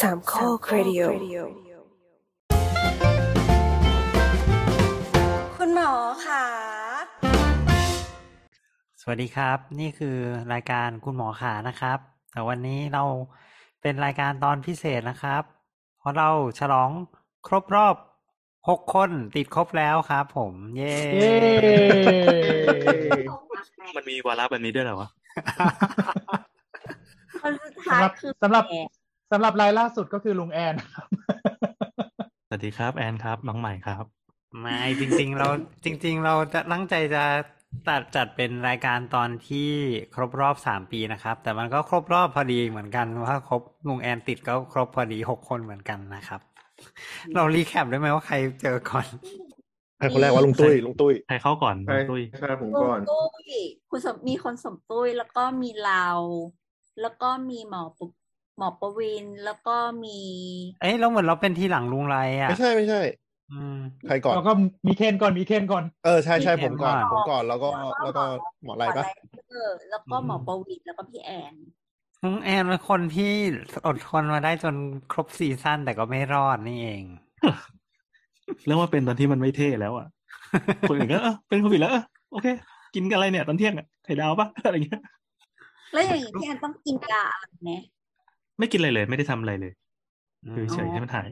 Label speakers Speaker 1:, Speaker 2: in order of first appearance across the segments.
Speaker 1: สามข้อครดิโอ
Speaker 2: คุณหมอค่ะ
Speaker 3: สวัสดีครับ นี่คือรายการคุณหมอขานะครับ แต่วันนี้เราเป็นรายการตอนพิเศษนะครับ เพราะเราฉลองครบรอบหกคนติดครบแล้วครับผม เย้
Speaker 4: เย้
Speaker 5: มันมีวาระแบบนี้ด้วยเหรอวะ
Speaker 2: คนสุด
Speaker 4: สำ
Speaker 2: ท้าย
Speaker 4: หรับ
Speaker 2: คือ
Speaker 4: สำหรับ
Speaker 2: แขก
Speaker 4: สำหรับรายล่าสุดก็คือลุงแอนนะครับ
Speaker 5: สวัสดีครับแอนครับ น้องใหม่ครับ
Speaker 3: ไม่จริง ๆ เราจริง ๆ เราจะตั้งใจจะตัดจัดเป็นรายการตอนที่ครบรอบสามปีนะครับ แต่มันก็ครบรอบพอดีเหมือนกันว่าครบลุงแอนติดก็ครบพอดีหกคนเหมือนกันนะครับ เรารีแคปได้ไหมว่าใครเจอก่อน
Speaker 6: ใครคนแรกว่าลุงตุ้ยลุงตุ้ย
Speaker 5: ใครเข้าก่อน
Speaker 7: ใช่
Speaker 5: ตุ้ย
Speaker 7: ใช่ผม
Speaker 2: ลุ
Speaker 7: ก่
Speaker 2: ง
Speaker 7: อน
Speaker 2: ตุ้ยคุณสมมีคนสมตุ้ยแล้วก็มีเรา แล้วก็มีหมอปุหมอประวินแล้วก็มี
Speaker 3: เอ้ยแล้วเหมือนเราเป็นทีหลังลุงไรอ่ะ
Speaker 6: ไม่ใช่ไม่ใช่
Speaker 3: อืม
Speaker 6: ใครก่อน
Speaker 4: แล้วก็มีเคนก่อนมีเคนก่อน
Speaker 6: เออใช่ใช่
Speaker 3: มี
Speaker 6: ผมก่อน
Speaker 3: เคนก่อน
Speaker 6: ผมก่อนแล้วก็แล้วก็หมอ
Speaker 2: หม
Speaker 6: ไร
Speaker 2: อ
Speaker 6: ปะ
Speaker 2: ไรเดอร์แล้วก็หมอประวินแล้วก็พี่แอน
Speaker 3: น้องแอนเป็นคนที่อดทนมาได้จนครบซีซั่นแต่ก็ไม่รอดนี่เอง
Speaker 5: เรื่องว่าเป็นตอนที่มันไม่เท่แล้วอ่ะ คนอื่นก็เออเป็นโควิดแล้วเออโอเค กินอะไรเนี่ย ตอนเที่ยงอ่ะไข่ดาวปะ อะไรเงี้ย
Speaker 2: แล้วอย่างนี้พี่แอนต้องกินยาอะไรไหม
Speaker 5: ไม่กินอะไรเลย ไม่ได้ทำอะไรเลย คือเฉยให้มันหาย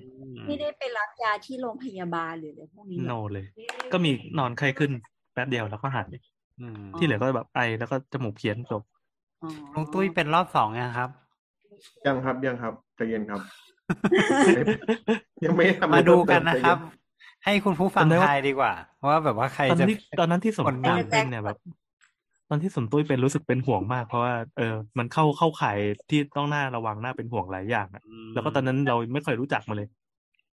Speaker 2: ไม่ได้ไปรับยาที่โรงพยาบาลหรืออะไรพวกนี้หร
Speaker 5: โน
Speaker 2: อ
Speaker 5: เลย ก็มีนอนไข้ขึ้นแป๊บเดียวแล้วก็หาย
Speaker 3: อืม
Speaker 5: ที่เหลือก็แบบไอแล้วก็จมูกเพี้ยนจบ
Speaker 2: อ๋อ
Speaker 3: ลุงตุ้ยเป็นรอบสองนะครับ
Speaker 7: ยังครับยังครับใจเย็นครับ ยังไม่ได้ทำอะไร
Speaker 3: มาดู
Speaker 7: เพิ่
Speaker 3: กั
Speaker 7: เติ
Speaker 3: นนะครับ ให้คุณผู้ฟัง
Speaker 5: จำได้ว่า
Speaker 3: ทายดีกว่า ว่าแบบว่าใคร
Speaker 5: ตอน
Speaker 3: จะ
Speaker 5: ที่ตอนนั้นที่สม
Speaker 3: คน
Speaker 5: ตุ้
Speaker 3: ดั
Speaker 5: ย
Speaker 3: ง
Speaker 5: เป็นเนี่ยแบบ ตอนที่สมตุ้ยเป็นรู้สึกเป็นห่วงมากเพราะว่าเออมันเข้าเข้าข่ายใจที่ต้องน่าระวังน่าเป็นห่วงหลายอย่างอะแล้วก็ตอนนั้นเราไม่ค่อยรู้จักมาเลย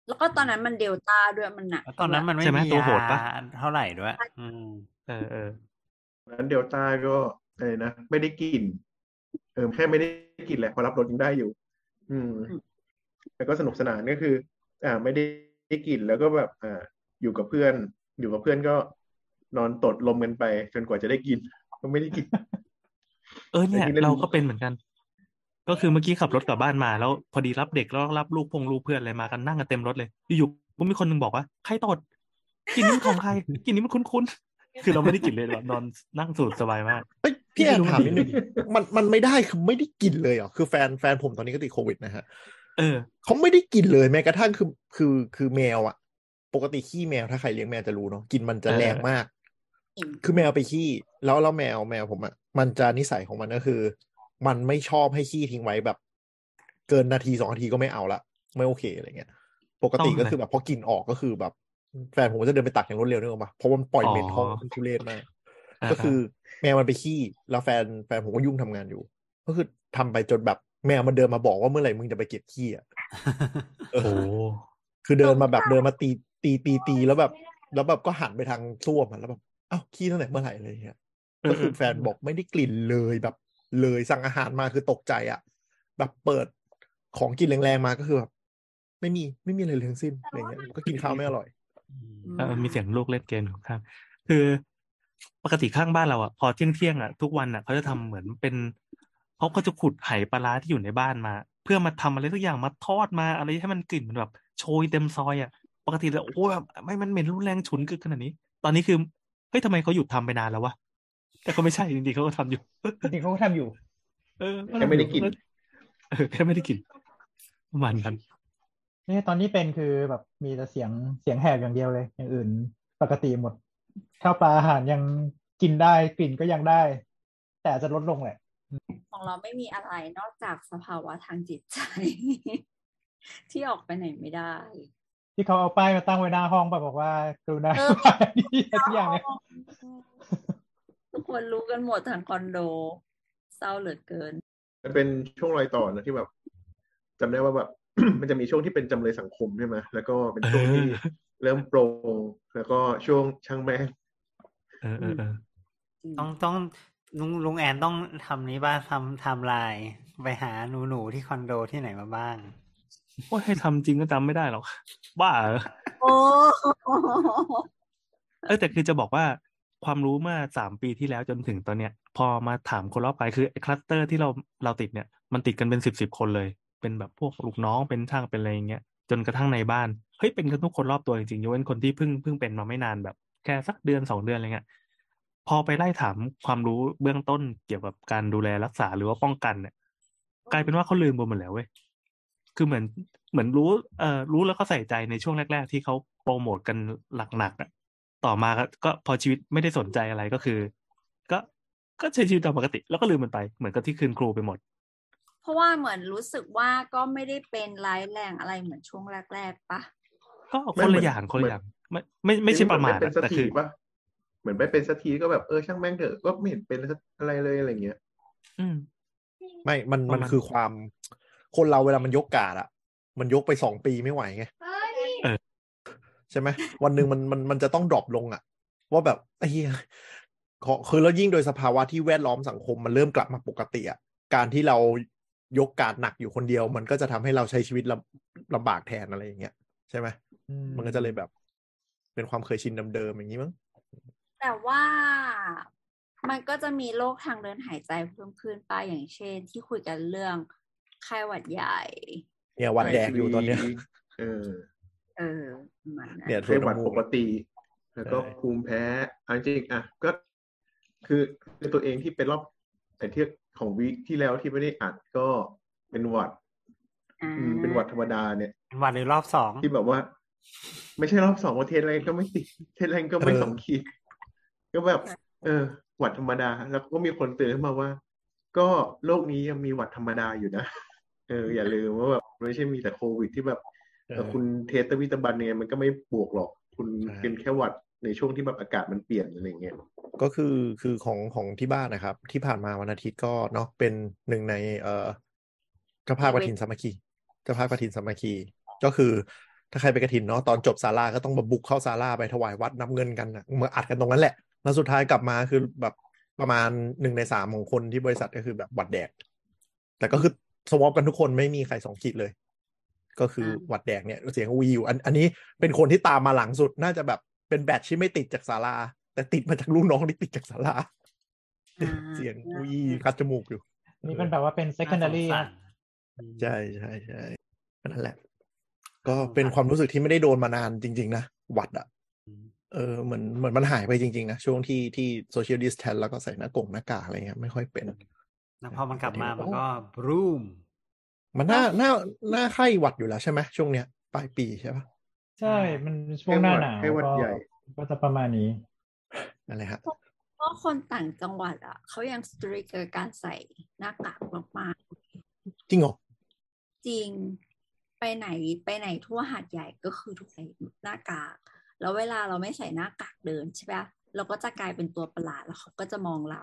Speaker 2: แล้วก็ตอนนั้นมันเดลต้าด้วยมันหนัก
Speaker 3: แล้วตอนนั้นมันไม่
Speaker 5: ใช่ไหม
Speaker 3: มี
Speaker 5: ตัวโหดปะ
Speaker 3: ยาเท่าไหร่ด้วย อืม
Speaker 5: เออเออ
Speaker 7: นั้นเดลต้าก็อะไรนะไม่ได้กิน เออแค่ไม่ได้กินแหละพอรับรถยังได้อยู่ อืมแล้วก็สนุกสนานก็คือ อ่า ไม่ได้กินแล้วก็แบบอ่า อยู่กับเพื่อน อยู่กับเพื่อนก็นอนตดลมกันไปจนกว่าจะได้กิน ก็ไม่ได้กิน
Speaker 5: เออเนี่ย
Speaker 7: แต่ที่เล่น
Speaker 5: เราก็เป็นเหมือนกัน ก็คือเมื่อกี้ขับรถกลับบ้านมาแล้วพอดีรับเด็กแล้วรับลูกพงลูกเพื่อนอะไรมากันนั่งกันเต็มรถเลยอยู่ๆก็มีคนหนึงบอกว่าใครตดกลินนี้มันของใคร กลินนี้มันคุ้นๆ คือเราไม่ได้กลินเลยแบบนอนนั่งสูดสบายมาก
Speaker 6: เฮ้ยพี่แอน
Speaker 5: ไม่รู้
Speaker 6: ถามนิดนึงมันมันไม่ได้คือไม่ได้กินเลยเหรอคือแฟนแฟนผมตอนนี้ก็ติดโควิดนะฮะ
Speaker 5: เออ
Speaker 6: เขาไม่ได้กินเลยแม้กระทั่งคือคือคือแมวอะปกติขี้แมวถ้าใครเลี้ยงแมวจะรู้เนาะกลินมันจะ
Speaker 5: เออ
Speaker 6: แรงมาก คือแมวไปขี้แล้วแล้วแมวแมวผมอะมันจะนิสัยของมันก็คือ มันไม่ชอบให้ขี้ทิ้งไว้แบบ เกินนาทีสองนาทีก็ไม่เอาละไม่โอเคอะไรเงี้ย ปกติ
Speaker 5: ต้อง
Speaker 6: ก็
Speaker 5: นะ
Speaker 6: คือแบบพอกลินออกก็คือแบบ แฟนผมก็จะเดินไปตักอย่างรวดเร็วนึกออกปะเพราะมันปล่อย
Speaker 5: อ๋อ
Speaker 6: เหม็นห้องมันทุเรศมาก
Speaker 5: อ่า
Speaker 6: ก็คือแมวมันไปขี้แล้วแฟนแฟนผมก็ยุ่งทำงานอยู่ ก็คือทำไปจนแบบแมวมันเดินมาบอกว่าเมื่อไหร่มึงจะไปเก็บขี้อ่ะเอ
Speaker 5: โอ้
Speaker 6: อคือเดินมาแบบเดินมาตีตีตีตีแล้วแบบ แล้วแบบก็หันไปทางส้วมอะแล้วแบบอ้าวขี้ตั้งแต่เมื่อไหร่เลยเนี่ยก็คือแฟนบอกไม่ได้กลิ่นเลยแบบ เลยสั่งอาหารมาคือตกใจอ่ะ แบบเปิดของกินแรงๆมาก็คือแบบไม่มีไม่มีอะไรเลยทั้งสิ้นอะไรเงี้ยก็กินข้าวไม่อร่อย
Speaker 5: เออมีเสียงลูกเล่นเกมอยู่ข้างคือปกติข้างบ้านเราอ่ะพอเที่ยงเที่ยงๆอ่ะทุกวันอ่ะเขาจะทำเหมือนเป็นเขาก็จะขุดไหปลาร้าที่อยู่ในบ้านมา เพื่อมาทำอะไรสักอย่างมาทอดมาอะไรให้มันกลิ่นมันแบบ โชยเต็มซอยอ่ะ ปกติแล้วโอ้ยแบบไม่มันเหม็นรุนแรงฉุนกึกขนาดนี้ ตอนนี้คือเฮ้ยทำไมเขาหยุดทำไปนานแล้ววะแต่ก็ไม่ใช่จริงๆเขาก็ทำอยู่
Speaker 4: จริงๆเขาก็ทำอยู่
Speaker 5: เออ
Speaker 7: แค่ไม่ได้กลิ่น
Speaker 5: เออแค่ไม่ได้กลิ่นประมาณนั้น
Speaker 4: นี่ตอนนี้เป็นคือแบบมีแต่เสียงเสียงแหบอย่างเดียวเลย อย่างอื่น ปกติหมดข้าวปลาอาหารยังกินได้กลิ่นก็ยังได้ แต่อาจจะลดลงแหละ
Speaker 2: ของเราไม่มีอะไรนอกจากสภาวะทางจิตใจ ที่ออกไปไหนไม่ได้
Speaker 4: ที่เขาเอาป้ายมาตั้งไว้หน้าห้องไปะบอกว่ากรุณา
Speaker 2: เออ
Speaker 4: วางอันนี่ทุกอย่าง เนี่ย
Speaker 2: ทุกคนรู้กันหมดทางคอนโด เศร้าเหลือเกิน
Speaker 7: มันเป็นช่วงรอยต่อนะที่แบบจำได้ว่าแบบ มันจะมีช่วงที่เป็นจำเลยสังคมใช่ไหมแล้วก็เป็น
Speaker 5: เอ
Speaker 7: ช่วงที่
Speaker 5: อ
Speaker 7: เริ่มโปรง แล้วก็ช่วงช่างแม่ง
Speaker 5: เออเออเออ
Speaker 3: ต้องต้องลุงลุงแอนต้องทำนี้บ้างทำทำลายไปหาหนูหนูๆที่คอนโดที่ไหนมาบ้าง
Speaker 5: โอ้ยให้ทำจริงก็จำไม่ได้หรอกบ้าเหรอ
Speaker 2: โอ้
Speaker 5: เออแต่คือจะบอกว่าความรู้เมื่อสามปีที่แล้วจนถึงตอนเนี้ย พอมาถามคนรอบไปคือไอ้คลัสเตอร์ที่เราเราติดเนี่ย มันติดกันเป็นสิบสิบคนเลย เป็นแบบพวกลูกน้องเป็นช่างเป็นอะไรอย่างเงี้ยจนกระทั่งในบ้านเฮ้ยเป็นกันทุกคนรอบตัวจริงๆยกเว้นคนที่เพิ่งเพิ่งเป็นมาไม่นานแบบ แค่สักเดือนสองเดือนอะไรเงี้ยพอไปไล่ถามความรู้เบื้องต้นเกี่ยวกับการดูแลรักษาหรือว่าป้องกันเนี่ย กลายเป็นว่าเขาลืมไปหมดแล้วเว้ยคือเหมือนเหมือนรู้เอ่อรู้แล้วก็ใส่ใจในช่วงแรก ๆ ที่เขาโปรโมทกันหนักๆอ่ะ ต่อมาก็ก็พอชีวิตไม่ได้สนใจอะไรก็คือ ก็ก็ใช้ชีวิตตามปกติ แล้วก็ลืมมันไปเหมือนกับที่คืนครูไปหมด
Speaker 2: เพราะว่าเหมือนรู้สึกว่าก็ไม่ได้เป็นร้ายแรงอะไรเหมือนช่วงแรกๆปะ
Speaker 5: ก็
Speaker 7: ไม่
Speaker 5: คน
Speaker 7: เหมื
Speaker 5: ละ
Speaker 7: อน
Speaker 5: อย่างคน
Speaker 7: เหมื
Speaker 5: ละอย่า
Speaker 7: อน
Speaker 5: งไม่ไม่ไม่ใช่ประมาท
Speaker 7: เป็น
Speaker 5: อะ
Speaker 7: สัก
Speaker 5: แต่
Speaker 7: ที
Speaker 5: คือ
Speaker 7: ปะเหมือนไปเป็นสักทีก็แบบเออช่างแม่งเถอะก็ไม่เห็นเป็นอะไรเลยอะไรเงี้ย
Speaker 5: อืม
Speaker 6: ไม่มัน
Speaker 5: ประมาณ
Speaker 6: มันคือความคนเราเวลามันยกกาดอะมันยกไปสองปีไม่ไหวไง
Speaker 5: เออ
Speaker 6: ใช่ไหมวันหนึ่งมันมันมันจะต้องดรอปลงอะว่าแบบไอ้เหี้ยขอคือแล้วยิ่งโดยสภาวะที่แวดล้อมสังคมมันเริ่มกลับมาปกติอะการที่เรายกการดหนักอยู่คนเดียว มันก็จะทำให้เราใช้ชีวิตลำลำบากแทนอะไรอย่างเงี้ยใช่ไหม
Speaker 4: อื
Speaker 6: มันก็จะเลยแบบ เป็นความเคยชินเดิมๆอย่างนี้มั้ง
Speaker 2: แต่ว่ามันก็จะมีโรคทางเดินหายใจเพิ่มขึ้นไปอย่างเช่น ที่คุยกันเรื่องไข้หวัดใหญ่
Speaker 6: เนี่ยวัดแดกอยู่ตอนเนี้ย
Speaker 7: เออ
Speaker 2: เออประมาณนั้น
Speaker 6: เนี่ย
Speaker 7: ไข้หวัด
Speaker 6: ส่
Speaker 7: ป
Speaker 6: น
Speaker 7: ก
Speaker 6: น้ำมู
Speaker 7: ติ แล้วก็
Speaker 6: ใช่
Speaker 7: ภูมิแพ้เอาจริงๆอ่ะก็คือคือตัวเองที่เป็นรอบแต่เที่ของวีคที่แล้วที่ไม่ได้อัดก็เป็นหวัด
Speaker 2: อ่า
Speaker 7: อืมเป็นหวัดธรรมดาเนี่ย
Speaker 3: วันหรือรอบสอง
Speaker 7: ที่แบบว่า ไม่ใช่รอบสองว่าเทสอะไรก็ไม่ ติดเทสอะไรก็ไม่
Speaker 6: เออ
Speaker 7: สองขีดก็แบบ เออ หวัดธรรมดา แล้วก็มีคนเตือนขึ้นมาว่า ก็โลกนี้ยังมีหวัดธรรมดาอยู่นะ เออ อย่าลืมว่าแบบไม่ใช่มีแต่โควิดที่แบบ
Speaker 6: เอ
Speaker 7: เอ
Speaker 6: อ
Speaker 7: อคุณเทสตะวิตะบันเนี่ยมันก็ไม่บวกหรอก คุณ
Speaker 6: ใช่
Speaker 7: เป็นแค่หวัดในช่วงที่แบบอากาศมันเปลี่ยนอะไรเงี้ย
Speaker 6: ก็คือคือของของที่บ้านนะครับ ที่ผ่านมาวันอาทิตย์ก็เนาะเป็นหนึ่งใน เอ่อเจ้าภาพกฐินสามัคคีเจ้าภาพกฐินสามัคคี ก็คือถ้าใครไปกฐินเนาะตอนจบศาลาก็ต้องมาบุกเข้าศาลาไปถวายวัดนับเงินกันนะมาอัดกันตรงนั้นแหละ แล้วสุดท้ายกลับมาคือแบบประมาณหนึ่งในสามของคนที่บริษัทก็คือแบบหวัดแดก แต่ก็คือสวอปกันทุกคนไม่มีใครสองขีดเลย ก็คือหวัดแดกเนี่ยเสียงวีอยู่อันอันนี้เป็นคนที่ตามมาหลังสุดน่าจะแบบเป็นแบตที่ไม่ติดจากศาลา แต่ติดมาจากลูกน้องที่ติดจากศาลา
Speaker 2: อ่า
Speaker 6: เสียงวีคัดจมูกอยู่
Speaker 4: นี่เป็นแบบว่าเป็น secondary
Speaker 3: น่าสงสา
Speaker 4: นะ
Speaker 3: รอืม
Speaker 6: ใช่ใช่ใช่นั่นแหละ ก็เป็นความรู้สึกที่ไม่ได้โดนมานานจริง ๆ นะ หวัดอ่ะ
Speaker 3: อืม
Speaker 6: เออเหมือนเหมือนมันหายไปจริง ๆ นะ ช่วงที่ที่ social distance แล้วก็ใส่หน้ากงหน้ากากอะไรเงี้ยไม่ค่อยเป็น
Speaker 3: แล้วพอมันกลับมามันก็บรูม
Speaker 6: มันหน้าหน้าหน้าไข้หวัดอยู่แล้วใช่ไหมช่วงเนี้ยปลายปีใช่ปะ
Speaker 4: ใช่มันช่วงหน้าหนาว
Speaker 7: ไข้หวัด
Speaker 4: ก็
Speaker 7: ใหญ่
Speaker 4: ก็จะประมาณนี้
Speaker 6: นั่นแหละฮะ
Speaker 2: เพราะคนต่างจังหวัดอ่ะเขายังสตรีกกับการใส่หน้ากากมาก
Speaker 6: จริงเหรอ
Speaker 2: ๆจริงไปไหนไปไหนทั่วหาดใหญ่ก็คือทุกใส่หน้ากาก แล้วเวลาเราไม่ใส่หน้ากากเดินใช่ปะเราก็จะกลายเป็นตัวประหลาดแล้วเขาก็จะมองเรา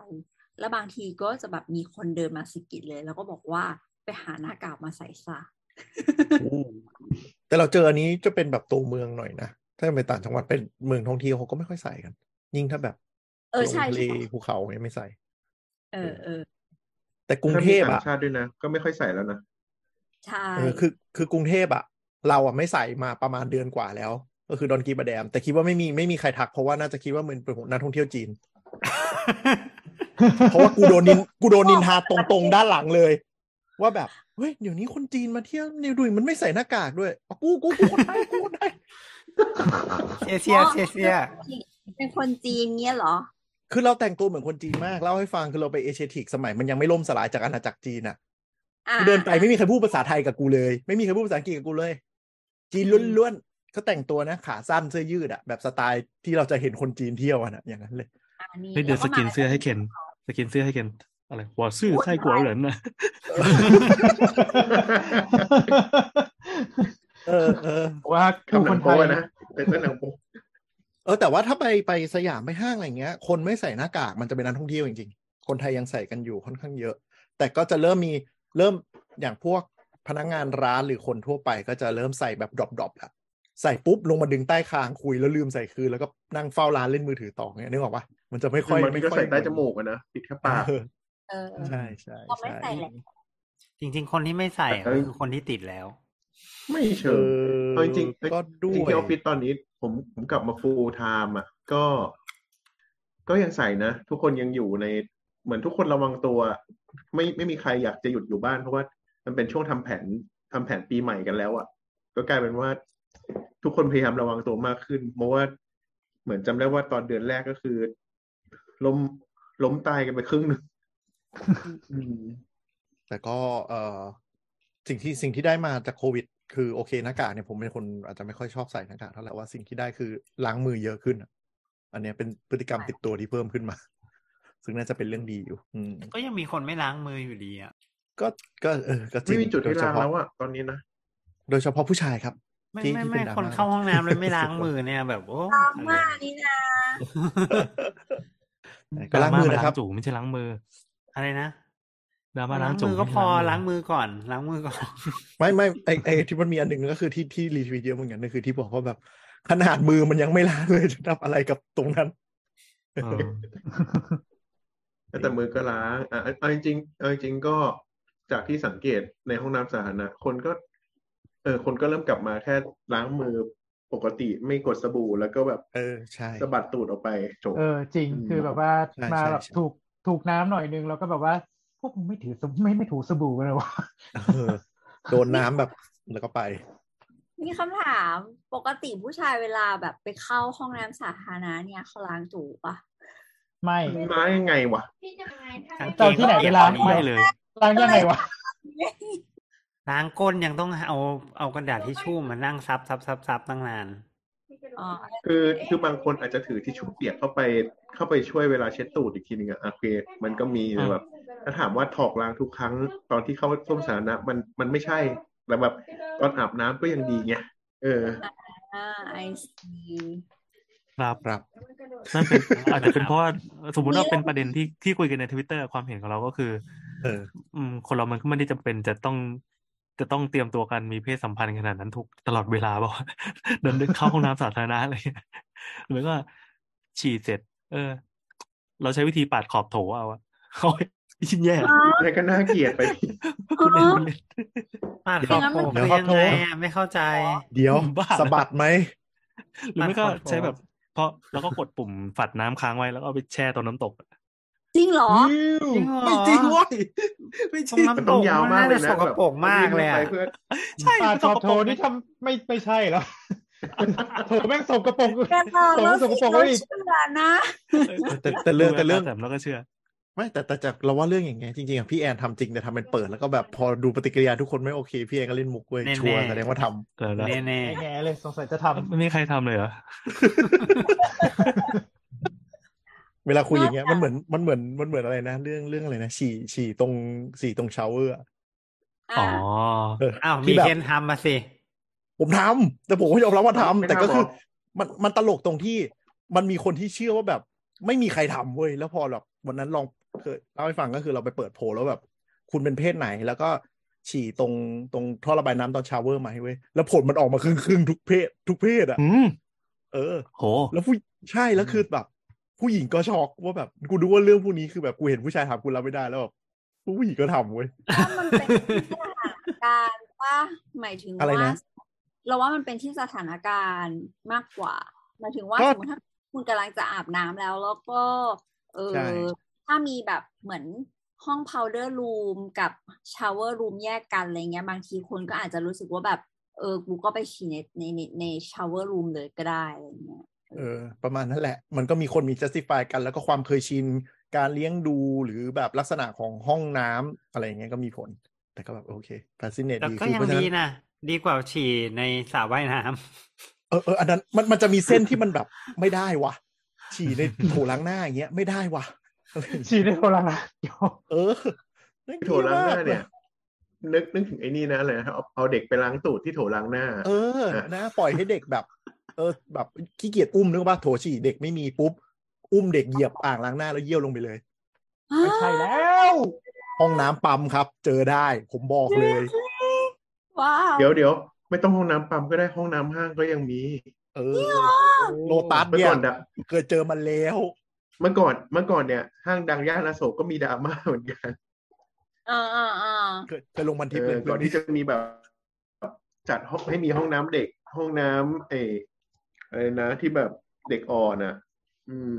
Speaker 2: แล้วบางทีก็จะแบบมีคนเดินมาสะกิดเลย แล้วก็บอกว่าไปหาหน้ากากมาใส่ซะ
Speaker 6: แต่เราเจออันนี้จะเป็นแบบตัวเมืองหน่อยนะ ถ้าไปต่างจังหวัดเป็นเมืองท่องเที่ยวเขาก็ไม่ค่อยใส่กัน ยิ่งถ้าแบบ
Speaker 2: เออ
Speaker 6: ลง
Speaker 2: ใช่
Speaker 6: ทะเล
Speaker 2: ใช่
Speaker 6: ภูเขาเนี่ยไม่ใส่
Speaker 2: เออเออ
Speaker 6: แต่กรุง
Speaker 7: ถ้า
Speaker 6: เทพ
Speaker 7: มีต่าง
Speaker 6: อ่ะ
Speaker 7: ชาติด้วยนะ ก็ไม่ค่อยใส่แล้วนะ
Speaker 2: ใช่
Speaker 6: เออคือคือกรุงเทพอะเราอะไม่ใส่มาประมาณเดือนกว่าแล้ว ก็คือดอนกีบะแดม แต่คิดว่าไม่มีไม่มีใครทักเพราะว่าน่าจะคิดว่ามันเป็นนักท่องเที่ยวจีน เพราะว่ากูโดนนินกูโดนนินทาตรงๆด้านหลังเลย ว่าแบบเฮ้ยเดี๋ยวนี้คนจีนมาเที่ยวเนี่ยดูดิมันไม่ใส่หน้ากากด้วยอ๋อกูกูกูคนไทยกูคนไทย
Speaker 3: เชียร์เชียร์เชียร์เชียร์
Speaker 2: เป็นคนจีนเงี้ยเหรอ
Speaker 6: คือเราแต่งตัวเหมือนคนจีนมากเล่าให้ฟังคือเราไปเอเชียทิกสมัยมันยังไม่ล่มสลายจากอาณาจักรจีนอะ
Speaker 2: อ่า
Speaker 6: กูเดินไปไม่มีใครพูดภาษาไทยกับกูเลย ไม่มีใครพูดภาษาอังกฤษกับกูเลย จีนล้วนๆเขาแต่งตัวนะ ขาสั้นเสื้อยืดอะแบบสไตล์ที่เราจะเห็นคนจีนเที่ยวอะนะอย่างนั้นเลย
Speaker 2: อ่า
Speaker 5: เฮ้ยเดี๋ยวส
Speaker 2: แล้
Speaker 5: กิน
Speaker 2: มา
Speaker 5: เสื้อให้เคนสกินเสื้อให้เคนอะไรหัวซื่อไส้กัวเหรินนะ
Speaker 6: เออเออ
Speaker 4: ว่าคื
Speaker 7: คำ
Speaker 4: อ
Speaker 7: หนั
Speaker 4: ค
Speaker 7: ง
Speaker 4: นไท
Speaker 7: โป๊
Speaker 4: ย
Speaker 7: นะ แต่ก็หนังโป๊
Speaker 6: เออ แต่ว่าถ้าไปไปสยามไปห้างอะไรเงี้ย คนไม่ใส่หน้ากากมันจะเป็นนักท่องเที่ยวจริงๆ คนไทยยังใส่กันอยู่ค่อนข้างเยอะ แต่ก็จะเริ่มมีเริ่มอย่างพวกพนักงานร้านหรือคนทั่วไป ก็จะเริ่มใส่แบบดรอปๆละใส่ปุ๊บลงมาดึงใต้คางคุยแล้วลืมใส่คืนแล้วก็นั่งเฝ้าร้านเล่นมือถือต่อเงี้ยนึกออกปะมันจะไม่ค่อย
Speaker 7: มัน
Speaker 6: ไม่
Speaker 7: ก็
Speaker 6: ค่อย
Speaker 7: ใส่ใต้จมูกอะนะปิดแค่ปาก
Speaker 6: เออ
Speaker 2: เออ
Speaker 6: ใช่ใช่
Speaker 2: เราไม่
Speaker 6: ใช่
Speaker 2: ใส่แหละ
Speaker 3: จริง ๆ คนที่ไม่ใส่ก็คือคนที่ติดแล้ว
Speaker 7: ไม่
Speaker 6: เอ
Speaker 7: เชิง
Speaker 6: อ
Speaker 7: เอาจริงๆ
Speaker 6: ก็ด้
Speaker 7: จริง
Speaker 6: วย
Speaker 7: ที่ออฟฟิศตอนนี้ผมผมกลับมาฟูลไทม์อ่ะ ก็ ก็ยังใส่นะ ทุกคนยังอยู่ใน เหมือนทุกคนระวังตัว ไม่ไม่มีใครอยากจะหยุดอยู่บ้านเพราะว่ามันเป็นช่วงทำแผน ทำแผนปีใหม่กันแล้วอ่ะ ก็กลายเป็นว่า ทุกคนพยายามระวังตัวมากขึ้น เพราะว่าเหมือนจำได้ว่าตอนเดือนแรกก็คือ ล้มล้มตายกันไปครึ่งหนึ่งอืม
Speaker 6: แต่ก็เออสิ่งที่สิ่งที่ได้มาจากโควิด คือโอเคหน้ากากเนี่ยผมเป็นคนอาจจะไม่ค่อยชอบใส่หน้ากากเท่าไหร่ว่าสิ่งที่ได้คือล้างมือเยอะขึ้นอะอันเนี้ยเป็นพฤติกรรมติดตัวที่เพิ่มขึ้นมา ซึ่งน่าจะเป็นเรื่องดีอยู่ อืม
Speaker 3: ก็ยังมีคนไม่ล้างมืออยู่ดีอ่ะ
Speaker 6: ก็ก็เออก็จริ
Speaker 7: ไม่
Speaker 6: ง
Speaker 7: มีจุดที่
Speaker 6: โยเฉ
Speaker 7: ล้าง
Speaker 6: พะ
Speaker 7: แล้วอ่ะตอนนี้นะ
Speaker 6: โดยเฉพาะผู้ชายครับ
Speaker 3: ไม่
Speaker 6: ที่
Speaker 3: ไม่
Speaker 6: ที่
Speaker 3: ไม่
Speaker 6: เป็นดราม่า
Speaker 3: คนเข้าห้องน้ำเลยไม่ล้างมือเนี่ยแบบโอ้
Speaker 2: ตามมานี่นะ
Speaker 6: แต่ก็ล้างมือนะครับ
Speaker 5: ดาาาล้างจูไม่ใช่ล้างมือ
Speaker 3: อะไรนะ
Speaker 5: ดราม่าล้างจู
Speaker 3: มือก็
Speaker 5: ไม่
Speaker 3: พ
Speaker 5: ใช่
Speaker 3: อ
Speaker 5: ล้า
Speaker 3: ล้าง ง
Speaker 5: มือ
Speaker 3: มือก่อน ล้างมือก่อน
Speaker 6: ไม่ไม่ไอไอที่มันมีอันหนึ่งก็คือที่ที่รีทวีตเยอะเหมือนกันนั่นคือที่บอกว่าแบบ ขนาดมือมันยังไม่ล้างเลย จะทำอะไรกับตรงนั้น
Speaker 5: เออ
Speaker 7: แต่มือก็ล้างอ่ะเอาเอาจริงๆเอาจริงๆก็จากที่สังเกตในห้องน้ำสาธารณะคนก็ เออ คนก็เริ่มกลับมาแค่ล้างมือปกติไม่กดสบู่แล้วก็แบบ
Speaker 6: เออใช่
Speaker 7: สะบัดตูดออกไปจบ
Speaker 4: เออจริง
Speaker 7: อืม
Speaker 4: คือแบบว่า
Speaker 6: ใช่
Speaker 4: มา
Speaker 6: ใช่
Speaker 4: แบบ
Speaker 6: ใช่
Speaker 4: ถูกถูกน้ำหน่อยนึงแล้วก็แบบว่า พวกมึงไม่ถือสบู่ไม่ไม่ถูสบู่กันเลยวะ
Speaker 6: เออโดนน้ำแบบแล้วก็ไป
Speaker 2: มีคำถามปกติผู้ชายเวลาแบบไปเข้าห้องน้ำสาธารณะเนี่ยเขาล้างจูปะ
Speaker 4: ไม่
Speaker 7: มายังไงวะ
Speaker 3: กงกง
Speaker 4: เจ้าที่ไหนไปล้าง
Speaker 3: ปีก
Speaker 5: ไม่
Speaker 3: อ่ะ
Speaker 5: เลย
Speaker 4: ล้างยังไงวะ
Speaker 3: ล้างก้นยังต้องเอาเอากระดาษทิชชู่มานั่งซับซับซับซับตั้งนาน
Speaker 2: อ๋อ
Speaker 7: คือคือบางคนอาจจะถือทิชชู่เปียกเข้าไปเข้าไปช่วยเวลาเช็ดตูดอีกทีหนึ่งอะโอเค มันก็มีแต่แบบ ถ้าถามว่าถอกล้างทุกครั้งตอนที่เข้าส้วมสาธารณะมันมันไม่ใช่แต่แบบตอนอาบน้ำก็ยังดีไงเออ
Speaker 2: อ่าไอซี
Speaker 5: ครับ
Speaker 6: ครับ
Speaker 5: นั่นเป็นอาจจะเป็นเพราะว่าสมมุติว่าเป็นประเด็นที่ที่คุยกันในทวิตเตอร์ความเห็นของเราก็คือ
Speaker 6: เออ
Speaker 5: อืมคนเรามันก็ไม่ได้จำเป็นจะต้อง จะต้องเตรียมตัวกันมีเพศสัมพันธ์ขนาดนั้นทุกตลอดเวลา บอกว่าวะ เดินเข้าห้องน้ำสาธารณะอะไรเงี้ย หรือก็ฉี่เสร็จ เออ เราใช้วิธีปาดขอบโถเอาอะ เขาชิ้นแย่
Speaker 7: อะไรก็น่าเกลียดไป
Speaker 5: พูดเล่นพูดเล่น
Speaker 3: ป้านครอบครัว
Speaker 6: เดี๋ยว
Speaker 3: คือ
Speaker 6: ขอ
Speaker 3: ยัง
Speaker 6: โทษ
Speaker 3: ไงอ่ะไม่เข้าใจ
Speaker 6: เดี๋ยว
Speaker 5: บ้า
Speaker 6: สะบัดไหม
Speaker 5: หรือไม่ก็
Speaker 3: ปาดขอบโถ
Speaker 5: ใช้แบบเพราะแล้วก็กดปุ่มฝัดน้ำค้างไว้แล้วก็เอาไปแช่ตอนน้ำตก
Speaker 2: จริงเหรอ
Speaker 3: จริงเหรอ
Speaker 6: ไม่จริงเว้ยไม่จ
Speaker 3: ตรง
Speaker 6: ริง
Speaker 7: มัน
Speaker 3: น้ำต
Speaker 7: ต้อง
Speaker 3: ก
Speaker 7: ยาว
Speaker 3: มัน
Speaker 7: มาก
Speaker 3: น่า
Speaker 7: เล
Speaker 3: จะ
Speaker 7: ย
Speaker 3: ส
Speaker 7: นะ
Speaker 3: กปรกมากเลย
Speaker 7: แบบ
Speaker 3: อ่ะ
Speaker 7: วิ่งข้ไปเพื่อ
Speaker 5: ใช่
Speaker 4: ปาด
Speaker 5: มัน
Speaker 4: ข
Speaker 5: ส
Speaker 4: อบ
Speaker 5: ก
Speaker 4: โถ
Speaker 5: ปรก
Speaker 4: นี่ทำไม่ไม่ใช่แล้วโถแม่งสกปรก
Speaker 2: แกตอบ
Speaker 4: โถ
Speaker 2: แล้ว
Speaker 4: แม่งส
Speaker 2: สิ
Speaker 4: กปรก
Speaker 2: เรา
Speaker 4: อีก
Speaker 2: เชื่อนะ
Speaker 6: แต่แต่เรื่องแต่เรื่อง
Speaker 5: ดูแลตาแต่เราก็เชื่อ
Speaker 6: ไม่แต่แต่จากเราว่าเรื่องอย่างเงี้ยจริงๆอะพี่แอนทำจริงแต่ทำเป็นเปิดแล้วก็แบบพอดูปฏิกิริยาทุกคนไม่โอเค พี่แอนก็เล่นมุกเว้ยชัวร์แสดงว่าทำ
Speaker 5: เออแล้ว
Speaker 3: แน่แน่
Speaker 4: ไอ้แง่เลยสงสัยจะทำ
Speaker 5: ไม่มีใครทำเลยเหรอ
Speaker 6: เวลาคุยอย่างเงี้ยมันเหมือนมันเหมือนมันเหมือนอะไรนะ เรื่องเรื่องอะไรนะฉี่ฉี่ตรงฉี่ตรงชาวเวอร์อะ
Speaker 5: อ๋อ
Speaker 6: เออ
Speaker 3: ๆอ้าวมี
Speaker 6: ที่แบบ
Speaker 3: เคนทำมาสิ
Speaker 6: ผมทำแต่ผมก็ยอมรับว่าทำ
Speaker 7: ไม่น่า
Speaker 6: แต่ก็คือ
Speaker 7: บ
Speaker 6: มันมันตลกตรงที่มันมีคนที่เชื่อว่าแบบ ไม่มีใครทำเว้ยแล้วพอแบบวันนั้นลองเคยเล่าให้ฟังก็คือเราไปเปิดโพลแล้วแบบ คุณเป็นเพศไหน แล้วก็ฉี่ตรงตรงท่อระบายน้ำตอนชาวเวอร์ไหมเว้ยแล้วผลมันออกมาครึ่งครึ่งๆทุกเพศ ทุกเพศอ่ะ
Speaker 5: อืม
Speaker 6: เออ
Speaker 5: โห
Speaker 6: แล้วผู้ใช่แล้วคือแบบ ผู้หญิงก็ช็อกว่าแบบกูดูว่าเรื่องพวกนี้คือแบบกูเห็นผู้ชายทำกูรับไม่ได้แล้วแบบผู้หญิงก็ทำเว้ย
Speaker 2: ว่ามันเป็นที่สถานการณ์ว่าหมายถึง
Speaker 6: อะไร
Speaker 2: ว่า
Speaker 6: นะ
Speaker 2: เราว่ามันเป็นที่สถานการณ์มากกว่า หมายถึงว่า
Speaker 6: ก็
Speaker 2: สมมติถ้าคุณกำลังจะอาบน้ำแล้ว แล้วก็เอ
Speaker 6: ใช่
Speaker 2: อถ้ามีแบบเหมือนห้อง powder room กับ shower room แยกกันอะไรเงี้ย บางทีคนก็อาจจะรู้สึกว่าแบบ เออกูก็ไปฉี่ในในในใน shower room เลยก็ได้อะไรเงี้ย
Speaker 6: เออ ประมาณนั้นแหละ มันก็มีคนมี justify กัน แล้วก็ความเคยชิน การเลี้ยงดูหรือแบบลักษณะของห้องน้ำอะไรอย่างเงี้ยก็มีผล แต่ก็แบบโอเค fascinate
Speaker 3: แต่
Speaker 6: ดี
Speaker 3: ก็
Speaker 6: คือ
Speaker 3: ยัง
Speaker 6: เพราะฉะ
Speaker 3: ดี
Speaker 6: นั้น
Speaker 3: นะ ดีกว่าฉี่ในสระว่ายน้
Speaker 6: เออเอออันนั้นมันมันจะมีเส้นที่มันแบบไม่ได้วะฉี่ในโถล้างหน้าอย่างเงี้ยไม่ได้วะอะไรอย่างเงี้ย
Speaker 4: ฉีดได้โทรละเดี๋ยว
Speaker 6: เออน่
Speaker 7: โถ
Speaker 6: เกยด
Speaker 7: ล้างหน้าม
Speaker 6: ก
Speaker 7: เนี่ย นึกนึกถึงไอ้นี่นะอะไรนะเอาเอาเด็กไปล้างตูดที่โถล้างหน้า
Speaker 6: เออ นะ ปล่อยให้เด็กแบบ เออ แบบขี้เกียจอุ้มนึกว่าโถฉี่เด็กไม่มีปุ๊บ อุ้มเด็กเหยียบอ่างล้างหน้าแล้วเยี่ยวลงไปเลย
Speaker 4: ไม่ใช่แล้ว
Speaker 6: ห้องน้ำปั๊มครับ เจอได้ ผมบอกเลย
Speaker 2: ว้าว
Speaker 7: เดี๋ยวเดี๋ยวไม่ต้องห้องน้ำปั๊มก็ได้ห้องน้ำห้างก็ยังมี
Speaker 6: เออโลตัส
Speaker 7: เมื่อ
Speaker 6: เนี่ย
Speaker 7: ก่อนดัง
Speaker 6: เคยเจอมันแล้ว
Speaker 7: เมื่อก่อนเมื่อก่อนเนี่ย ห้างดังย่านอโศกก็มีดราม่า เหมือนกัน
Speaker 2: อ่าอ่าอ่า
Speaker 6: เคยเคยลงบัน
Speaker 7: เอ
Speaker 6: ทึกเล
Speaker 7: อยก่อนที่จะมีแบบ จัดห้องให้มีห้องน้ำเด็ก ห้องน้ำเอออะไรนะที่แบบเด็กอ่อนอ่ะ อืม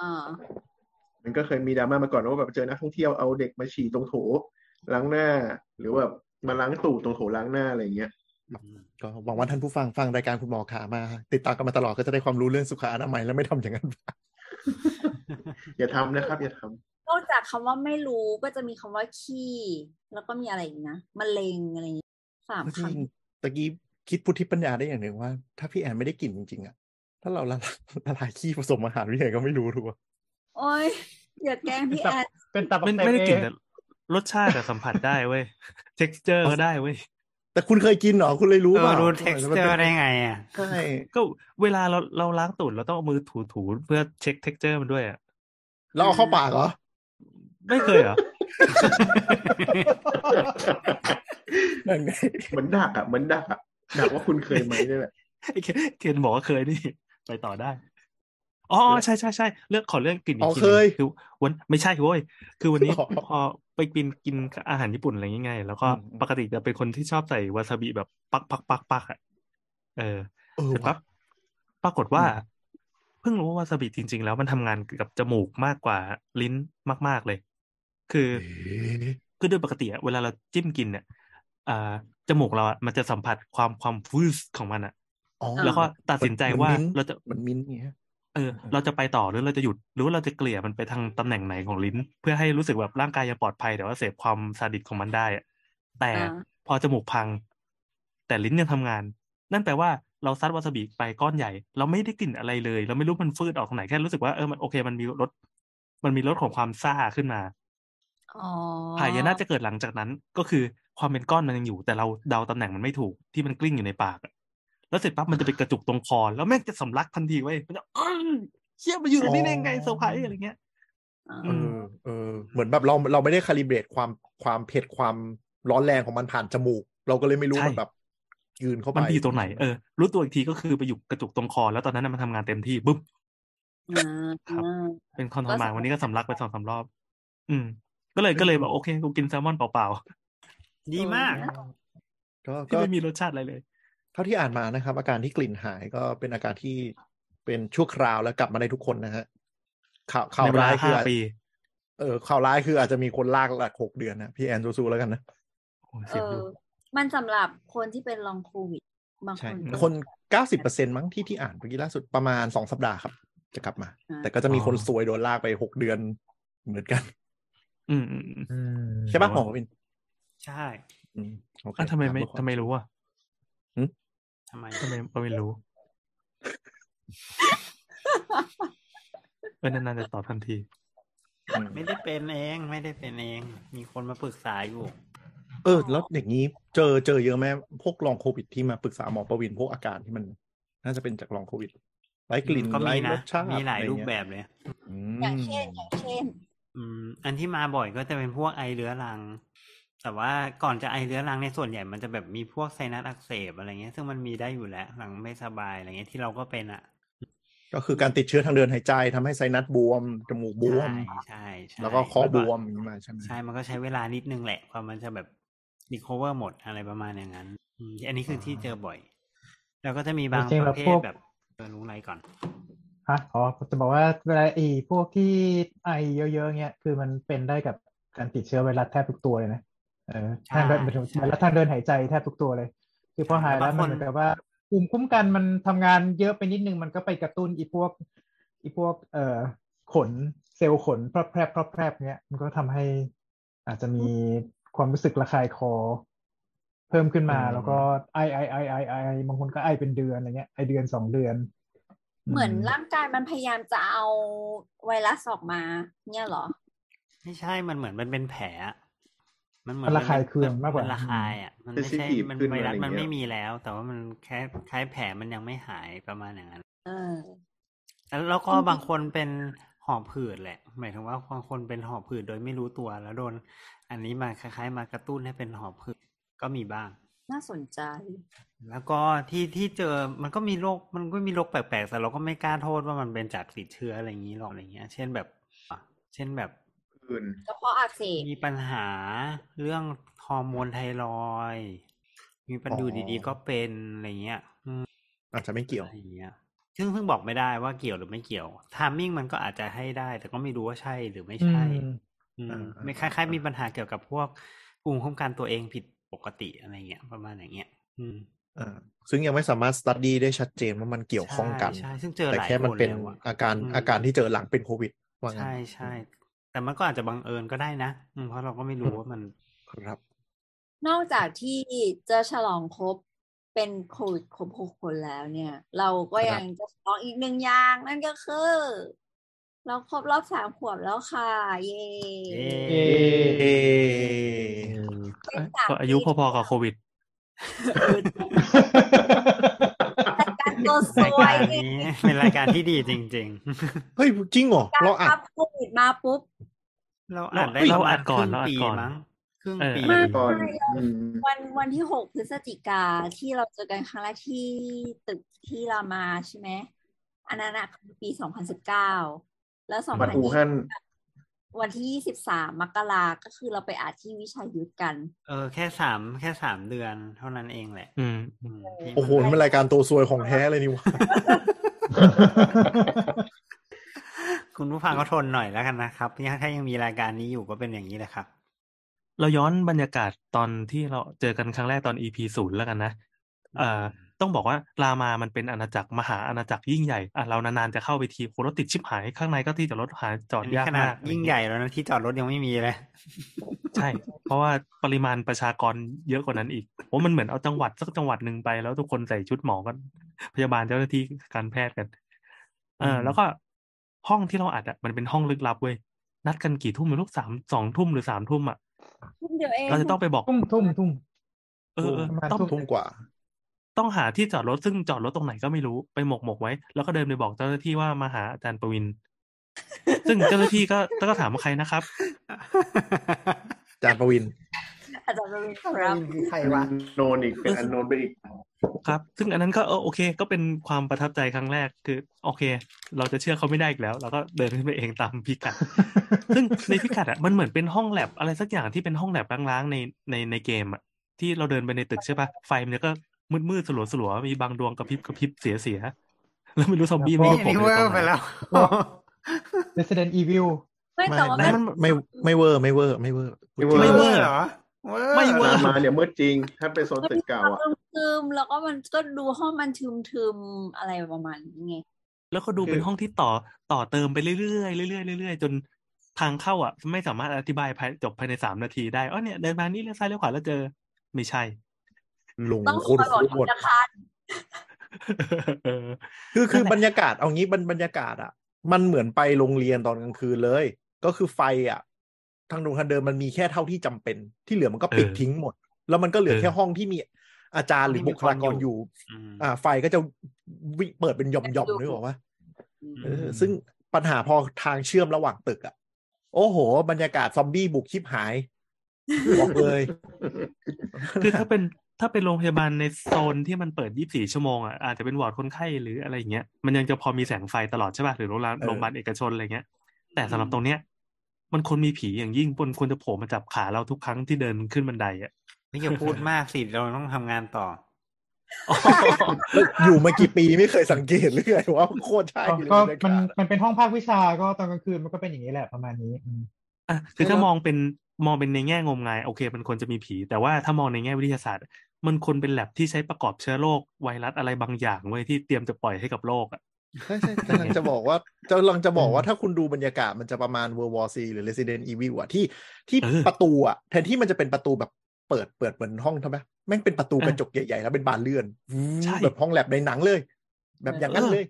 Speaker 2: อ่า
Speaker 7: มันก็เคยมีดราม่ามาก่อนว่าแบบเจอนักท่องเที่ยวเอาเด็กมาฉี่ตรงโถล้างหน้า หรือแบบ มาล้างตูดตรงโถล้างหน้าอะไรอย่างเงี้ย
Speaker 6: ก็หวังว่าท่านผู้ฟังฟังรายการคุณหมอขามา ติดตามกันมาตลอดก็จะได้ความรู้เรื่องสุขอนามัยและไม่ทำอย่างนั้นบ้าง
Speaker 7: อย่าทำนะครับ อย่าทำ
Speaker 2: นอกจากคำว่าไม่รู้ก็จะมีคำว่าขี้ แล้วก็มีอะไรอีกนะมะเร็งอะไรอย่างเงี้ยสาม
Speaker 6: จริง
Speaker 2: คำ
Speaker 6: ๆตะกี้คิดพุทธิปัญญาได้อย่างหนึ่งว่า ถ้าพี่แอนไม่ได้กินจริงๆอะถ้าเราละลายละลายขี้ผสมอาหารพี่แอนก็ไม่รู้ถูกปะ
Speaker 2: โอ้ยอย่าแกล้งพี่แอน
Speaker 4: เป็นตับอัเสบ
Speaker 5: ไม่ไม่ได้กลิ่น
Speaker 4: เอ
Speaker 5: แต่
Speaker 4: ง
Speaker 5: รสชาติอะสัมผัสได้เว้ย texture ก็ได้เว้ย
Speaker 6: แต่คุณเคยกินเหรอคุณเลยรู้
Speaker 3: เออ
Speaker 6: ป่ะ
Speaker 3: รู้ texture ได้ไงอ่ะ
Speaker 6: ใช่
Speaker 5: ก็เวลาเราเราล้างตูดเราต้องเอามือถูถูๆเพื่อเช็ค texture มันด้วยอะ
Speaker 6: แล้วเอาเข้าปากเหรอ
Speaker 5: ไม่เคย เหรอ
Speaker 6: นั่นไง
Speaker 7: เหมือนดักอ่ะเหมือนดักอ่ะดักว่าคุณเคยไหมนี่แหละ
Speaker 5: ไอ้เคนเคนบอกว่าเคยนี่ ไปต่อได้อ๋อใช่ใช่ใช่เรื่องขอเรื่องกลิ่นอี
Speaker 6: อ๋
Speaker 5: ก
Speaker 6: อ
Speaker 5: ทีห
Speaker 6: เค
Speaker 5: นึ่ง
Speaker 6: ย
Speaker 5: คือวันไม่ใช่เว้ยคือวันนี้
Speaker 6: อ๋อ
Speaker 5: พอไปกินกินอาหารญี่ปุ่นอะไรง่ายๆแล้วก็
Speaker 6: อืม
Speaker 5: ปกติจะเป็นคนที่ชอบใส่วาซาบิแบบปักปักปักปักอ่ะเออ
Speaker 6: เออ
Speaker 5: เสร็จ
Speaker 6: ว่ะ
Speaker 5: ปั๊บปรากฏว่า เพิ่งรู้ว่าวาซาบิจริง ๆ แล้วมันทำงานกับจมูกมากกว่าลิ้นมาก ๆเลย คือ
Speaker 6: เอ๊ะ
Speaker 5: คือโดยปกติอะเวลาเราจิ้มกินเนี่ยอ่าจมูกเราอะมันจะสัมผัสความความฟูสของมันอะ
Speaker 6: อ๋อ
Speaker 5: แล้วก็ตัดสินใจว่า
Speaker 6: เหมือนมิ้นท์
Speaker 5: เราจะ
Speaker 6: เหมันมิ้นท์อย่างเงี้ย
Speaker 5: เออ เราจะไปต่อหรือเราจะหยุด หรือว่าเราจะเกลี่ยมันไปทางตำแหน่งไหนของลิ้น เพื่อให้รู้สึกแบบร่างกายยังปลอดภัยแต่ว่าเสพความซาดิสของมันได้อะแต่พอจมูกพัง แต่ลิ้นยังทำงาน นั่นแปลว่าเราซัดวาซาบิไปก้อนใหญ่ เราไม่ได้กลิ่นอะไรเลย เราไม่รู้มันฟืดออกทางไหนแค่รู้สึกว่าเออมันโอเคมันมีรสมันมีรสของความซ่าขึ้นมา
Speaker 2: อ๋อ
Speaker 5: หายนะจะเกิดหลังจากนั้นก็คือความเป็นก้อนมันยังอยู่ แต่เราเดาตำแหน่งมันไม่ถูกที่มันกลิ้งอยู่ในปากอะแล้วเสร็จปั๊บมันจะไปกระจุกตรงคอแล้วแม่งจะสำลักทันทีเว้ยมันจะอ้าวเชี่ยมาอยู่ตรงนี้ได้ไง
Speaker 6: อ๋อ
Speaker 5: เซอร์ไพรส์อะไรเงี้ย
Speaker 2: อ่า
Speaker 5: อื
Speaker 6: เอ
Speaker 5: ม
Speaker 6: อเออ เหมือนแบบเราเราไม่ได้คาลิเบรตความความเผ็ดความร้อนแรงของมันผ่านจมูก เราก็เลยไม่รู้
Speaker 5: ใช่
Speaker 6: มันแบบยืนเข้าไป
Speaker 5: มันไปอยู่ตรงไหนเออรู้ตัวอีกทีก็คือไปอยู่กระจุกตรงคอ แล้วตอนนั้นนะมันทำงานเต็มที่บึ้ม
Speaker 2: อ่า
Speaker 5: ครับ
Speaker 2: อ่า
Speaker 5: เป็นคอนท
Speaker 2: ก็
Speaker 5: ร
Speaker 2: สำ
Speaker 5: มาน
Speaker 2: ลัก
Speaker 5: วันนี้ก็สำลักไปสองสามรอบ อืม ก็เลยก็เลยแบบโอเคกูกินแซลมอนเปล่า
Speaker 3: ดีมาก
Speaker 6: ก็
Speaker 5: ๆที่
Speaker 6: ก็
Speaker 5: ไม่มีรสชาติอะไรเลย
Speaker 6: เท่าที่อ่านมานะครับ อาการที่กลิ่นหายก็เป็นอาการที่เป็นชั่วคราวแล้วกลับมาได้ทุกคนนะฮะข่าวข่าว
Speaker 5: ในเวลา
Speaker 6: ร้ายคือ
Speaker 5: ห้าปี
Speaker 6: เออข่าวร้ายคืออาจจะมีคนลากหลักหกเดือนนะพี่แอนสู้ๆแล้วกันนะ
Speaker 5: โอ้ย
Speaker 2: เอ
Speaker 5: เสียง
Speaker 2: อ
Speaker 5: ดู
Speaker 2: มันสำหรับคนที่เป็นลองโควิด บางค
Speaker 6: ใช่
Speaker 2: น
Speaker 5: อืม
Speaker 6: คนเก้าสิบเปอร์เซ็นมั้งที่ที่อ่านเมื่อกี้ล่าสุดประมาณสองสัปดาห์ครับ จะกลับมา แต่ก็จะมีคนซวยโดนลากไปหกเดือนเหมือนกัน
Speaker 5: อืมอืมอืม
Speaker 4: อืม
Speaker 6: ใช่ปะ
Speaker 5: แต่
Speaker 6: หม
Speaker 5: ว่า
Speaker 6: อวิน
Speaker 3: ใช่
Speaker 6: อืมโอเค
Speaker 5: อ่ะทำไมไม่
Speaker 6: ถาก่อน
Speaker 5: ทำไมรู้อ่ะ
Speaker 3: ทำไม
Speaker 5: ทำไมไม่ รู้ เออนานๆจะตอบทันที
Speaker 3: ไม่ได้เป็นเองไม่ได้เป็นเอง มีคนมาปรึกษาอยู่
Speaker 6: เออแล้วอย่างนี้เจอเจอเยอะไหมพวกลองโควิดที่มาปรึกษาหมอประวินพวกอาการที่มัน น่าจะเป็นจากลองโควิดไร้กลิ่น
Speaker 3: ก็
Speaker 6: ไร้
Speaker 3: มี
Speaker 6: ร
Speaker 3: นะ
Speaker 6: สชาติ
Speaker 3: มีหลาย
Speaker 6: อะไร
Speaker 3: รูป
Speaker 6: เงี้
Speaker 3: แบบเลย
Speaker 6: อืม
Speaker 2: อย่างเช่นอย่างเช่น
Speaker 3: อืมอันที่มาบ่อยก็จะเป็นพวกไอเรื้อรัง แต่ว่าก่อนจะไอเรื้อรังในยส่วนใหญ่มันจะแบบมีพวกไซนัสอักเสบอะไรเงี้ย ซึ่งมันมีได้อยู่แล้ว หลังไม่สบายอะไรเงี้ยที่เราก็เป็นอ่ะ
Speaker 6: ก็คือการติดเชื้อทางเดินหายใจทำให้ไซนัสบวม จมูกบวม
Speaker 3: ใช่ใช่ใช่
Speaker 6: แล้วก็คอ
Speaker 3: มัน
Speaker 6: บวมอย่างนี้มาใช่ไหม
Speaker 3: ใช่มันก็ใช้เวลานิดนึงแหละกว่ามันจะแบบรีคอเวอร์หมดอะไรประมาณอย่างนั้นอืมอันนี้คือที่เจอบ่อย แล้วก็จะมีบางประเภทแบบเออรู้อะไรก่อน
Speaker 4: ฮะอ๋อผมจะบอกว่าเวลาไอีพวกที่ไอเยอะๆเงี้ยคือมันเป็นได้กับการติดเชื้อไวรัสแทบทุกตัวเลยนะเออ
Speaker 3: ใช่
Speaker 4: ทางเดิน
Speaker 3: ใช่
Speaker 4: ไวรัสทางเดินหายใจแทบทุกตัวเลย คือพอหายแล้ว
Speaker 3: บางค
Speaker 4: มัน นเหมือนกับว่าภูมิคุ้มกันมันทำงานเยอะไปนิดนึงมันก็ไปกระตุ้นไอีพวกไอีพวกเอ่อขนเซลล์ขนพรับแพรบพรับแพรบเนี้ยมันก็ทำให้ อาจจะมีความรู้สึกระคายคอ เพิ่มขึ้นมาแล้วก็ไอไอไอไอไอบางคนก็ไอเป็นเดือนอะไรเงี้ยไอเดือนสองเดือน
Speaker 2: เหมือนร่างกายมันพยายามจะเอาไวรัสออกมา เนี่ยเหรอ
Speaker 3: ไม่ใช่มันเหมือนมันเป็นแผลอะมันเหมือน
Speaker 4: มันระคายเคือง
Speaker 3: น
Speaker 4: มากกว่าน
Speaker 3: ระคายอ่ะ มันไม่ใช่
Speaker 7: Sensitive
Speaker 3: มัน
Speaker 7: ขึ้น
Speaker 3: ไวรัส
Speaker 7: อะไรอย่างเงี้ย
Speaker 3: มันไม่มีแล้ว แต่ว่ามันแค่คล้ายแผลมันยังไม่หายประมาณอย่างนั้น
Speaker 2: เออ
Speaker 3: แล้วก็
Speaker 2: อืม
Speaker 3: บางคนเป็นหอบหืดแหละ หมายถึงว่าบางคนเป็นหอบหืดโดยไม่รู้ตัวแล้วโดน อันนี้มาคล้ายๆ มากระตุ้นให้เป็นหอบหืดก็มีบ้าง
Speaker 2: น่าสนใจ
Speaker 3: แล้วก็ที่ที่เจอมันก็มีโรคมันก็มีโรคแปลกๆแต่เราก็ไม่กล้าโทษว่ามันเป็นจากติดเชื้ออะไรอย่างนี้หรอกอะไรเงี้ย เช่นแบบอ่ะเช่นแบบ
Speaker 7: อื่น
Speaker 2: กระเพาะอักเสบ
Speaker 3: มีปัญหาเรื่องฮอร์โมนไทรอยด์มีปัญ
Speaker 6: อ๋อ
Speaker 3: หาอยู่ดีๆก็เป็นอะไรเงี้ยอืม
Speaker 6: อาจจะไม่เกี่ยว
Speaker 3: อะไรเงี้ย ซึ่งเพิ่งบอกไม่ได้ว่าเกี่ยวหรือไม่เกี่ยวทามมิ่งมันก็อาจจะให้ได้ แต่ก็ไม่รู้ว่าใช่หรือไม่ใช่
Speaker 4: อืม
Speaker 3: อืม
Speaker 6: อ่า
Speaker 3: ไม่
Speaker 6: อ่า
Speaker 3: คล้าย
Speaker 6: อ่า
Speaker 3: ๆ มีปัญหาเกี่ยวกับพวกภูมิคุ้มกันตัวเองผิดป ปกติอะไรเงี้ย ประมาณอย่างเงี้ย อืม
Speaker 6: อ่าซึ่งยังไม่สามารถสตัดดี้ได้ชัดเจนว่ามันเกี่ยวข้องกัน
Speaker 3: ใช่ใช่ซึ่งเจอ
Speaker 6: แต่
Speaker 3: หลาย
Speaker 6: แค่มัน
Speaker 3: น
Speaker 6: เป็น
Speaker 3: แล้วอะ
Speaker 6: อาการ
Speaker 3: อืม
Speaker 6: อาการที่เจอหลังเป็นโควิดว่างั้น
Speaker 3: ใช่ใช่ แต่มันก็อาจจะบังเอิญก็ได้นะอืมเพราะเราก็ไม่รู้ว่ามัน
Speaker 6: ครับ
Speaker 2: นอกจากที่จะฉลองครบเป็นโควิดครบหกคนแล้วเนี่ย เราก็
Speaker 6: ครับ
Speaker 2: ยังจะฉลองอีกหนึ่งอย่างนั่นก็คือ เราครบรอบสามขวบแล้วค่ะ เย่
Speaker 3: เย้
Speaker 4: เอ
Speaker 6: เอ
Speaker 5: เอ้ยก็อายุพอๆกับโควิด
Speaker 2: จัดการตัวส
Speaker 3: ราย
Speaker 2: วย
Speaker 3: การ นี้เป็นรายการที่ดีจริง
Speaker 6: เฮ้ยจริงเหรอ
Speaker 2: การ
Speaker 6: เราอัด
Speaker 2: รับโควิดมาปุ๊บ
Speaker 3: ๆ เราอ่านได้
Speaker 5: เฮ้ย
Speaker 3: ประมณ
Speaker 5: เราอ่านก่อน
Speaker 3: ค
Speaker 5: เราอ่าน
Speaker 3: ปี
Speaker 5: ก่อน
Speaker 3: มั้งครึ่ง
Speaker 5: เออ
Speaker 3: ปี
Speaker 2: มา
Speaker 7: ก่อนอืม
Speaker 2: วันวันที่หกพฤศจิกาที่เราเจอกันครั้งแรกที่ตึกที่รามาใช่ไหมอันนั้นอะคือปีสองพันสิบเก้าแล้วสอง
Speaker 7: บัต
Speaker 2: พั
Speaker 7: ร
Speaker 2: น
Speaker 7: อู
Speaker 2: ยี่
Speaker 7: ฮั่น
Speaker 2: วันที่ยี่สิบสามมกราก็คือเราไปอาที่วิชัยยุทธกัน
Speaker 3: เออแค่สามแค่สามเดือนเท่านั้นเองแหละ
Speaker 5: อืม
Speaker 3: อืมที่
Speaker 6: โอ้โหนี่มันรายการตัวซวยของแท้เลยนี่หวะ
Speaker 3: คุณผู้ฟังก็ทนหน่อยแล้วกันนะครับเนี่ยถ้ายังมีรายการนี้อยู่ก็เป็นอย่างนี้แหละครับ
Speaker 5: เราย้อนบรรยากาศตอนที่เราเจอกันครั้งแรกตอน EP ศูนย์แล้วกันนะ เอ่อ ต้องบอกว่ารามามันเป็นอาณาจักรมหาอาณาจักรยิ่งใหญ่ อ่ะเรานานๆจะเข้าไปทีโหรถติดชิบหายข้างในก็ที่จอดรถหาจอด
Speaker 3: อันนี้
Speaker 5: ยาก
Speaker 3: ขนาด
Speaker 5: มากอะไร
Speaker 3: ยิ่ง
Speaker 5: เงี้ย
Speaker 3: ใหญ่แล้วนะที่จอดรถยังไม่มีเลย
Speaker 5: ใช่ เพราะว่าปริมาณประชากรเยอะกว่านั้นอีกโอ้มันเหมือนเอาจังหวัดสักจังหวัดหนึ่งไปแล้วทุกคนใส่ชุดหมอกันพยาบาลเจ้าหน้าที่การแพทย์กัน เออ
Speaker 3: อืม
Speaker 5: แล้วก็ห้องที่เราอัดอ่ะมันเป็นห้องลึกลับเว้ยนัดกันกี่ทุ่มไม่รู้สามสองทุ่มหรือสามทุ่มอ่ะ
Speaker 2: เดี๋ยวเอง
Speaker 5: เราจะต้องไปบอก
Speaker 4: ทุ่มทุ่มทุ่ม
Speaker 5: เออเออ
Speaker 4: ประมาณ
Speaker 5: ต้อง
Speaker 4: ทุ่
Speaker 6: ทุ่มกว่า
Speaker 5: ต้องหาที่จอดรถซึ่งจอดรถตรงไหนก็ไม่รู้ไปหมกหมกไว้ แล้วก็เดินไปบอกเจ้าหน้าที่ว่ามาหาอาจารย์ประวิน ซึ่งเจ้าหน้าที่ก็ก็ถามว่าใครนะครับ
Speaker 6: จานประวิน
Speaker 2: อาจารย์ประวินครับ
Speaker 1: คือใครวะ
Speaker 7: โนนอีกเป็นอันโนนไป อีก
Speaker 5: ครับ ซึ่งอันนั้นก็เออโอเค ก็เป็นความประทับใจครั้งแรกคือ โอเค เราจะเชื่อเขาไม่ได้อีกแล้ว เราก็เดินขึ้นไปเองตามพิกั ด ซึ่งในพิกัดอ่ะมันเหมือนเป็นห้องแลบอะไรสักอย่างที่เป็นห้องแลบล้างๆในในในเกมอ่ะที่เราเดินไปในตึกใช่ปะไฟมันก็มืดๆสลัวๆมีบางดวงกระพริบกระพริบเสียๆแล้วไม่รู้ซอมบี้ไม่
Speaker 3: นี่
Speaker 5: รู้ผม
Speaker 3: นี่
Speaker 5: อยู่
Speaker 3: เวอ
Speaker 5: ตร
Speaker 3: ร์
Speaker 5: ง
Speaker 3: ไป
Speaker 5: ไหน
Speaker 3: แล้ว
Speaker 4: Resident Evil
Speaker 2: ไม่
Speaker 6: ไม่
Speaker 2: แต่ว่า
Speaker 6: ไม่
Speaker 2: มัน
Speaker 6: ไม่ไม่เวอร์ไม่เวอร์ไม่เวอร์
Speaker 7: ไม่เวอร์
Speaker 5: ไม่เวอร์
Speaker 3: เหรอเวอร์
Speaker 5: ไม่เวอร์
Speaker 7: มาเนี่ยมืดจริง ถ้าไปโซนตึกเก่าอ่ะ
Speaker 2: ทึมๆแล้วก็มันก็ดูห้องมันทึมๆอะไรประมาณนี้ไง
Speaker 5: แล้วก็ดู
Speaker 7: คือ
Speaker 5: เป็นห้องที่ต่อต่อเติมไปเรื่อยๆเรื่อยๆเรื่อยๆจนทางเข้าอ่ะ ไม่สามารถอธิบายภายจบภายในสามนาทีได้อ๋อเนี่ยเดินมานี่เลี้ยวซ้ายเลี้ยวขวาแล้วเจอไม่ใช่
Speaker 6: หลง
Speaker 2: ต้อง
Speaker 6: โค
Speaker 2: คอ
Speaker 6: ตร
Speaker 2: ยบอก
Speaker 6: โค
Speaker 2: ที
Speaker 6: ตร
Speaker 2: ละคัน
Speaker 5: เออ
Speaker 6: คือคือ
Speaker 5: นั่นแหละ
Speaker 6: บรรยากาศเอางี้บรรบรรยากาศอ่ะ มันเหมือนไปโรงเรียนตอนกลางคืนเลย ก็คือไฟอ่ะ ทางดวงทางเดินมันมีแค่เท่าที่จำเป็นที่เหลือมันก็ปิด
Speaker 5: เออ
Speaker 6: ทิ้งหมด แล้วมันก็เหลือ
Speaker 5: เออ
Speaker 6: แค่ห้องที่มีอาจารย์หรือบุคลากรอยู่
Speaker 3: อืม
Speaker 6: อ่า ไฟก็จะวิเปิดเป็นหย่อมๆนึกออกปะ เออ
Speaker 3: ม
Speaker 6: ซึ่ง ปัญหาพอทางเชื่อมระหว่างตึกอะ่ะ โอ้โห บรรยากาศซอมบี้บุกชิบหาย บอก เลย
Speaker 5: คือถ้าเป็นถ้าเป็นโรงพยาบาลในโซนที่มันเปิด 24 ชั่วโมงอ่ะอาจจะเป็นวอร์ดคนไข้หรืออะไรอย่างเงี้ยมันยังจะพอมีแสงไฟตลอดใช่ป่ะหรือโรงพยาบาลโรงพยาบาลเอกชนอะไรเงี้ย แต่สำหรับตรงเนี้ย มันคนมีผีอย่างยิ่งบนควรจะโผล่มาจับขาเราทุกครั้งที่เดินขึ้นบันไดอ่ะ
Speaker 3: ไม่อย่าพูดมากสิเราต้องทำงานต่อ
Speaker 6: แล้วอยู่มากี่ปีไม่เคยสังเกตเลยว่าโคตรใช่เลย
Speaker 4: ก็
Speaker 6: บรรยา
Speaker 4: มั
Speaker 6: กาน ศ
Speaker 4: มันเป็นห้องภาควิชาก็ตอนกลางคืนมันก็เป็นอย่างนี้แหละประมาณนี้อืม
Speaker 5: อ่ะคือถ้ามองเป็นมองเป็นในแง่งมงาย โอเค มันควรจะมีผี แต่ว่าถ้ามองในแง่วิทยาศาสตร์ มันควรเป็นแลบที่ใช้ประกอบเชื้อโรคไวรัสอะไรบางอย่างเว้ยที่เตรียมจะปล่อยให้กับโลกอ่ะ
Speaker 6: ใช่ใช่กำลังจะบอกว่าจะลังจะบอกว่า
Speaker 4: อืม
Speaker 6: ถ้าคุณดูบรรยากาศมันจะประมาณ World War C หรือ Resident Evil อ่ะที่ที่
Speaker 5: เออ
Speaker 6: ประตูอ่ะแทนที่มันจะเป็นประตูแบบเปิดเปิดเหมือนห้องทำไมแม่งเป็นประตูกระจกใหญ่ๆแล้วเป็นบานเลื่อน
Speaker 5: ใช่
Speaker 6: แบบห้องแลบในหนังเลย แบบอย่างนั้นเลย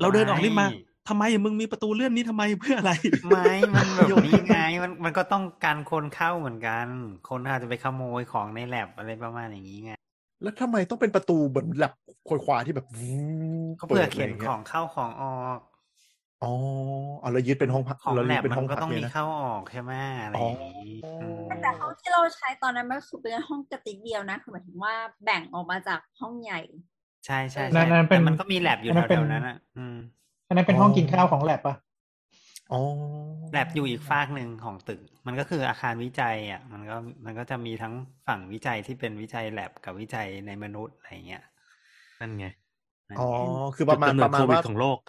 Speaker 5: เราเดินออก
Speaker 3: ไม่
Speaker 5: รีบมาทำไมมึงมีประตูเลื่อนนี้ทำไมเพื่ออะไร
Speaker 3: ไม่ มันแบบนี้ไง มันมันก็ต้องการคนเข้าเหมือนกัน คนอาจจะไปขโมยของในแลบอะไรประมาณอย่างนี้ไง
Speaker 6: แล้วทำไมต้องเป็นประตูเหมือนแบบควยควาที่แบบ
Speaker 3: ก็เพื่อ
Speaker 6: ปิ
Speaker 3: เข็
Speaker 6: ดะ
Speaker 3: น
Speaker 6: ไรย่าย
Speaker 3: ของเข้าของออก
Speaker 6: อ๋อเอาเรายึดเป็นห้องพัก
Speaker 3: ของ
Speaker 6: เรา
Speaker 3: แล
Speaker 6: ยึด
Speaker 3: บ
Speaker 6: เป็น
Speaker 3: มั
Speaker 6: ห้อง
Speaker 3: นก็
Speaker 6: พัก
Speaker 3: ต้อง
Speaker 6: เลย
Speaker 3: มี
Speaker 6: นะ
Speaker 3: เข้าออกใช่ไหมอะไรอย่างนี้
Speaker 6: อ๋ออื
Speaker 3: ม
Speaker 2: แต่ห้องที่เราใช้ตอนนั้นมันคือเป็นห้องกระติกเดียวนะคือหมายถึงว่าแบ่งออกมาจากห้องใหญ่
Speaker 3: ใช่ใช่
Speaker 4: นั่น
Speaker 3: ใช่
Speaker 4: นั่นเป็น
Speaker 3: แต่มันก็มีแลบอยู่
Speaker 4: อันนั้นเป็น
Speaker 3: แถวๆนั้นอ่ะอืม
Speaker 4: อันนั้นเป็นห้องกินข้าวของแลบปะ
Speaker 6: อ๋อ
Speaker 3: แลบอยู่อีกฟากหนึ่งของตึก มันก็คืออาคารวิจัยอ่ะ มันก็มันก็จะมีทั้งฝั่งวิจัยที่เป็นวิจัยแลบกับวิจัยในมนุษย์อะไรอย่างเงี้ย
Speaker 5: นั่นไง
Speaker 3: นั่น
Speaker 6: อ๋อ
Speaker 3: ไง
Speaker 6: คือประมาณ
Speaker 5: จุดกำ
Speaker 6: ป
Speaker 5: เนิ
Speaker 6: ระ
Speaker 5: ด
Speaker 6: มาณ
Speaker 5: โควิด
Speaker 6: ว่า
Speaker 5: ของโลก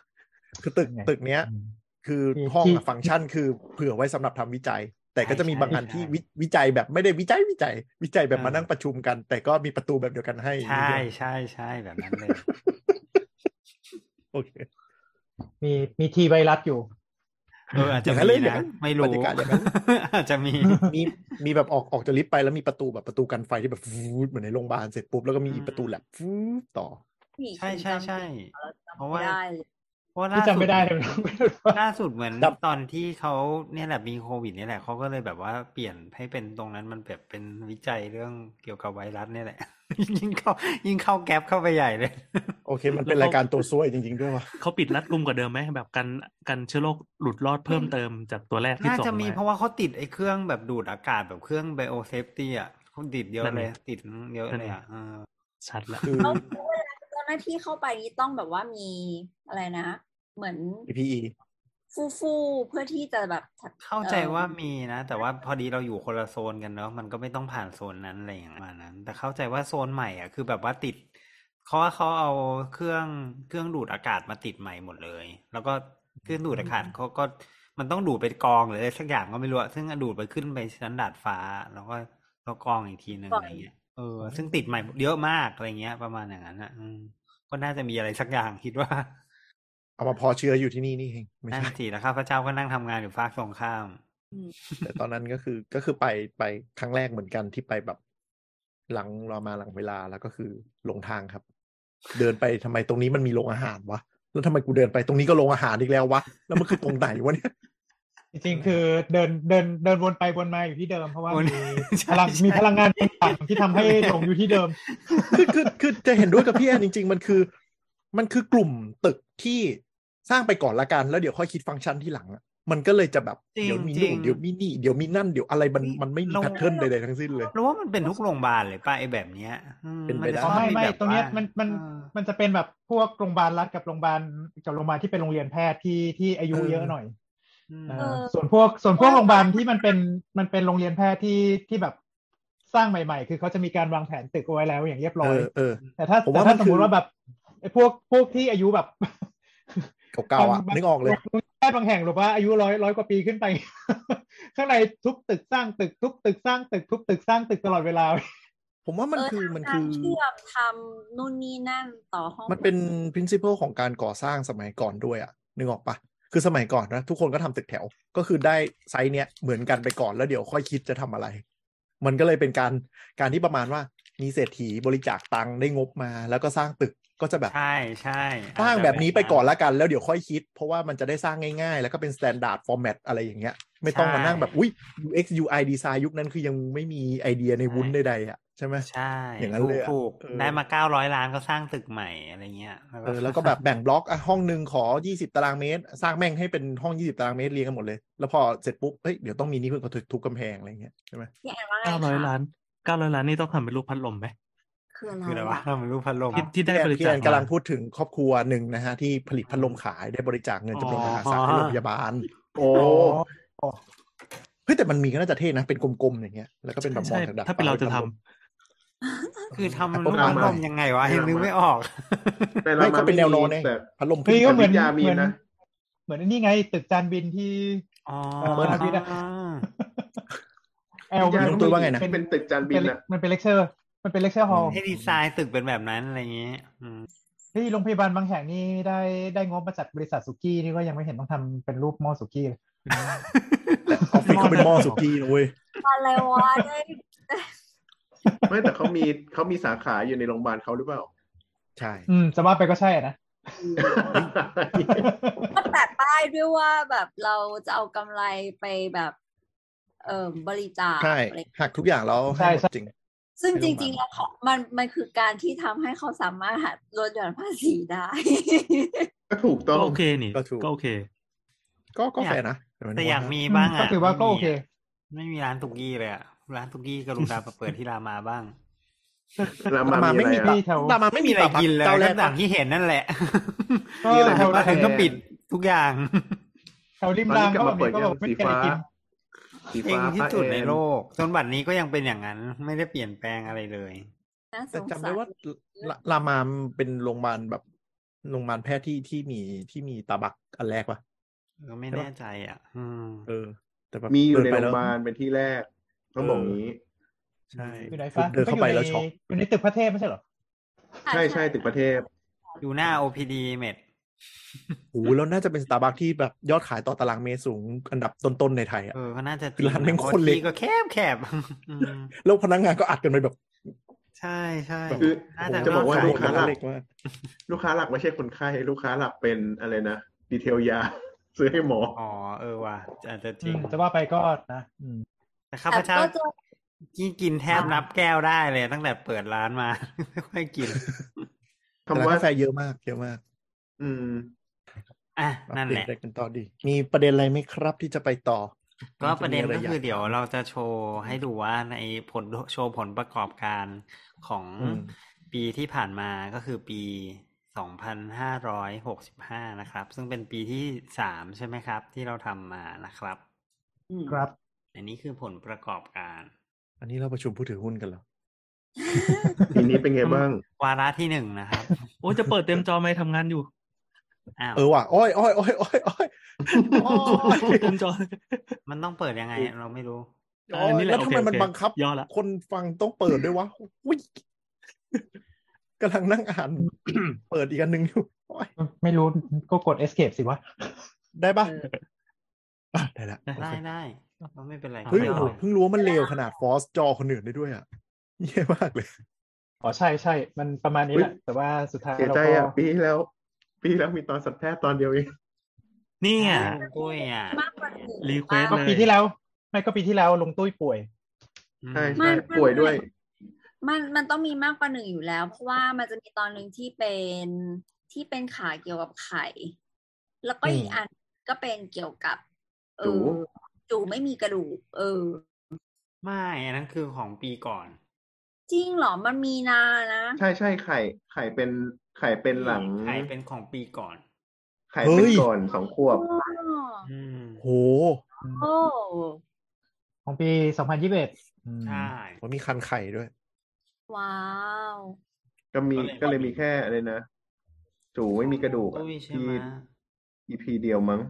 Speaker 6: คือตึกตึกเนี้ย
Speaker 4: อืม
Speaker 6: คือ
Speaker 4: ที่
Speaker 6: ห้อง
Speaker 4: ที่
Speaker 6: ฟังก์ชันคือเผื่อไว้สำหรับทำวิจัย แต่ก็จะมีบางอันที่วิวิจัยแบบไม่ได้วิจัยวิจัย วิจัยแบบมานั่งประชุมกัน แต่ก็มีประตูแบบเดียวกันให้
Speaker 3: ใช่ใช่ใช่แบบนั้นเลย
Speaker 6: โอเค
Speaker 4: มีมีทีไวรัสอยู่
Speaker 3: เอ ออาจจะ
Speaker 6: อย่าง
Speaker 3: มี
Speaker 6: นั้นเลยอย่างนั้
Speaker 3: นะ
Speaker 6: น
Speaker 3: ไม่รู้
Speaker 6: บรรยากาศอย่างนั้น
Speaker 3: อาจจะมี
Speaker 6: มีมีแบบออกออกจากลิฟต์ไปแล้วมีประตูแบบประตูกันไฟที่แบบฟูดเหมือนในโรงพยาบาลเสร็จปุ๊บแล้วก็มีอีกประตูแหลบฟูดต่อ
Speaker 2: นี่
Speaker 3: ใช่ใช่ใช่
Speaker 2: จำ
Speaker 3: เพราะว่า
Speaker 2: ไม่ได้เลย
Speaker 3: เพราะว่าล่า
Speaker 4: ที่
Speaker 3: สุด
Speaker 4: จำไม่ได้เลย
Speaker 3: ล่าสุดเหมือน
Speaker 6: ครับ
Speaker 3: ตอนที่เขาเนี่ยแหละมีโควิดเนี่ยแหละเขาก็เลยแบบว่าเปลี่ยนให้เป็นตรงนั้นมันแบบเป็นวิจัยเรื่องเกี่ยวกับไวรัสเนี่ยแหละ ยิ่งเข้ายิ่งเข้าแก๊ปเข้าไปใหญ่เลย
Speaker 6: โอเค มันเป็นรายการตัวซวยจริง ๆ ด้วยว่ะ
Speaker 5: เขาปิดรัดกุมกว่าเดิมไหมแบบกันกันเชื้อโรคหลุดรอดเพิ่มเติมจากตัวแรกที่
Speaker 3: น่า
Speaker 5: ส่ง
Speaker 3: จะมี
Speaker 5: มา
Speaker 3: เพราะว่าเขาติดไอ้เครื่องแบบดูดอากาศแบบเครื่องไบโอเซฟตี้อ่ะเขาติดเยอะ
Speaker 5: นั่น
Speaker 3: เล
Speaker 5: ไง
Speaker 3: ย ติดเยอะ
Speaker 5: นั่น
Speaker 3: เลย
Speaker 5: ไง
Speaker 3: อ่ะเออ
Speaker 5: ชัดละ
Speaker 6: คือ
Speaker 2: แล้วเวลาเจ้าหน้าที่เข้าไปนี่ต้องแบบว่ามีอะไรนะ เหมือน
Speaker 6: PPE
Speaker 2: ฟูฟูๆเพื่อที่จะแบบ
Speaker 3: เข้าใจว่ามีนะ แต่ว่าพอดีเราอยู่คนละโซนกันเนาะมันก็ไม่ต้องผ่านโซนนั้นอะไรอย่างประมาณนั้น แต่เข้าใจว่าโซนใหม่อ่ะคือแบบว่าติดเขาว่าเขาเอาเครื่องเครื่องดูดอากาศมาติดใหม่หมดเลย แล้วก็เครื่องดูดอากาศเขาก็มันต้องดูดไปกองหรืออะไรสักอย่างก็ไม่รู้อะซึ่งดูดไปขึ้นไปชั้นดาดฟ้า แล้วก็แล้วกองอีกทีหนึ่งอะไรเงี้ยเออซึ่งติดใหม่เยอะมากอะไรเงี้ย ประมาณอย่างนั้นอ่ะอืมก็น่าจะมีอะไรสักอย่างคิด ว่า
Speaker 6: เอามาพอเชื้ออยู่ที่นี่นี่เองไม่
Speaker 3: นั่น
Speaker 6: ใช่
Speaker 3: สิแล้วข้าพเจ้าก็นั่งทำงานอยู่ฟากตรงข้าม
Speaker 6: แต่ตอนนั้นก็คือก็คือไปไปครั้งแรกเหมือนกันที่ไปแบบ หลังเรามาหลังเวลาแล้วก็คือหลงทางครับ เดินไปทำไมตรงนี้มันมีโรงอาหารวะแล้วทำไมกูเดินไปตรงนี้ก็โรงอาหารอีกแล้ววะแล้วมันคือตรงไหนวะเนี่ย
Speaker 4: จริงๆคือเดินเดินเดินวนไปวนมาอยู่ที่เดิมเพราะว่า
Speaker 3: วน
Speaker 4: มี
Speaker 3: ใช่
Speaker 4: พลัง
Speaker 3: ใช่
Speaker 4: มีพลังงานบางอย่างที่ทำให้หลงอยู่ที่เดิม
Speaker 6: คือคือคือจะเห็นด้วยกับพี่แอนจริง ๆ มันคือ มันคือกลุ่มตึกที่สร้างไปก่อนละกันแล้วเดี๋ยวค่อยคิดฟังก์ชันที่หลังอะมันก็เลยจะแบบ
Speaker 3: จริง
Speaker 6: เดี๋ยวมี
Speaker 3: จริ
Speaker 6: นู่
Speaker 3: ง
Speaker 6: นเดี๋ยวมีนี่เดี๋ยวมีนั่นเดี๋ยวอะไรมันมันไม่มี
Speaker 3: เรา
Speaker 6: แพทเทิร์นใดๆทั้งสิ้นเลย
Speaker 3: รู้ว่ามันเป็นทุกโรงพยาบาลเลยป่ะไอ้แบบเนี้ยอืม
Speaker 6: เป็นไป
Speaker 3: มั
Speaker 6: ได้
Speaker 3: จะชอบ
Speaker 4: ไม่ไม่
Speaker 3: แบบ
Speaker 4: ตรงเนี้ย
Speaker 3: ว่า
Speaker 4: มันมัน
Speaker 3: เออ
Speaker 4: มันจะเป็นแบบพวกโรงพยาบาลรัฐกับโรงพยาบาลกับโรงพยาบาลที่เป็นโรงเรียนแพทย์ที่ที่อายุเยอะหน่อย
Speaker 3: อืม
Speaker 4: เอ่อส่วนพวกส่วนพวกโรงพยาบาลที่มันเป็นมันเป็นโรงเรียนแพทย์ที่ที่แบบสร้างใหม่ ๆ คือเขาจะมีการวางแผนตึกเอาไว้แล้วอย่างเรียบ
Speaker 6: เอ
Speaker 4: ร้อย
Speaker 6: อเออ
Speaker 4: แต่ถ้า
Speaker 6: ผม
Speaker 4: แต่
Speaker 6: ว่า
Speaker 4: ถ้าส
Speaker 6: มัน
Speaker 4: มม
Speaker 6: คื
Speaker 4: ติ
Speaker 6: อ
Speaker 4: ว่าแบบไอ้พวกพวกที่อายุแบบ
Speaker 6: เก่าๆอ่ะ
Speaker 4: บาง
Speaker 6: นึกออกเลย
Speaker 4: บางแพทย์บางแห่งหรือว่าอายุร้อยร้อยกว่าปีขึ้นไป ข้างในทุบตึกสร้างตึกทุบตึกสร้างตึกทุบตึกสร้างตึกตลอดเวลา
Speaker 6: ผมว่ามันคือมันคือ
Speaker 2: เชื่อมทำนู่นนี่นั่นต่อห้อง
Speaker 6: มันเป็น principle ของการก่อสร้างสมัยก่อนด้วยอะนึกออกปะคือสมัยก่อนนะ ทุกคนก็ทำตึกแถว ก็คือได้ไซส์เนี้ยเหมือนกันไปก่อนแล้วเดี๋ยวค่อยคิดจะทำอะไร มันก็เลยเป็นการการที่ประมาณว่ามีเศรษฐีบริจาคตังค์ได้งบมา แล้วก็สร้างตึกก็จะแบบ
Speaker 3: ใช่ใช่
Speaker 6: สร้างแบบนี้ไปก่อนละกันแล้วเดี๋ยวค่อยคิด เพราะว่ามันจะได้สร้างง่ายๆ แล้วก็เป็น standard format อะไรอย่างเงี้ย ไม่ต้องมานั่งแบบอุ้ย UX UI design ยุคนั้นคือยังไม่มีไอเดียในวุ้นใดๆอ่ะใช่ไหม
Speaker 3: ใช่
Speaker 6: อย่างนั้
Speaker 3: ถู
Speaker 6: นเล
Speaker 3: ก
Speaker 6: ยอะ
Speaker 3: ถูก
Speaker 6: เออ
Speaker 3: ได้มาเก้าร้อยล้านก็สร้างตึกใหม่อะไรเงี้ย
Speaker 6: เออแล้วก็แบบแบ่งบล็อกอ่ะห้องหนึ่งขอ 20 ตารางเมตร สร้างแม่งให้เป็นห้อง 20 ตารางเมตรเรียงกันหมดเลย แล้วพอเสร็จปุ๊บเฮ้ยเดี๋ยวต้องมีนี่เพื่อทุบกำแพงอะไรเงี้ยใช่ไหม
Speaker 2: พี่แอนว่าไง
Speaker 5: เก้าร้อย
Speaker 2: คะ
Speaker 5: ล้านเก้าร้อยล้านนี่ต้องทำเป็นรูปพัดลมไหม
Speaker 2: คืออะไร
Speaker 3: คืออะไรวะ
Speaker 2: วะ
Speaker 3: มันรูปพัดลม
Speaker 5: ที่ที่ได้บริ
Speaker 6: พี่
Speaker 5: จาคน มาก
Speaker 6: แอำลังพูดถึงครอบครัวหนึ่งนะฮะ ที่ผลิตพัดลมขายได้บริจาคเงินจำนวนมหาศาลให้โรงพยาบาล
Speaker 7: โอ้
Speaker 6: เฮ้ยแต่มันมีก็น่าจะเท่นะเป็นกลมๆอย่างเงี้ยแล้วก็เป็นแบบมอ
Speaker 5: ใช่
Speaker 6: งจากดับ
Speaker 5: ถ้าเป็นเราจะทำ
Speaker 3: คือทำรูปพัดลมยังไงวะยังนึกไม่ออก
Speaker 7: แต่
Speaker 6: ไม่
Speaker 7: เราา
Speaker 6: ก็เป็นแนวนอนเอง
Speaker 7: แต่
Speaker 6: พัดลม
Speaker 4: นี่
Speaker 6: ขึ้น
Speaker 4: ก็เหมือน
Speaker 7: วิทยามี
Speaker 4: เหมื
Speaker 7: น
Speaker 4: อน
Speaker 7: นะ
Speaker 4: เหมือนอันนี่ไงตึกจานบินที่
Speaker 3: อ๋อ
Speaker 4: เปิดวิทย์อะ แอล
Speaker 7: วิทยา
Speaker 6: น้องตุ้ยว่าไงนะ
Speaker 7: ที่เป็นตึกจานบิน
Speaker 4: เป็น
Speaker 7: อ่ะ
Speaker 4: มันเป็นเลคเชอร์ มันเป็นเลคเชอร์ฮอล
Speaker 6: อืม
Speaker 3: ให้ดีไซน์ตึกเป็นแบบนั้นอะไรเงี้ยอืม
Speaker 4: ที่โรงพยาบาลบางแห่งนี่ได้ได้งบมาจากบริษัทสุกี้นี่ก็ยังไม่เห็นต้องทำเป็นรูปหม้อสุกี้เลย
Speaker 6: แต่ออฟฟิศเขาเป็นหม้อสุกี้นะเว้ย
Speaker 2: อะไรวะได้
Speaker 7: ไม่แต่เขามีเขามีสาขาอยู่ในโรงพยาบาลเขาหรือเปล่า
Speaker 6: ใช่
Speaker 4: อืมจะว่าไปก็ใช่อะนะ
Speaker 2: ก็แปะป้ายด้วยว่าแบบเราจะเอากำไรไปแบบเอ่อบริจาค
Speaker 6: ใช่
Speaker 2: อะไร
Speaker 6: หักทุกอย่างแล้วให้หม
Speaker 4: ใช่
Speaker 6: ดจริง
Speaker 2: ซึ่ง
Speaker 6: ไม่
Speaker 2: จ
Speaker 6: ต้อง
Speaker 2: ริง ๆ แล้วเขามันมันคือการที่ทำให้เขาสามารถหัดลดหย่อนภาษีได้
Speaker 7: ก็ถูกต้
Speaker 5: ก็
Speaker 7: อง
Speaker 5: โอเคนี่
Speaker 6: ก็ถูก
Speaker 5: ก็โอเค
Speaker 6: ก็ก็แฟร์นะมัน
Speaker 3: แต่อยากมี
Speaker 4: อืม
Speaker 3: บ้าง
Speaker 4: ก็
Speaker 3: อ่ะ
Speaker 4: ถือว่าก็โอเค
Speaker 3: ไม่มีร้านตุกกี้เลยอ่ะร้านตุกกี้กรุณามาเปิดที่รามาบ้าง
Speaker 7: รา
Speaker 6: รา
Speaker 7: มา
Speaker 6: มา
Speaker 7: มี
Speaker 6: ไม่
Speaker 7: อะไร
Speaker 6: มี
Speaker 4: ที่
Speaker 7: อ่ะ
Speaker 4: แถว
Speaker 6: รามา
Speaker 3: ไม่
Speaker 6: ไม่
Speaker 3: มีอะ
Speaker 6: มี
Speaker 3: ไรกินเลย
Speaker 6: เจ้าแรก
Speaker 3: ต่า
Speaker 6: ปะ
Speaker 3: งที่เห็นนั่นแหละ
Speaker 4: ก็แถว
Speaker 3: มาถึงก็ปิด
Speaker 4: แถ
Speaker 3: ทุกอย่าง
Speaker 4: วแถวริม
Speaker 7: ตอน
Speaker 4: ราง
Speaker 7: นี้กลับ
Speaker 4: ก็แบ
Speaker 7: มา
Speaker 4: บ
Speaker 7: เปิด
Speaker 4: นี้ก็แบบ
Speaker 7: ยัง
Speaker 4: ไม่
Speaker 7: สี
Speaker 4: มีอะไร
Speaker 7: ฟ้า
Speaker 4: กิน
Speaker 3: เอ
Speaker 7: สีฟ้าง
Speaker 3: ที่
Speaker 7: พระ
Speaker 3: สุดใน
Speaker 7: เอ็น
Speaker 3: โลกจนบัดนี้ก็ยังเป็นอย่างนั้น ไม่ได้เปลี่ยนแปลงอะไรเลย
Speaker 2: น่าส
Speaker 6: แต่
Speaker 2: ง
Speaker 6: จำ
Speaker 2: สา
Speaker 6: ได้
Speaker 2: ร
Speaker 6: ว่าลาลามามเป็นโรงพยาบาลแบบโรงพยาบาลแพทย์ที่ที่มีที่มีตาบักอันแรกปะ
Speaker 3: ก็ไม่แน่ใจอ่ะ อืม
Speaker 6: เออ แต่แบบ
Speaker 7: มีอยู่
Speaker 6: เดิ
Speaker 7: ใน
Speaker 6: ไป
Speaker 7: โรง
Speaker 6: แวย
Speaker 7: พาบาลเป็นที่แรกต้องบอกงี้
Speaker 6: ใช่
Speaker 4: อยู่ไหนฟ้า
Speaker 6: เดินเข้าไปแล้วช็อก
Speaker 4: อยู่ในตึกพระเทพไม่ใช่เหรอ
Speaker 2: ค่ะ
Speaker 7: ใช่ใช่ตึกประเทศ
Speaker 3: อยู่หน้า OPD เมด
Speaker 6: โอ้โหแล้วน่าจะเป็นสตาร์บัคที่แบบยอดขายต่อตารางเมตรสูงอันดับต้น ๆ ในไทยอ่ะ
Speaker 3: เออก็น่าจะ
Speaker 6: คือร้านแม่งโคตรเล็
Speaker 3: พาะ
Speaker 6: ก
Speaker 3: ที่ก็แคบแคบๆอืม
Speaker 6: แล้วพนักงานก็อัดกันไปแบบ
Speaker 3: ใช่ใช่
Speaker 7: คือ
Speaker 3: น่าจะ
Speaker 7: จะบอกว่า
Speaker 3: ขย
Speaker 7: ลูกค้าหลัก
Speaker 6: เล็กมาก
Speaker 7: ลูกค้าหลักไม่ใช่คนไข้ลูกค้าหลักเป็นอะไรนะดีเทลยา ซื้อให้หมอ
Speaker 3: อ๋อเออว่ะอาจจะจริง
Speaker 4: จะว่าไปก็นะอืม
Speaker 3: แต่ข้าพ
Speaker 2: แต่
Speaker 3: เจ้า
Speaker 2: ก็จะ
Speaker 3: กินกินแทบนับแก้วได้เลย ตั้งแต่เปิดร้านมา ไม่ค่อยกิน
Speaker 7: คำว่า
Speaker 6: ร้นกาแฟเยอะมากเยอะมาก
Speaker 7: อืม
Speaker 3: อ่ะนั่นแหละ
Speaker 6: เด็กกันต่อดี มีประเด็นอะไรไหมครับที่จะไปต่อ
Speaker 3: ก็ประเด็น
Speaker 6: มี
Speaker 3: ก็
Speaker 6: ไยา
Speaker 3: คือเดี๋ยวเราจะโชว์ให้ดูว่าในผลโชว์ผลประกอบการของ
Speaker 6: อืม
Speaker 3: ปีที่ผ่านมาก็คือปีสองพันห้าร้อยหกสิบห้านะครับ ซึ่งเป็นปีที่สามใช่ไหมครับ ที่เราทำมานะครับ
Speaker 2: อืม
Speaker 4: ครับ
Speaker 3: อันนี้คือผลประกอบการ
Speaker 6: อันนี้เราประชุมผู้ถือหุ้นกันแล้ว
Speaker 7: ทีนี้เป็นไงบ้าง
Speaker 3: วาระที่หนึ่งนะครับ
Speaker 5: โอ้จะเปิดเต็มจอไหมทำงานอยู่
Speaker 3: อ้าว
Speaker 6: เออว่ะอ้อยอ้อยอ้อยอ้อยอ้อยโอ้ย
Speaker 5: เต็มจอ
Speaker 3: มันต้องเปิดยังไงเราไม่รู้
Speaker 5: เออนี่แหละ
Speaker 6: แล้วทำไมมัน
Speaker 5: โอเคโอเค
Speaker 6: บังคับ
Speaker 5: ย่อละ
Speaker 6: คนฟังต้องเปิดด้วยวะอุ้ยกำลังนั่งอ่าน เปิดอีกอันหนึ่งอยู่โอ้ย
Speaker 4: ไม่รู้ก็กด escape สิวะ
Speaker 6: ได้ปะอ่ะได้ละโอ
Speaker 3: ได้
Speaker 6: เค
Speaker 3: ได้ก็ไม่เป็นไร
Speaker 6: เฮ้ย
Speaker 3: ไม่เป็น
Speaker 6: โอ้โห
Speaker 3: ไร
Speaker 6: เพิ่งรู้ว่ามันเลวขนาดฟอสจอคนอื่นได้ด้วยอ่ะเยี่ยมากเลย
Speaker 4: อ๋อใช่ใช่มันประมาณนี้แหละ
Speaker 7: อุ๊ย
Speaker 4: แต่ว่าสุดท้าย
Speaker 7: เสีย
Speaker 4: เรา
Speaker 7: ใจ
Speaker 4: ก็
Speaker 7: อ่ะปีที่แล้ว ปีที่แล้วมีตอนสัตวแพทย์ตอนเดียวเอง
Speaker 5: นี่ไง
Speaker 3: ลุงตุ้ยอ่ะ
Speaker 2: มากกว่าหนึ่ง
Speaker 5: รีเควส
Speaker 4: ก็
Speaker 5: เลย
Speaker 4: ปีที่แล้ว ไม่ก็ปีที่แล้วลงตุ้ยป่วย
Speaker 3: อืม
Speaker 7: ใช่ใช่ป่วยด้วย
Speaker 2: มันมันต้องมีมากกว่าหนึ่งอยู่แล้ว เพราะว่ามันจะมีตอนหนึ่งที่เป็นที่เป็นขาเกี่ยวกับไข่ แล้วก็
Speaker 6: อืม
Speaker 2: อีกอันก็เป็นเกี่ยวกับ เอ
Speaker 7: จู๋
Speaker 2: อจูไม่มีกระดูก เออ
Speaker 3: ไม่อันนั้นคือของปีก่อน
Speaker 2: จริงเหรอมันมีนานะ
Speaker 7: ใช่ใช่ไข่ไข่เป็นไข่เป็นหลัง
Speaker 3: ขายเป็นของปีก่อน
Speaker 7: ไข่เป็น
Speaker 6: เฮ้ย
Speaker 7: ก่อนสองขวบ
Speaker 2: อ้อ
Speaker 3: อืม
Speaker 6: โห
Speaker 2: โอ้
Speaker 4: ของปีสองพันยี่สิบเอ็ด
Speaker 3: ใช่
Speaker 6: ว่ามีคันไข่ด้วย
Speaker 2: ว้าว
Speaker 7: ก็มีก็เลยมีแค่อะไรนะ จูไม่มีกระดูกอะ
Speaker 3: ตุ้ยใช่
Speaker 7: ที่
Speaker 3: ไหม
Speaker 7: อีพีเดียวมั้ง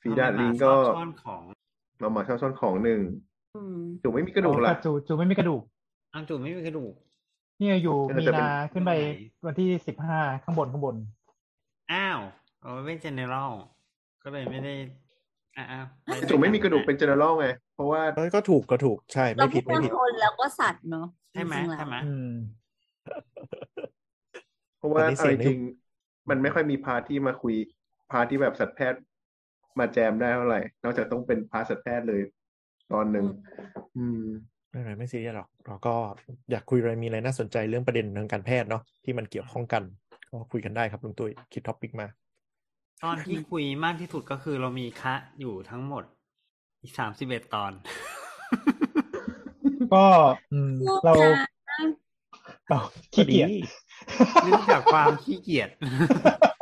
Speaker 7: ฟีดาดลิงก็
Speaker 3: เอามาซ่อนของ
Speaker 7: มาหมาชอบซ่อนของหนึ่ง
Speaker 2: อืม
Speaker 7: จูไม่มีกระดูกละ
Speaker 4: จูจูไม่มีกระดูก
Speaker 3: อังจูไม่มีกระดูก
Speaker 4: เนี่ยอยู่
Speaker 7: เออ
Speaker 4: มี
Speaker 7: แต่เป็น
Speaker 4: นาขึ้นไป
Speaker 3: ไหน
Speaker 4: วันที่สิบห้าข้างบนข้างบน
Speaker 3: อ้าวเอาไว้เป็นเจเนอเรลก็เลยไม่ได้อ้าวป
Speaker 7: จูไม่มีกระดูกเป็นเจเนอเรลไง เพราะว่า
Speaker 6: เอ้ยก็ถูกก็ถูกใช่
Speaker 2: เรา
Speaker 6: ไม่
Speaker 2: พู
Speaker 6: ผิ
Speaker 2: ด
Speaker 6: ด
Speaker 2: กั
Speaker 6: ไม่
Speaker 2: น
Speaker 6: ผิด
Speaker 2: คนแล้วก็สัตว์เนาะ
Speaker 3: ใช่ไหม
Speaker 2: จริงๆแล้ว
Speaker 3: ใช่ไหม
Speaker 4: อืม
Speaker 7: เพราะว่า
Speaker 6: ปฏิเสธ
Speaker 7: เอาจ
Speaker 6: ไม่
Speaker 7: ริงๆมันไม่ค่อยมีพาร์ทที่มาคุย พาร์ทที่แบบสัตวแพทย์มาแจมได้เท่าไหร่ นอกจากต้องเป็นพาร์ทสัตวแพทย์เลย ตอนหนึ่งอืม
Speaker 6: ไม่เป็นไรไม่ซีเรียสหรอกเราก็อยากคุยอะไรมีอะไรน่าสนใจเรื่องประเด็นทางการแพทย์เนาะที่มันเกี่ยวข้องกัน ก็คุยกันได้ครับลุงตุ้ยคิดท็อปิกมา
Speaker 3: ตอนที่คุยมากที่สุดก็คือเรามีคะอยู่ทั้งหมดสามสิบเอ็ดตอน
Speaker 4: ก็อืม
Speaker 2: พูด
Speaker 4: เรา
Speaker 2: นะ
Speaker 4: เราขี้เกียจ
Speaker 6: ก็ดี
Speaker 3: เนื่องจากความขี้เกียจ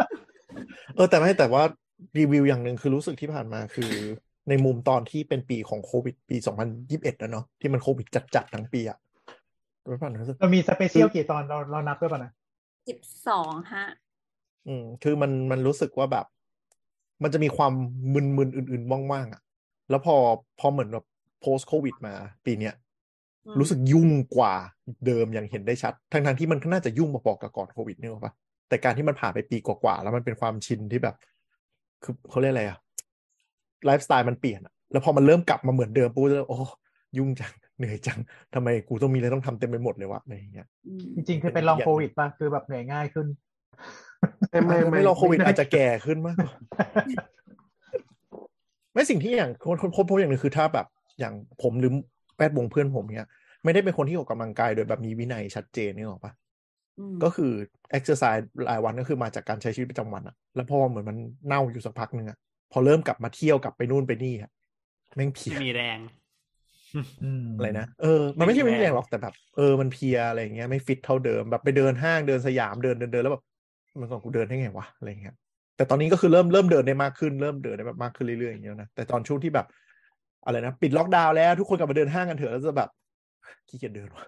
Speaker 6: เออแต่ไม่แต่ว่ารีวิวอย่างหนึ่งคือรู้สึกที่ผ่านมาคือ ในมุมตอนที่เป็นปีของโควิดปี 2021นะเนาะที่มันโควิดจัดๆทั้งปีอะรู้ป่ะรู้สึก
Speaker 4: เรามีสเปเชียลกี่ตอนเราเรานับด้วยป่ะนะ
Speaker 2: สิบสองฮะ
Speaker 6: อืมคือมันมันรู้สึกว่าแบบ มันจะมีความมึนๆอื่นๆว่างๆอ่ะ แล้วพอพอเหมือนแบบ post covid มาปีเนี้ย
Speaker 2: อืม
Speaker 6: รู้สึกยุ่งกว่าเดิมอย่างเห็นได้ชัด ทั้งๆที่มันก็น่าจะยุ่งพอๆกับก่อนโควิดนี่หรอกปะแต่การที่มันผ่านไปปีกว่าๆแล้วมันเป็นความชินที่แบบ คือเขาเรียกอะไรอ่ะไลฟ์สไตล์มันเปลี่ยนอะแล้วพอมันเริ่มกลับมาเหมือนเดิมปุ๊บแล้วโอ้ยุ่งจังเหนื่อยจังทำไมกูต้องมีอะไรต้องทำเต็มไปหมดเลยวะอะไรอย่างเงี้ย
Speaker 2: อืม
Speaker 4: จริงๆคือเป็นลองโควิดป่ะ คือแบบเหนื่อยง่ายขึ้น
Speaker 7: ไม่ไม่
Speaker 6: ไม่รอโควิดอาจจะแก่ขึ้นมากกว่า ไม่สิ่งที่อย่างคนคนคนพบอย่างหนึ่งคือถ้าแบบอย่างผมหรือแปดวงเพื่อนผมเนี้ย ไม่ได้เป็นคนที่ออกกำลังกายโดยแบบมีวินัยชัดเจนนี่หรอกปะ
Speaker 2: อืม
Speaker 6: ก็คือ exercise รายวันก็คือมาจากการใช้ชีวิตประจำวันอะแล้วพอเหมือนมันเน่าอยู่สักพักหนึ่งอะพอเริ่มกลับมาเที่ยวกลับไปนู่นไปนี่อะแม่งเพลี
Speaker 3: ไม่
Speaker 6: ย
Speaker 3: มีแรง
Speaker 4: อืม
Speaker 6: อะไรนะเออมันไม่ใช่ไม่มีแรงหรอกแต่แบบเออมันเพลียอะไรอย่างเงี้ยไม่ฟิตเท่าเดิมแบบไปเดินห้างเดินสยามเดินเดินเดินแล้วแบบมันก่อนกูเดินได้ไงวะอะไรอย่างเงี้ย แต่ตอนนี้ก็คือเริ่มเริ่มเดินได้มากขึ้นเริ่มเดินได้แบบมากขึ้นเรื่อยๆอย่างเงี้ยนะแต่ตอนช่วงที่แบบ อะไรนะปิดล็อกดาวน์แล้ว ทุกคนกลับมาเดินห้ างกันเถอะแล้วจะแบบขี้เกียจเดินวะ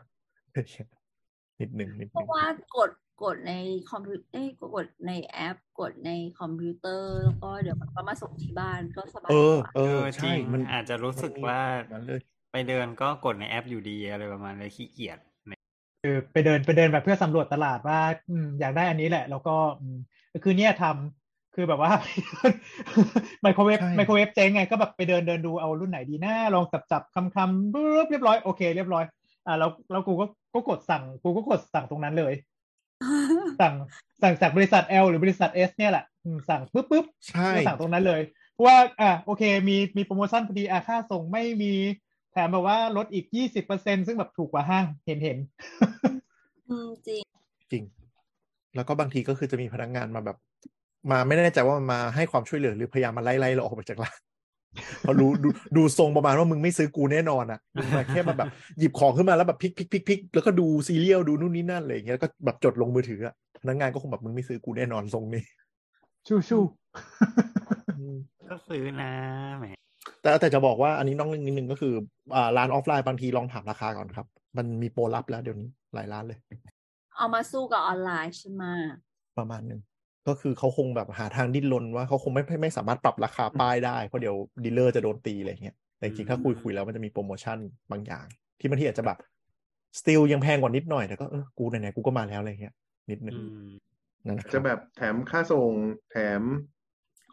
Speaker 6: นิดหนึ่งนิด
Speaker 2: เพ
Speaker 6: หนึ่
Speaker 2: ราะ
Speaker 6: ง
Speaker 2: ว่ากฎ กดในคอมพิวเอ้ยกดในแอป กดในคอมพิวเตอร์แล้วก็เดี๋ยวมันก็มาส่งที่บ้านก็สบาย
Speaker 6: เออก
Speaker 2: ว่า
Speaker 6: เออ
Speaker 3: จริ
Speaker 6: ใช่
Speaker 3: ง
Speaker 6: มัน
Speaker 3: อาจจะรู้สึกว่า
Speaker 6: นั้นเลย
Speaker 3: ไปเดินก็กดในแอปอยู่ดีอะไรประมาณเลยขี้เกียจ
Speaker 4: คือไปเดินไปเดินแบบเพื่อสำรวจตลาดว่าอืมอยากได้อันนี้แหละ แล้วก็อืมคือเนี่ยทำคือแบบว่า ไมโครเวฟ
Speaker 6: ใช่
Speaker 4: ไมโครเวฟเจ๊งไงก็แบบไปเดินเดินดูเอารุ่นไหนดีนะลองจับจับคำคำปุ๊บเรียบร้อยโอเคเรียบร้อยอ่าแล้วแล้วกูก็ก็กดสั่งกูก็กดสั่งตรงนั้นเลย สั่งสั่งจากบริษัท L หรือบริษัท S เนี่ยแหละอืมสั่งปุ๊บปุ๊บ
Speaker 6: ใช่
Speaker 4: ก็สั่งตรงนั้นเลยเพราะว่าอ่ะโอเค มีมีโปรโมชั่นพอดีอ่ะค่าส่งไม่มีแถมแบบว่าลดอีกยี่สิบเปอร์เซ็นซึ่งแบบถูกกว่าห้างเห็นเห็น
Speaker 2: อืมจริง
Speaker 6: จริง แล้วก็บางทีก็คือจะมีพนักงานมาแบบ มาไม่แน่ใจว่ามันมาให้ความช่วยเหลือหรือพยายามมาไล่ไล่เราออกไปจากร้าน เพราะรู้ดูดูทรงประมาณว่ามึงไม่ซื้อกูแน่นอนอ่ะมึงมาแค่มาแบบหยิบของขึ้นมาแล้วแบบพลิกพลิกพลิกพลิกแล้วก็ดูซีเรียลดูนู่นนี่นั่นอะไรอย่างเงี้ยแล้วก็แบบจดลงมือถืออะพนักงานก็คงแบบมึงไม่ซื้อกูแน่นอนทรงนี้
Speaker 4: ชูชู
Speaker 3: ก็ซื้อนะแหม
Speaker 6: แต่แต่จะบอกว่าอันนี้น้องเรื่องนิดนึงก็คืออ่าร้านออฟไลน์บางทีลองถามราคาก่อนครับ มันมีโปรลับแล้วเดี๋ยวนี้หลายร้านเลย
Speaker 2: เอามาสู้กับออนไลน์ใช่ไหม
Speaker 6: ประมาณหนึ่งก็คือเขาคงแบบหาทางดิ้นรนว่าเขาคงไม่ไม่ไม่สามารถปรับราคาป้ายได้เพราะเดี๋ยวดีลเลอร์จะโดนตีอะไรอย่างเงี้ยแต่จริงๆถ้าคุยคุยแล้วมันจะมีโปรโมชั่นบางอย่าง ที่บางทีอาจจะแบบสติลยังแพงกว่านิดหน่อยแต่ก็เออกูไหนๆกูก็มาแล้วอะไรอย่างเงี้ยนิดนึง
Speaker 3: อืม
Speaker 6: นั่นแหละค
Speaker 7: จะ
Speaker 6: รับ
Speaker 7: แบบแถมค่าส่งแถม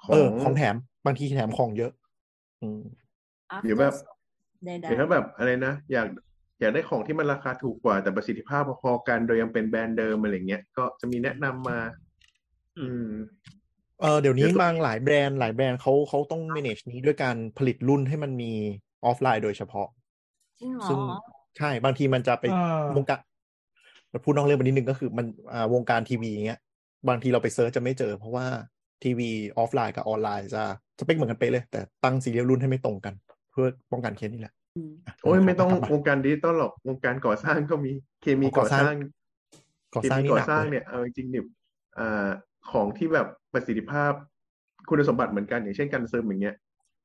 Speaker 7: ข
Speaker 6: เอ
Speaker 7: อ
Speaker 6: อง ของแถมบางทีแถมของเยอะ อืม
Speaker 7: เดี๋ยวแบบ
Speaker 2: ใด
Speaker 7: หรือถ้าแบบอะไรนะ อยากอยากได้ของที่มันราคาถูกกว่าแต่ประสิทธิภาพพอๆกันโดยยังเป็นแบรนด์เดิมอะไรเงี้ยก็จะมีแนะนำมา อืม
Speaker 6: เออเดี๋ยวนี้
Speaker 7: เดี๋ยวตัว
Speaker 6: บางหลายแบรนด์หลายแบรนด์เขาเขาต้อง manage นี้ด้วยการผลิตรุ่นให้มันมีออฟไลน์โดยเฉพาะ
Speaker 2: ๆจริงเหรอ
Speaker 6: ซึ่งใช่บางทีมันจะไป
Speaker 4: เออ
Speaker 6: วงการพูดนอกเรื่องไปนิดนึงก็คือมันอ่าวงการทีวีอย่างเงี้ย บางทีเราไปเซิร์ชจะไม่เจอ เพราะว่าทีวีออฟไลน์กับออนไลน์จะสเปคเหมือนกันไปะเลย แต่ตั้งซีเรียลรุ่นให้ไม่ตรงกัน เพื่อป้องกันเคสนี้แหละ
Speaker 2: อืม
Speaker 6: ะ
Speaker 7: โอ้ยไม่ต้อง
Speaker 6: กลับาว
Speaker 7: งการดิจิตอลหรอกวงการก่อสร้างก็มีเคมีก่อสร้าง
Speaker 6: ก่อ
Speaker 7: เค
Speaker 6: สร้าง
Speaker 7: มี
Speaker 6: นี่ห
Speaker 7: ก่อ
Speaker 6: นัก
Speaker 7: สร้าง
Speaker 6: เลย
Speaker 7: เนี่ยเอาจริงๆเนี่ยอ่าของที่แบบประสิทธิภาพ คุณสมบัติเหมือนกันอย่างเช่นการซึมอย่างเงี้ย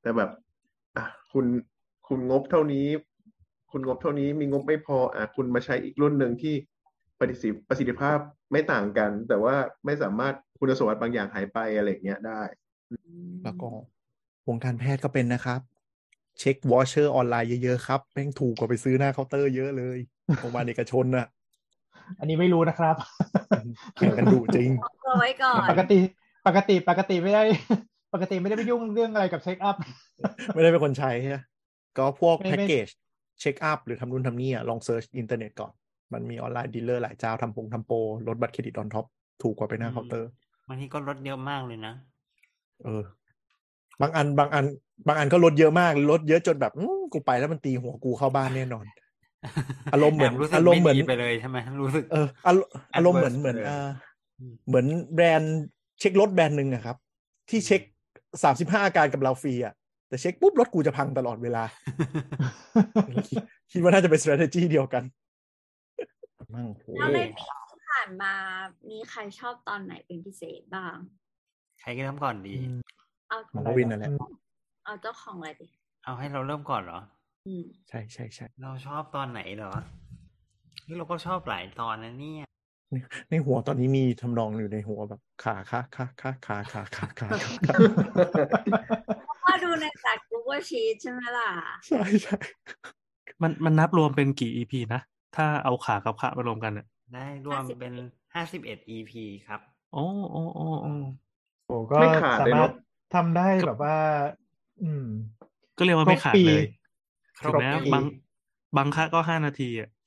Speaker 7: แต่แบบ อ่ะคุณคุณงบเท่านี้ คุณงบเท่านี้มีงบไม่พอ อ่ะคุณมาใช้อีกรุ่นหนึ่งที่ประสิทธิประสิทธิภาพไม่ต่างกัน แต่ว่าไม่สามารถคุณสมบัติบางอย่างหายไปอะไรอย่างเงี้ยได้
Speaker 6: แล้วก็วงการแพทย์ก็เป็นนะครับ เช็ควอเชอร์ออนไลน์เยอะๆครับแม่งถูกกว่าไปซื้อหน้าเคาน์เตอร์เยอะเลยโรงพยาบาลเอกชนน่ะ
Speaker 4: อันนี้ไม่รู้นะครับ
Speaker 6: แข่งกันดุจริง
Speaker 2: เอาไว้ก่อน
Speaker 4: ปกติปกติปกติไม่ได้ ปกติไม่ได้ไปยุ่งเรื่องอะไรกับเช็คอัพ
Speaker 6: ไม่ได้เป็นคนใช้ฮะก็พวก
Speaker 4: ไม่ไม่
Speaker 6: แพ็กเกจเช็คอัพหรือทำนู่นทำนี่อ่ะลองเซิร์ชอินเทอร์เน็ตก่อน มันมีออนไลน์ดีลเลอร์หลายเจ้าทำโปรงทำโปรลดบัตรเครดิตออนท็อปถูกกว่าไปหน้า
Speaker 3: อืม
Speaker 6: เคาน์เตอร์
Speaker 3: บางทีก็ลดเยอะมากเลยนะ
Speaker 6: เออ บางอันบางอัน บางอันก็ลดเยอะมาก ลดเยอะจนแบบอื้อกูไปแล้วมันตีหัวกูเข้าบ้านแน่นอน อารมณ์เหมือน
Speaker 3: แรู้สึก
Speaker 6: อารมณ์เหมือน
Speaker 3: ไดีไปเลยใช่ไหมรู้สึก
Speaker 6: เอออารมณ์อารมณ์เหมือน
Speaker 3: Adverse
Speaker 6: เหมือน
Speaker 3: เลย
Speaker 6: อ่าเหมือนแบรนด์เช็ครถแบรนด์หนึ่งอะครับ ที่เช็คสามสิบห้าอาการกับเราฟรีอะแต่เช็คปุ๊บรถกูจะพังตลอดเวล า คิดคิดว่าน่าจะเป็น strategy เดียวกันมั่งโห
Speaker 2: แล้วในปีที่ผ่านมามีใครชอบตอนไหนเป็นพิเศษบ้าง
Speaker 3: ใครก็เริ่มก่อนดี
Speaker 2: เอา
Speaker 6: มันก็วินนั่นแหละ
Speaker 2: เอาเจ้าของอะไรดิ
Speaker 3: เอาให้เราเริ่มก่อนเหรอ
Speaker 2: อืม
Speaker 6: ใช่ใช่ใช่
Speaker 3: เราชอบตอนไหนเหรอนี่เราก็ชอบหลายตอนนะเนี่ย
Speaker 6: ในหัวตอนนี้มีทำนองอยู่ในหัวแบบขาขาขาขาขาขาขาขาขาขา
Speaker 2: ว่าดูในจาก Google Sheet ใช่ไหมล่ะ
Speaker 6: ใช่ใช่
Speaker 5: มันมันนับรวมเป็นกี่ EP นะ ถ้าเอาขากับขามารวมกันอ่ะ
Speaker 3: ได้รวมเป็นห้าสิบเอ็ด EP ครับ
Speaker 5: โอ้โอ้โอ้โอ้
Speaker 4: โอ้ก็
Speaker 7: ไม่ขาด
Speaker 4: สา
Speaker 7: เลยเน
Speaker 4: มาร
Speaker 7: อะ
Speaker 4: ถทำได้แบบว่า อืม
Speaker 5: ก็เรียกว่าไม่ขาดเลย
Speaker 3: คร
Speaker 5: ถู
Speaker 3: บ
Speaker 5: ก
Speaker 3: ปี
Speaker 5: นะ
Speaker 4: ครบปี
Speaker 5: บางบางค่าก็ห้านาทีอ่ะ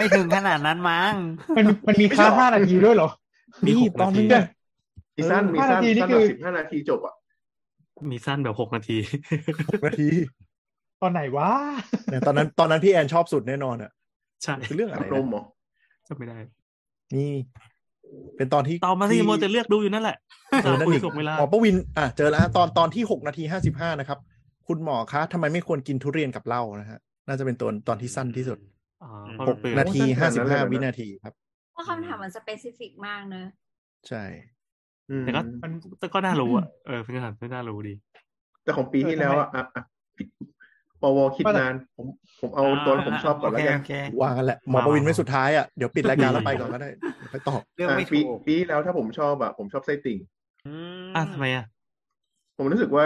Speaker 3: ไม่ถึงขนาดนั้นมั้ง
Speaker 4: มันมันมีค่าห้านาทีด้วยเหรอ
Speaker 5: มี
Speaker 6: นี่
Speaker 5: หก
Speaker 6: ตอ
Speaker 5: นาที
Speaker 6: นนี้
Speaker 7: มีสั้นมีสั้น
Speaker 4: ห้านาทีนี่
Speaker 7: สั้น
Speaker 4: คื
Speaker 7: แบ
Speaker 4: อ
Speaker 7: บสิบห้านาทีจบอ่ะ
Speaker 5: มีสั้นแบบหกนาที
Speaker 6: หกนาที
Speaker 4: ตอนไหนวะ
Speaker 6: เนี่ยตอนนั้นตอนนั้นพี่แอนชอบสุดแน่นอนอ่ะ
Speaker 5: ใช่
Speaker 6: คือเรื่องอะไร
Speaker 7: นม
Speaker 6: นะ
Speaker 7: เหรอ
Speaker 5: จำไม่ได้
Speaker 6: นี่ เป็นตอนที่
Speaker 5: ตอบมาสิ
Speaker 6: ที่
Speaker 5: โมจะเลือกดูอยู่นั่นแหละ
Speaker 6: เออนั่น
Speaker 5: คุย
Speaker 6: อีก
Speaker 5: ส่งเวลา
Speaker 6: หมอประวินอ่ะเจอแล้วฮะตอนตอนที่หกนาทีห้าสิบห้านะครับ คุณหมอคะทำไมไม่ควรกินทุเรียนกับเหล้านะฮะ น่าจะเป็นตัวตอนที่สั้นที่สุด
Speaker 5: อ๋อ
Speaker 3: อืม
Speaker 5: เพ
Speaker 6: ห
Speaker 5: ระมั
Speaker 6: ก
Speaker 5: เปลือ
Speaker 6: นาทีห้าสิบห้าวินาทีครับ
Speaker 2: ว่าคำถามมันสเปซิฟิกมากเนอะ
Speaker 6: ใช่
Speaker 7: อืม
Speaker 5: แต่ก็มันแต่ก็น่ารู้อ่ะเออเป็นคำถามที่น่ารู้ดี
Speaker 7: แต่ของปีที่แล้วอะอะอะปวคิดนาน ผม ผมเอาตัวที่ผมชอบก่อนแล้วกัน
Speaker 3: โอเคโอเค
Speaker 6: ว่างันแหละหมอประวินไม่สุดท้ายอ่ะเดี๋ยวปิดรายการแล้วไปก่อนก็ได้เดี๋ยวค่อยตอบ
Speaker 3: เรื่อง
Speaker 7: อ่ะ
Speaker 3: ไม่
Speaker 7: ปี
Speaker 3: ถูก
Speaker 7: ปีที่แล้วถ้าผมชอบอะผมชอบไส้ติ่ง
Speaker 3: อืม
Speaker 5: อ่ะทำไมอ่ะ
Speaker 7: ผมรู้สึกว่า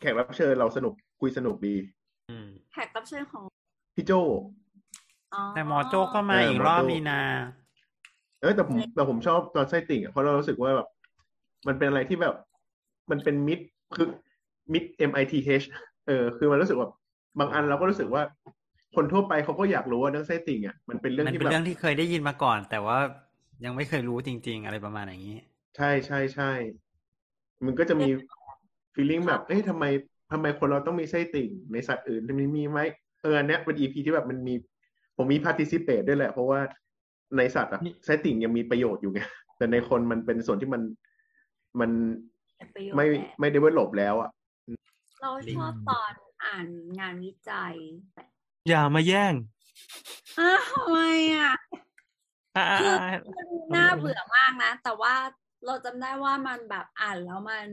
Speaker 7: แขกรับเชิญเราสนุกคุยสนุกดี
Speaker 3: อืม
Speaker 2: แขกรับเชิญของ
Speaker 7: พี่โจ
Speaker 2: อ๋อ
Speaker 3: แต่หมอโจ้ก็มา
Speaker 7: เออ
Speaker 3: อี
Speaker 7: ห
Speaker 3: ก
Speaker 7: มอ
Speaker 3: รอบ
Speaker 7: โจ้
Speaker 3: มีนา
Speaker 7: เอ้ยแต่ผมแต่ผมชอบตอนไส้ติ่งอะเพราะเรารู้สึกว่าแบบมันเป็นอะไรที่แบบ มันเป็นมิดคือมิด M I T H เออ คือมันรู้สึกแบบบางอันเราก็รู้สึกว่า คนทั่วไปเขาก็อยากรู้ว่าเรื่องไส้ติ่งอ่ะมันเป็นเรื่อง
Speaker 3: มัน
Speaker 7: ที่
Speaker 3: เป็น
Speaker 7: แบบ
Speaker 3: เรื่องที่เคยได้ยินมาก่อน แต่ว่ายังไม่เคยรู้จริง ๆ อะไรประมาณอย่างนี้
Speaker 7: ใช่ใช่ใช่ มันก็จะมี feeling แบบ เอ้ยทำไมทำไมคนเราต้องมีไส้ติ่ง ในสัตว์อื่นมันมีไหมเอออันเนี้ยเป็น EP ที่แบบมันมี ผมมี participate ด้วยแหละ เพราะว่าในสัตว์อะไส้ติ่งยังมีประโยชน์อยู่ไง แต่ในคนมันเป็นส่วนที่มันมัน
Speaker 2: เป็นประโยชน์
Speaker 7: ไม่
Speaker 2: แหละ
Speaker 7: ไม่ได้เวลบแล้วอะ
Speaker 2: เราชอบตอนอ่านงานวิจัยแต่
Speaker 5: อย่ามาแย่ง
Speaker 2: อ้าวทำไมอ่ะ
Speaker 5: อ่ะอ่ะอ่ะ
Speaker 2: มันน่าเบื่อมากนะ แต่ว่าเราจำได้ว่ามันแบบอ่านแล้วมัน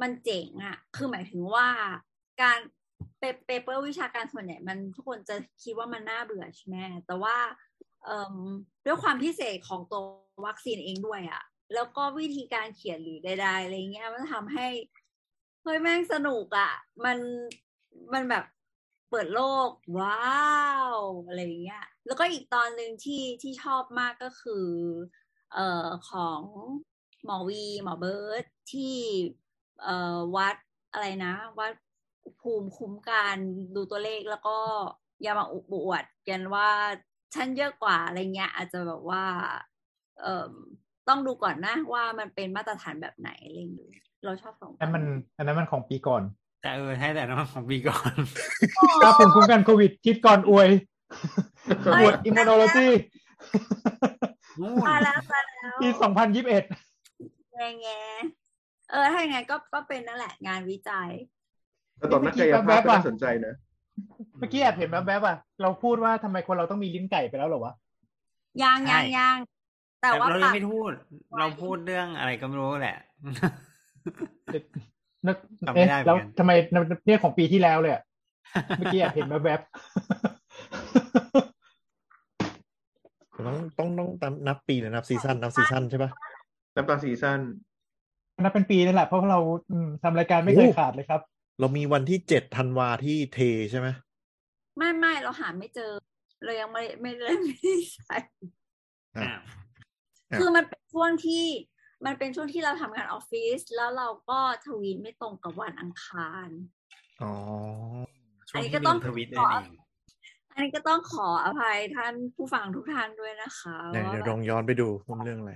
Speaker 2: มันเจ๋งอะคือหมายถึงว่าการเปเปเปอร์วิชาการส่วนใหญ่มันทุกคนจะคิดว่ามันน่าเบื่อใช่ไหมแต่ว่าเอ่มด้วยความพิเศษของตัววัคซีนเองด้วยอะแล้วก็วิธีการเขียนหรือใดๆอะไรเงี้ยมันทำให้เฮ้ยแม่งสนุกอะมันมันแบบเปิดโลก ว้าวอะไรอย่างเงี้ย แล้วก็อีกตอนหนึ่งที่ที่ชอบมากก็คือ เอ่อของหมอวีหมอเบิร์ตที่เอ่อวัดอะไรนะ วัดภูมิคุ้มกันดูตัวเลขแล้วก็อย่ามาอุบอวดกันว่าฉันเยอะกว่าอะไรเงี้ย อาจจะแบบว่า เอ่อต้องดูก่อนนะว่ามันเป็นมาตรฐานแบบไหนอะไรอย่างเงี้ยเราชอบสอง
Speaker 4: อันนั้นมันอันนั้นมันของปีก่อน
Speaker 3: แต่เออให้แต่น้องของบีก่อน
Speaker 4: ถ้าภูมิคุ้มกันโควิดคิดก่อนอวยอวดอิมมูโนโลจี
Speaker 3: นู่น
Speaker 2: ตายแล้วตายแล้ว
Speaker 4: ปีสองพันยิบเอ็ด
Speaker 2: แง่แง่เออถ้าอย่างไงนก็ก็เป็นนั่นแหละงานวิจัย
Speaker 7: แต่ตอนนักกายภาพก็น่าสนใจนะ
Speaker 4: เมื่อกี้แอบเห็นแบบแบบๆอ่ะเราพูดว่าทำไมคนเราต้องมีลิ้นไก่ไปแล้วเหรอวะ
Speaker 2: ยางยางยางแต่ว่า
Speaker 3: เรา
Speaker 2: ป
Speaker 3: ยัง
Speaker 2: ก
Speaker 3: ไม่พูด เราพูดเรื่องอะไรก็ไม่รู้แหละ
Speaker 4: นึก
Speaker 3: จำไม่
Speaker 4: เอ๊ะ
Speaker 3: ได้เหมือนกัน
Speaker 4: แล้วทำไมเนี่ยของปีที่แล้วเลยอะเมื่อกี้ แอบเห็นแบบแบบๆ
Speaker 6: ต้องต้องต้องต้องนับปีหรือนับซีซันนับซีซันใช่ปะ
Speaker 7: น้ำตาลซีซั่น
Speaker 4: นับเป็นปีนั่นแหละ เพราะว่าเราอืมทำรายการไม่เคย
Speaker 6: โอ้
Speaker 4: ขาดเลยครับ
Speaker 6: เรามีวันที่เจ็ดธันวาที่เทใช่ไหม
Speaker 2: ไม่ไม่เราหาไม่เจอ เรายังไม่ไม่ได้ไม่ได้ใช้
Speaker 3: อ้า
Speaker 6: อ่ะ
Speaker 3: ว
Speaker 6: ครับ
Speaker 2: คือมันเป็นช่วงที่มันเป็นช่วงที่เราทำงานออฟฟิศแล้วเราก็ทวีตไม่ตรงกับวันอังคาร
Speaker 6: อ๋อ
Speaker 2: อันนี้
Speaker 3: ช่วที่
Speaker 2: ก็ต้อง
Speaker 3: ลืมทวิตด้วยนี่
Speaker 2: อันนี้ก็ต้องขออภัยท่านผู้ฟังทุกท่านด้วยนะคะ
Speaker 6: เดี๋ยว
Speaker 2: ว่า
Speaker 6: เดี๋ยว
Speaker 2: แบ
Speaker 6: ลอบงย้อนไปดูว่ามันเรื่องอะไร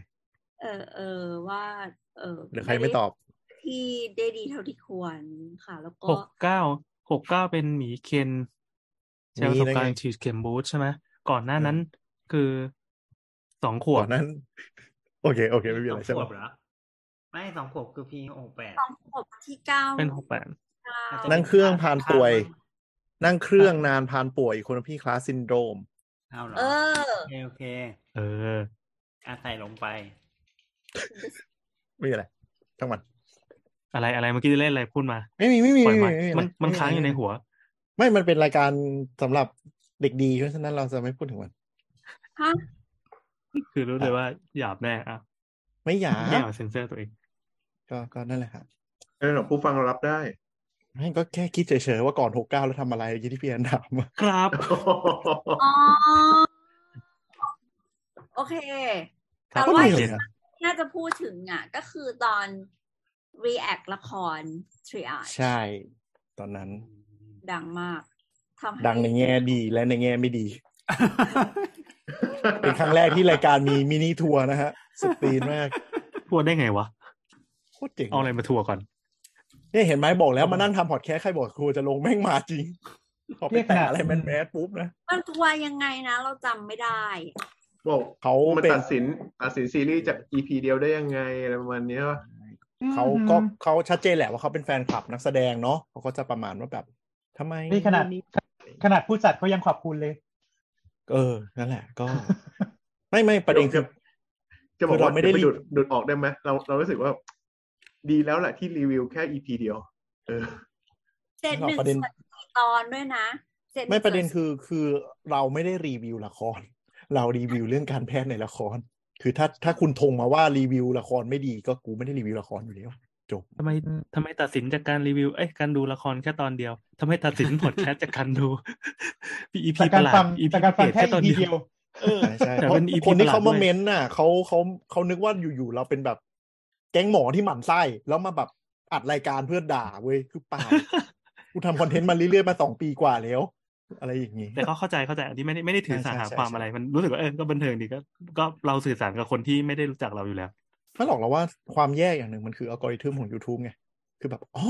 Speaker 2: เออเออว่า เออ
Speaker 6: เดี๋ยวใครไม่ตอบ
Speaker 2: ที่ได้ดีเท่าที่ควรค่ะ แล้วก็
Speaker 5: หกเก้าหกเก้าเป็นหมีเคนใช้ประสบ
Speaker 6: หมีได้ไง
Speaker 5: การณ์ฉีดเข็มบูสต์ใช่ไหมก่อนหน้านั้นคือสองขว
Speaker 6: ก่
Speaker 5: บ
Speaker 6: อนนั้น โอเค โอเค ไม่มีอะไร
Speaker 3: ส
Speaker 6: ใช่
Speaker 3: องข
Speaker 6: ปะ
Speaker 3: วบเหรอ ไม่สองขวบคือพีโอแปด
Speaker 2: สองขวบที่เก้า
Speaker 5: เป็นหกแปด
Speaker 2: เก้า
Speaker 3: อาจจะ
Speaker 6: นั่งเครื่องพานป่วย นั่งเครื่องนานพานป่วยโคโนพี่คลาสซินโดรม
Speaker 3: เอาเหรอ
Speaker 2: เออ
Speaker 3: โอเคโอเค
Speaker 5: เออ
Speaker 3: อาใส่ลงไป
Speaker 6: ไม่มีอะไรช่างมัน
Speaker 5: อะไรอะไรเมื่อกี้จะเล่นอะไรพูดมา
Speaker 6: ไม่มีไม่มี
Speaker 5: ปล่อ
Speaker 6: ไม่มี
Speaker 5: ยมา
Speaker 6: ไอะไร
Speaker 5: มันมัน
Speaker 6: ไะไร
Speaker 5: ค้างอยู่ในหัว
Speaker 6: ไม่ มันเป็นรายการสำหรับเด็กดีเพราะฉะนั้นเราจะไม่พูดถึงมัน
Speaker 2: ฮะ
Speaker 5: คือรู้เลยว่าหยาบแน่อ่ะ
Speaker 6: ไม่หยา
Speaker 5: แย่มาเซนเซอร์ตัวเอง
Speaker 6: ก็ก็นั่นแหละครับ
Speaker 7: เออผู้ฟังเรารับ ได้
Speaker 6: ไม่ก็แค่คิดเฉยๆว่าก่อนหกเก้าแล้วทำอะไรอยี่ที่พี่แอนถามอะ
Speaker 5: ครับ
Speaker 2: อ๋อ โอเค
Speaker 5: ครับ
Speaker 2: แต่
Speaker 6: ก็
Speaker 2: ว่า
Speaker 6: มีเลยอะ
Speaker 2: น่าจะพูดถึงอ่ะ ก็คือตอน react ละคร triage
Speaker 6: ใช่ ตอนนั้น
Speaker 2: ดังมากทำให้
Speaker 6: ดังในแง่ดีและในแง่ไม่ดี เป็นครั้งแรกที่รายการมีมินิทัวร์นะฮะสุดตีนมาก
Speaker 5: ทัวร์ได้ไงวะ
Speaker 6: โคตรเจ๋ง
Speaker 5: เอาอะไรมาทัวร์ก่อน
Speaker 6: เนี่ยเห็นไหมบอกแล้วมานั่งทำพอดแคสต์ใครบอกครูจะลงแม่งมาจริงพอไปแตะอะไรแมนแมสปุ๊บนะ
Speaker 2: มันทัวร์ยังไงนะ เราจำไม่ได้
Speaker 7: บอก
Speaker 6: เขา
Speaker 7: มัน
Speaker 6: เป็น
Speaker 7: ตัดสินตัดสินซีรีส์จาก EP เดียวได้ยังไงอะไรประมาณเนี้ยวะ
Speaker 6: เขาก็เขาชัดเจนแหละว่าเขาเป็นแฟนคลับนักแสดงเนาะเขาก็จะประมาณว่าแบบทำไม
Speaker 4: นี่ขนาด ขนาดผู้จัดเขายังขอบคุณเลย
Speaker 6: เออนั่นแหละ ก็ ไม่ไม่ประเด็นคือ
Speaker 7: จะบอก
Speaker 6: คือ
Speaker 7: ว่า
Speaker 6: เราไม่
Speaker 7: ไม่
Speaker 6: ได้
Speaker 7: ได้
Speaker 6: รี
Speaker 7: ดูดดูดออกได้ไหมเราเรารู้สึกว่า ดีแล้วแหละที่รีวิวแค่ EP เดียว เออ
Speaker 2: เซตหนึ่ง
Speaker 6: ประเด็น
Speaker 2: ส่วนสี่ตอนด้วยนะ เซ จ็ด
Speaker 6: ไม่ประเด็นคือคือเราไม่ได้รีวิวละคร เรารีวิวเรื่องการแพทย์ในละคร คือถ้าถ้าคุณทงมาว่ารีวิวละครไม่ดีก็กูไม่ได้รีวิวละครอยู่แล้ว
Speaker 5: ทำไมทำไมตัดสินจากการรีวิว เอ้ยการดูละครแค่ตอนเดียวทำไมตัดสิน พอดแคสต์จากการดูอีพี
Speaker 4: จากกา
Speaker 5: ป
Speaker 4: ร
Speaker 5: ระหลา
Speaker 4: ฟั
Speaker 5: ด
Speaker 4: ง
Speaker 5: อี
Speaker 4: จากการฟังแค่
Speaker 5: ตอน
Speaker 4: อีพี
Speaker 5: เดี
Speaker 4: เดี
Speaker 5: ย
Speaker 4: ยว ว
Speaker 6: เออใช่
Speaker 5: แต่
Speaker 6: เพราะ
Speaker 5: เป็น EP
Speaker 6: คนที่เขา
Speaker 5: ประหลา
Speaker 6: มา
Speaker 5: ดด้วย
Speaker 6: เม้นต์น่ะเขาเขาเขานึกว่าอยู่ๆเราเป็นแบบแก๊งหมอที่หมั่นไส้แล้วมาแบบอัดรายการเพื่อด่าเว้ยคือ เปล่ากูทำคอนเทนต์มาเรื่อยๆมาสองปีกว่าแล้ว อะไรอย่างนี้
Speaker 5: แต่ก็เข้าใจเข้าใจอันนี้ไม่ได้ไม่ได้ถือสาหา
Speaker 6: ใช่ใช่
Speaker 5: ความ
Speaker 6: ใช่
Speaker 5: อะไร มันรู้สึกว่าเออก็บันเทิงดีก็ก็เราสื่อสารกับคนที่ไม่ได้รู้จักเราอยู่แล้ว
Speaker 6: ไม่หรอกเราว่าความแย่อย่างหนึ่งมันคืออัลกอริทึมของ YouTube ไง คือแบบอ๋อ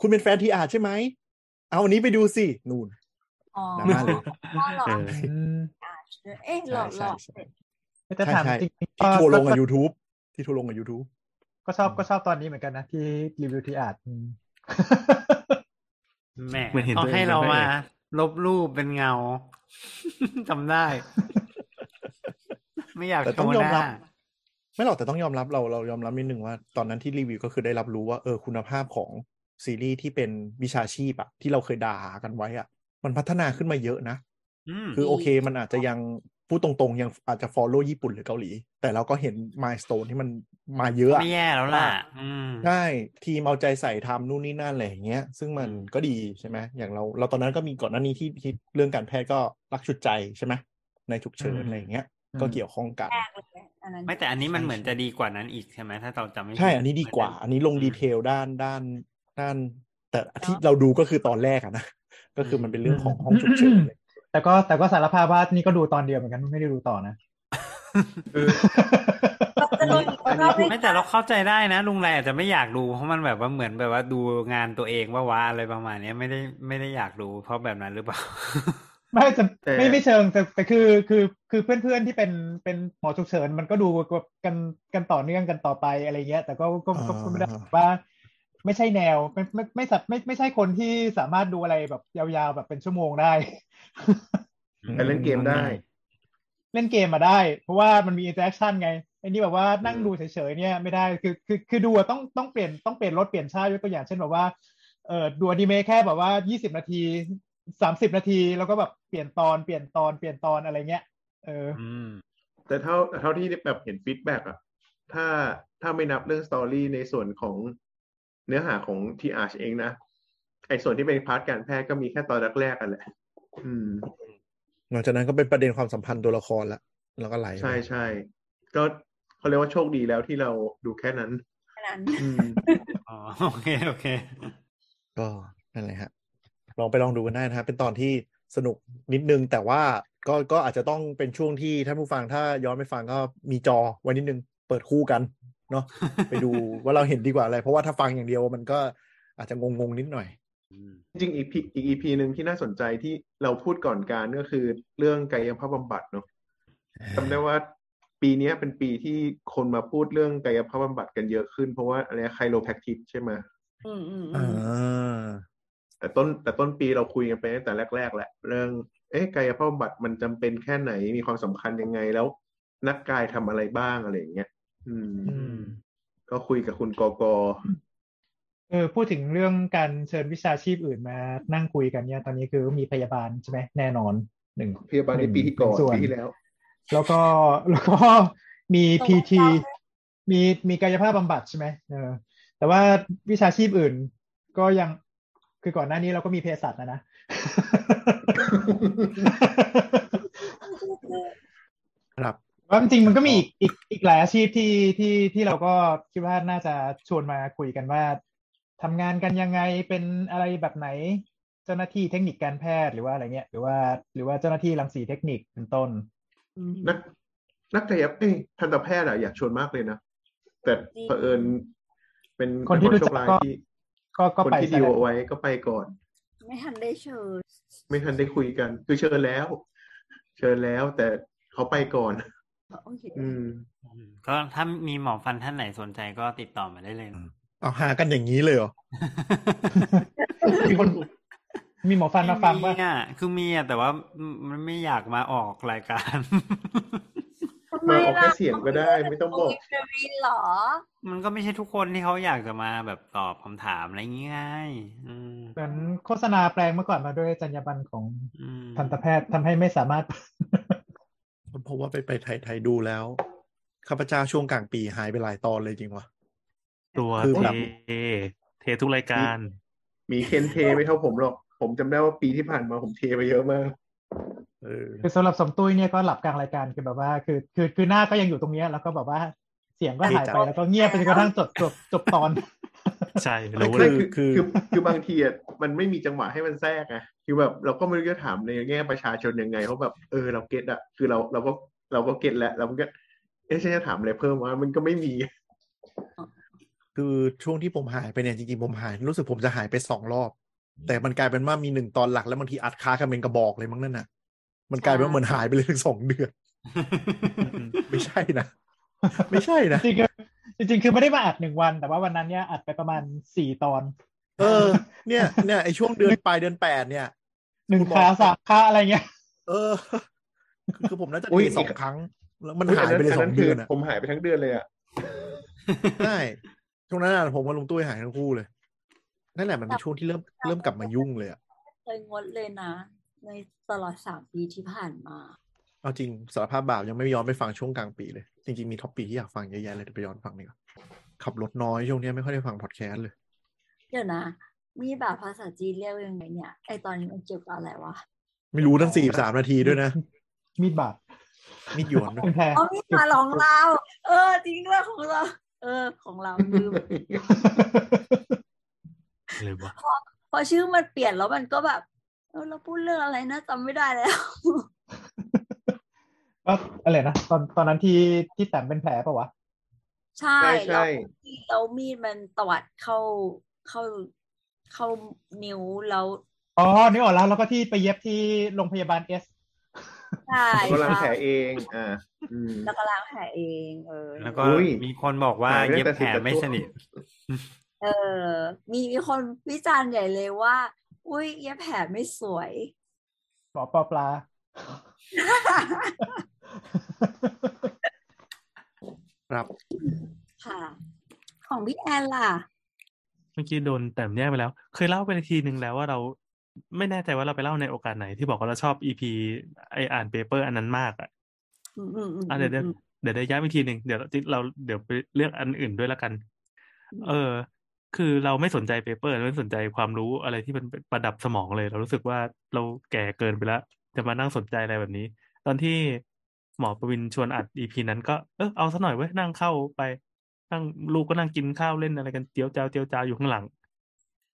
Speaker 6: คุณเป็นแฟนทีอาใช่ไหม เอาวันนี้ไปดูสิ นู่น
Speaker 2: อ๋อ
Speaker 6: ดราม่าเลย
Speaker 2: ว่าหลอก
Speaker 5: เออ
Speaker 4: อืม
Speaker 2: เอ๊ะหลอกหลอก
Speaker 4: แต่ถาม
Speaker 6: ใช่
Speaker 4: จริงๆก็
Speaker 6: ที่ทัวร์ลงกับ
Speaker 4: ก็
Speaker 6: YouTube ที่ทัวร์ลงกับ YouTube
Speaker 4: ก็ชอบก็ชอบตอนนี้เหมือนกันนะที่รีวิวที่อาจอืม
Speaker 3: แหม
Speaker 5: เหมือนเห็น
Speaker 3: ต้อ
Speaker 5: ตั
Speaker 3: ง
Speaker 5: วเอง
Speaker 3: ให้เรา
Speaker 5: เป็นพระ
Speaker 3: มา
Speaker 5: เอก
Speaker 3: ลบรูปเป็นเงา จำได้ ไม่อยาก
Speaker 6: แต่
Speaker 3: โช
Speaker 6: ต้อง
Speaker 3: ว์
Speaker 6: ยอ
Speaker 3: ห
Speaker 6: ม
Speaker 3: น้า
Speaker 6: รับ ไม่หรอกแต่ต้องยอมรับเราเรายอมรับนิดนึงว่า ตอนนั้นที่รีวิวก็คือได้รับรู้ว่าเออคุณภาพของซีรีส์ที่เป็นวิชาชีพอะที่เราเคยด่ากันไว้อะมันพัฒนาขึ้นมาเยอะนะ
Speaker 3: อืม
Speaker 6: คือโอเคมันอาจจะยังพูดตรงๆ ยังอาจจะ follow ญี่ปุ่นหรือเกาหลี แต่เราก็เห็นมายสเตนที่มันมาเยอะอะ
Speaker 3: ไม่แย่แล้วล่ะ อืม
Speaker 6: ใช่ทีมเอาใจใส่ทำนู่นนี่นั่นอะไรอย่างเงี้ย ซึ่งมัน
Speaker 3: อืม
Speaker 6: ก็ดีใช่ไหมอย่างเราเราตอนนั้นก็มีก่อนหน้านี้ที่คิดเรื่องการแพทย์ก็รักชุดใจใช่ไหมในฉุกเฉิน
Speaker 4: อืม
Speaker 6: อะไรอย่างเงี้ย ก็เกี่ยวข้องกัน
Speaker 2: แรกเลยอันนั้น
Speaker 3: ไม่แต่อันนี้มันเหมือนจะดีกว่านั้นอีกใช่ไหมถ้าเราจำไม่ผิ
Speaker 6: ใช่ อันนี้ดีกว่า อันนี้ลง
Speaker 3: อืม
Speaker 6: ดีเทลด้านด้านด้าน แต่ที่เราดูก็คือตอนแรกอะนะ ก็คือมันเป็นเรื่องของห้องฉุกเฉินเลย
Speaker 4: แต่ก็แต่ก็สารภาพว่านี่ก็ดูตอนเดียวเหมือนกันไม่ได้ดูต่อนะ
Speaker 7: คือ
Speaker 2: เราจะโดนอีกรอบ
Speaker 3: ไม่แต่เราเข้าใจได้นะ ลุงไรอาจจะไม่อยากดูเพราะมันแบบว่าเหมือนแบบว่าดูงานตัวเองว่าวะอะไรประมาณเนี้ยไม่ได้ไม่ได้อยากดูเพราะแบบนั้นหรือเปล่า
Speaker 4: ไม่แต่
Speaker 7: แต่
Speaker 4: ไม่ไม่เชิงแต่แต่คือคือคือเพื่อนๆที่เป็นเป็นหมอฉุกเฉินมันก็ดูกันกันต่อเนื่องกันต่อไปอะไรเงี้ย แต่ก็ก็ก็ก็ไม่ได้ว่า ไม่ใช่แนวไม่ไม่ไม่สับไม่ไม่ใช่คนที่สามารถดูอะไรแบบยาวๆแบบเป็นชั่วโมงได้
Speaker 7: แต่เล่นเกมได้
Speaker 4: เล่นเกมมาได้ เพราะว่ามันมีอินเตอร์แอคชั่นไงไอ้นี่แบบว่านั่งดูเฉยๆเนี่ยไม่ได้คือคือคือดูอะต้องต้องเปลี่ยนต้องเปลี่ยนรถเปลี่ยนชาติยกตัวอย่างเช่นแบบว่าเออดูอนิเมะแค่แบบว่ายี่สิบนาทีสามสิบนาที แล้วก็แบบเปลี่ยนตอนเปลี่ยนตอนเปลี่ยนตอนอะไรเงี้ยเออ
Speaker 3: อืม
Speaker 7: แต่เท่าเท่าที่แบบเห็นฟีดแบ็กอะถ้าถ้าไม่นับเรื่องสตอรี่ในส่วนของเนื้อหาของทีอาร์เองนะ ไอ้ส่วนที่เป็นพาร์ทการแพทย์ก็มีแค่ตอนแรกๆกันแหละ อืม
Speaker 6: หลังจากนั้นก็เป็นประเด็นความสัมพันธ์ตัวละครละแล้วก็ไหลไป
Speaker 7: ใช่ใช่ก็เขาเรียกว่าโชคดีแล้วที่เราดูแค่นั้น
Speaker 2: ขนาดนั้น
Speaker 7: อืม
Speaker 3: อ๋อโอเคโอเค
Speaker 6: ก็นั่นแหละฮะลองไปลองดูกันได้นะครับเป็นตอนที่สนุกนิดนึง แต่ว่าก็ก็อาจจะต้องเป็นช่วงที่ท่านผู้ฟังถ้าย้อนไปฟังก็มีจอไว้นิดนึง เปิดคู่กันเนาะ ไปดูว่าเราเห็นดีกว่าอะไร เพราะว่าถ้าฟังอย่างเดียวมันก็อาจจะงงๆนิดหน่อย
Speaker 7: จริงๆอีกพีอีกอีพีหนึ่งที่น่าสนใจที่เราพูดก่อนการก็คือเรื่องกายภาพบำบัดเนาะจำได้ว่าปีเนี้ยเป็นปีที่คนมาพูดเรื่องกายภาพบำบัดกันเยอะขึ้น เพราะว่าอะไรไคโรแพคทิกใช่ไหม
Speaker 2: อืมอืมอื
Speaker 6: อ่
Speaker 2: มา
Speaker 7: แต่ต้นแต่ต้นปีเราคุยกันไปตั้งแต่แรก ๆ แหละ เรื่องเอ๊ะกายภาพบำบัดมันจำเป็นแค่ไหนมีความสำคัญยังไงแล้ว นักกายทำอะไรบ้างอะไรอย่างเงี้ยอืม
Speaker 6: อืม
Speaker 7: ก็คุยกับคุณกอกอ
Speaker 4: เออพูดถึงเรื่องการเชิญวิชาชีพอื่นมานั่งคุยกันเนี่ย ตอนนี้คือมีพยาบาลใช่ไหมแน่นอนหนึ่ง
Speaker 7: พยาบาลในปีที่ก่อน
Speaker 4: ส่วน
Speaker 7: ปีที่แล้ว
Speaker 4: แล้วก็ แล้วก็มีพีทีมีมีกายภาพบำบัดใช่ไหมเออแต่ว่าวิชาชีพอื่นก็ยังคือก่อนหน้านี้เราก็มีเภสัชนะนะ
Speaker 6: ครับ
Speaker 4: ว่าจริงๆมันก็มีอีกอีกอีกหลายอาชีพที่ที่ที่เราก็คิดว่าน่าจะชวนมาคุยกันว่าทำงานกันยังไงเป็นอะไรแบบไหน เจ้าหน้าที่เทคนิคการแพทย์หรือว่าอะไรเงี้ยหรือว่าหรือว่าเจ้าหน้าที่รังสีเทคนิคเป็นต้น
Speaker 2: อืม
Speaker 7: นักนักกายภาพเอ้ยทันตแพทย์อะอยากชวนมากเลยนะ แต่เผอิญเป็น
Speaker 4: คนที่
Speaker 7: เป็
Speaker 4: รู้
Speaker 7: โช
Speaker 4: จัก
Speaker 7: คร้าย
Speaker 4: ก็
Speaker 7: ที่
Speaker 4: ก็ก็
Speaker 7: คน
Speaker 4: ไป
Speaker 7: ที่
Speaker 4: ซะ
Speaker 7: ดีล
Speaker 4: แล้ว
Speaker 7: เอาไว้ก็ไปก่อน
Speaker 2: ไม่ทันได้เชิญ
Speaker 7: ไม่ทันได้คุยกัน คือเชิญแล้ว เชิญแล้วแต่เขาไปก่อน
Speaker 2: โอเค
Speaker 7: อืม
Speaker 3: ก็ถ้ามีหมอฟันท่านไหนสนใจก็ติดต่อมาได้เลยนะ
Speaker 6: เอาหากันอย่างนี้เลยเหรอ
Speaker 4: มีคนมีหมอฟันมาฟังว่า
Speaker 3: ไอ่ะคือมีอ่ะแต่ว่ามันไม่อยากมาออกรายการ
Speaker 2: ทำไม
Speaker 7: มาออกแค่เสียงก็ได้ ไม่ต้องบอก
Speaker 2: เชอรีนหรอ
Speaker 3: มันก็ไม่ใช่ทุกคนที่เขาอยากจะมาแบบตอบคำถามอะไรง่ายๆอืม
Speaker 4: เหมือนโฆษณาแปลงเมื่อก่อนมาด้วยจรรยาบรรณของ
Speaker 3: อืม
Speaker 4: ทันตแพทย์ทำให้ไม่สามารถ
Speaker 6: เพราะว่าไปไปไทยไทยดูแล้วข้าพเจ้าช่วงกลางปีหายไปหลายตอนเลยจริงวะ
Speaker 5: ตัว
Speaker 6: คือ
Speaker 5: เท
Speaker 6: แบบ
Speaker 5: เททุกรายการ
Speaker 7: มีเคนเทไม่เท่าผมหรอก ผมจำได้ว่าปีที่ผ่านมาผมเทไปเยอะมาก
Speaker 6: เออ
Speaker 4: คือสำหรับสมตุ้ยเนี่ยก็หลับกลางรายการคือแบบว่าคือคือคือหน้าก็ยังอยู่ตรงเนี้ยแล้วก็แบบว่าเสียงก็หายไป
Speaker 6: เสียใจ
Speaker 4: แล้วก็เงียบไปจนกระทั่งจบจบจบตอน
Speaker 5: ใช่
Speaker 6: ไม่
Speaker 5: รู้
Speaker 6: คื
Speaker 5: เล
Speaker 6: อ
Speaker 5: ย
Speaker 7: ไม่คือคือคือบางทีอะมันไม่มีจังหวะให้มันแทรกอะคือแบบเราก็ไม่รู้จะถามในแง่ประชาชนยังไงเพราะแบบเออเราเก็ตอะคือเราเราก็เราก็เก็ตแล้วเราก็เอ๊ะฉันจะถามอะไรเพิ่มวะมันก็ไม่มี
Speaker 6: คือช่วงที่ผมหายไปเนี่ยจริงๆผมหาย รู้สึกผมจะหายไปสองรอบ แต่มันกลายเป็นว่ามีหนึ่งตอนหลักแล้วบางทีอัดค้ากันเป็นกระบอกเลยมั้งนั่นน่ะ มันกลายเป็นว่าเหมือนหายไปเลยถึงสองเดือน ไม่ใช่นะ ไม่ใช่นะ
Speaker 4: จริงๆคือจริงๆคือไม่ได้มาอัดหนึ่งวัน แต่ว่าวันนั้นเนี่ยอัดไปประมาณสี่ตอน
Speaker 6: เออ เนี่ยเนี่ยไอช่วงเดือนปลายเดือนแปดเนี่ย
Speaker 4: หนึ่ง
Speaker 6: คุณหมอ
Speaker 4: ขาสามขาอะไรเงี้ย
Speaker 6: เออ คือคือผมน่าจะเทสองครั้ง แล้วมันหายไปเลยสอง
Speaker 7: คื
Speaker 6: เดือนอ่ะ
Speaker 7: ผมหายไปทั้งเดือนเลยอะ
Speaker 6: ใช่ช่วงนั้นอะผมกับลุงตุ้ยหายทั้งคู่เลยนั่นแหละมันเป็นช่วงที่เริ่มเริ่มกลับมายุ่งเลยอะ
Speaker 2: เคยงดเลยนะ ในตลอดสามปีที่ผ่านมา
Speaker 6: เอาจริงสารภาพบาปยังไม่ย้อนไปฟังช่วงกลางปีเลย จริงๆมีท็อปปีที่อยากฟังเยอะแยะเลยแต่ไปย้อนฟังดีกว่าขับรถน้อยช่วงเนี้ยไม่ค่อยได้ฟังพอดแคสต์เลย
Speaker 2: เดี๋ยวนะ มีแบบภาษาจีนเรียกว่ายังไงเนี่ย ไอตอนนี้มันเกี่ยวกับอะไรวะ
Speaker 6: ไม่รู้ทั้งสี่สามนาทีด้วยนะ
Speaker 4: มีดบาด
Speaker 6: มิดหยวนด้วย
Speaker 4: เป็นแพร
Speaker 2: อ๋อนี่มาของเรา เออจริงด้วยของเรา เออ ของเราลืม
Speaker 5: เลยวะ
Speaker 2: พอชื่อมันเปลี่ยนแล้วมันก็แบบเออเราพูดเรื่องอะไรนะจำไม่ได้แล้ว
Speaker 4: ก็อะไรนะตอนตอนนั้นที่ที่แต้มเป็นแผลปะวะ
Speaker 2: ใช่
Speaker 7: ใช่
Speaker 2: แล้ว
Speaker 7: ใช่
Speaker 2: มีแล้วมีดมันตวัดเข้าเข้าเข้านิ้วแล้ว
Speaker 4: อ๋อนึกออกแล้วแล้วก็ที่ไปเย็บที่โรงพยาบาลเอส
Speaker 2: ใช่
Speaker 7: ผมก็ล้างแผล
Speaker 2: ใช่
Speaker 7: เองอ่าอืม
Speaker 2: แล้วก็ล้างแผลเอง เออ
Speaker 3: แล้วก็
Speaker 7: อุ๊ย
Speaker 3: มีคนบอกว่า
Speaker 7: หายไป
Speaker 3: เย็บ
Speaker 7: ตั้ง
Speaker 3: แผ
Speaker 7: แต่
Speaker 3: ล
Speaker 7: สิบกว่า
Speaker 3: ไม่
Speaker 7: ตัว
Speaker 3: สนิท
Speaker 2: เออ มีมีคนวิจารณ์ใหญ่เลยว่า อุ้ยเย็บแผลไม่สวย
Speaker 4: หมอปอปลา
Speaker 6: ครับ
Speaker 2: ค่ะ ของพี่แอนล่ะ
Speaker 5: เมื่อกี้โดนแต่มแยกไปแล้ว เคยเล่าไปทีหนึ่งแล้วว่าเราไม่แน่ใจว่าเราไปเล่าในโอกาสไหนที่บอกว่าเราชอบอีพีไออ่านเปเปอร์อันนั้นมากอ่ะ
Speaker 2: อืมอืมอืม
Speaker 5: อ่ะเดี๋ยวเดี๋ยว
Speaker 2: อืม
Speaker 5: เดี๋ยวได้ย้ำอีกทีหนึ่งเดี๋ยวเราเราเดี๋ยวไปเลือกอันอื่นด้วยละกัน
Speaker 2: อืม
Speaker 5: เออ คือเราไม่สนใจเปเปอร์เราไม่สนใจความรู้อะไรที่มันเป็นประดับสมองเลย เรารู้สึกว่าเราแก่เกินไปแล้วจะมานั่งสนใจอะไรแบบนี้ ตอนที่หมอประวินชวนอัดอีพีนั้นก็เออเอาซะหน่อยเว้ยนั่งเข้าไป นั่งลูกก็นั่งกินข้าวเล่นอะไรกันเจียวจ้าวเจียวจ้าวอยู่ข้างหลัง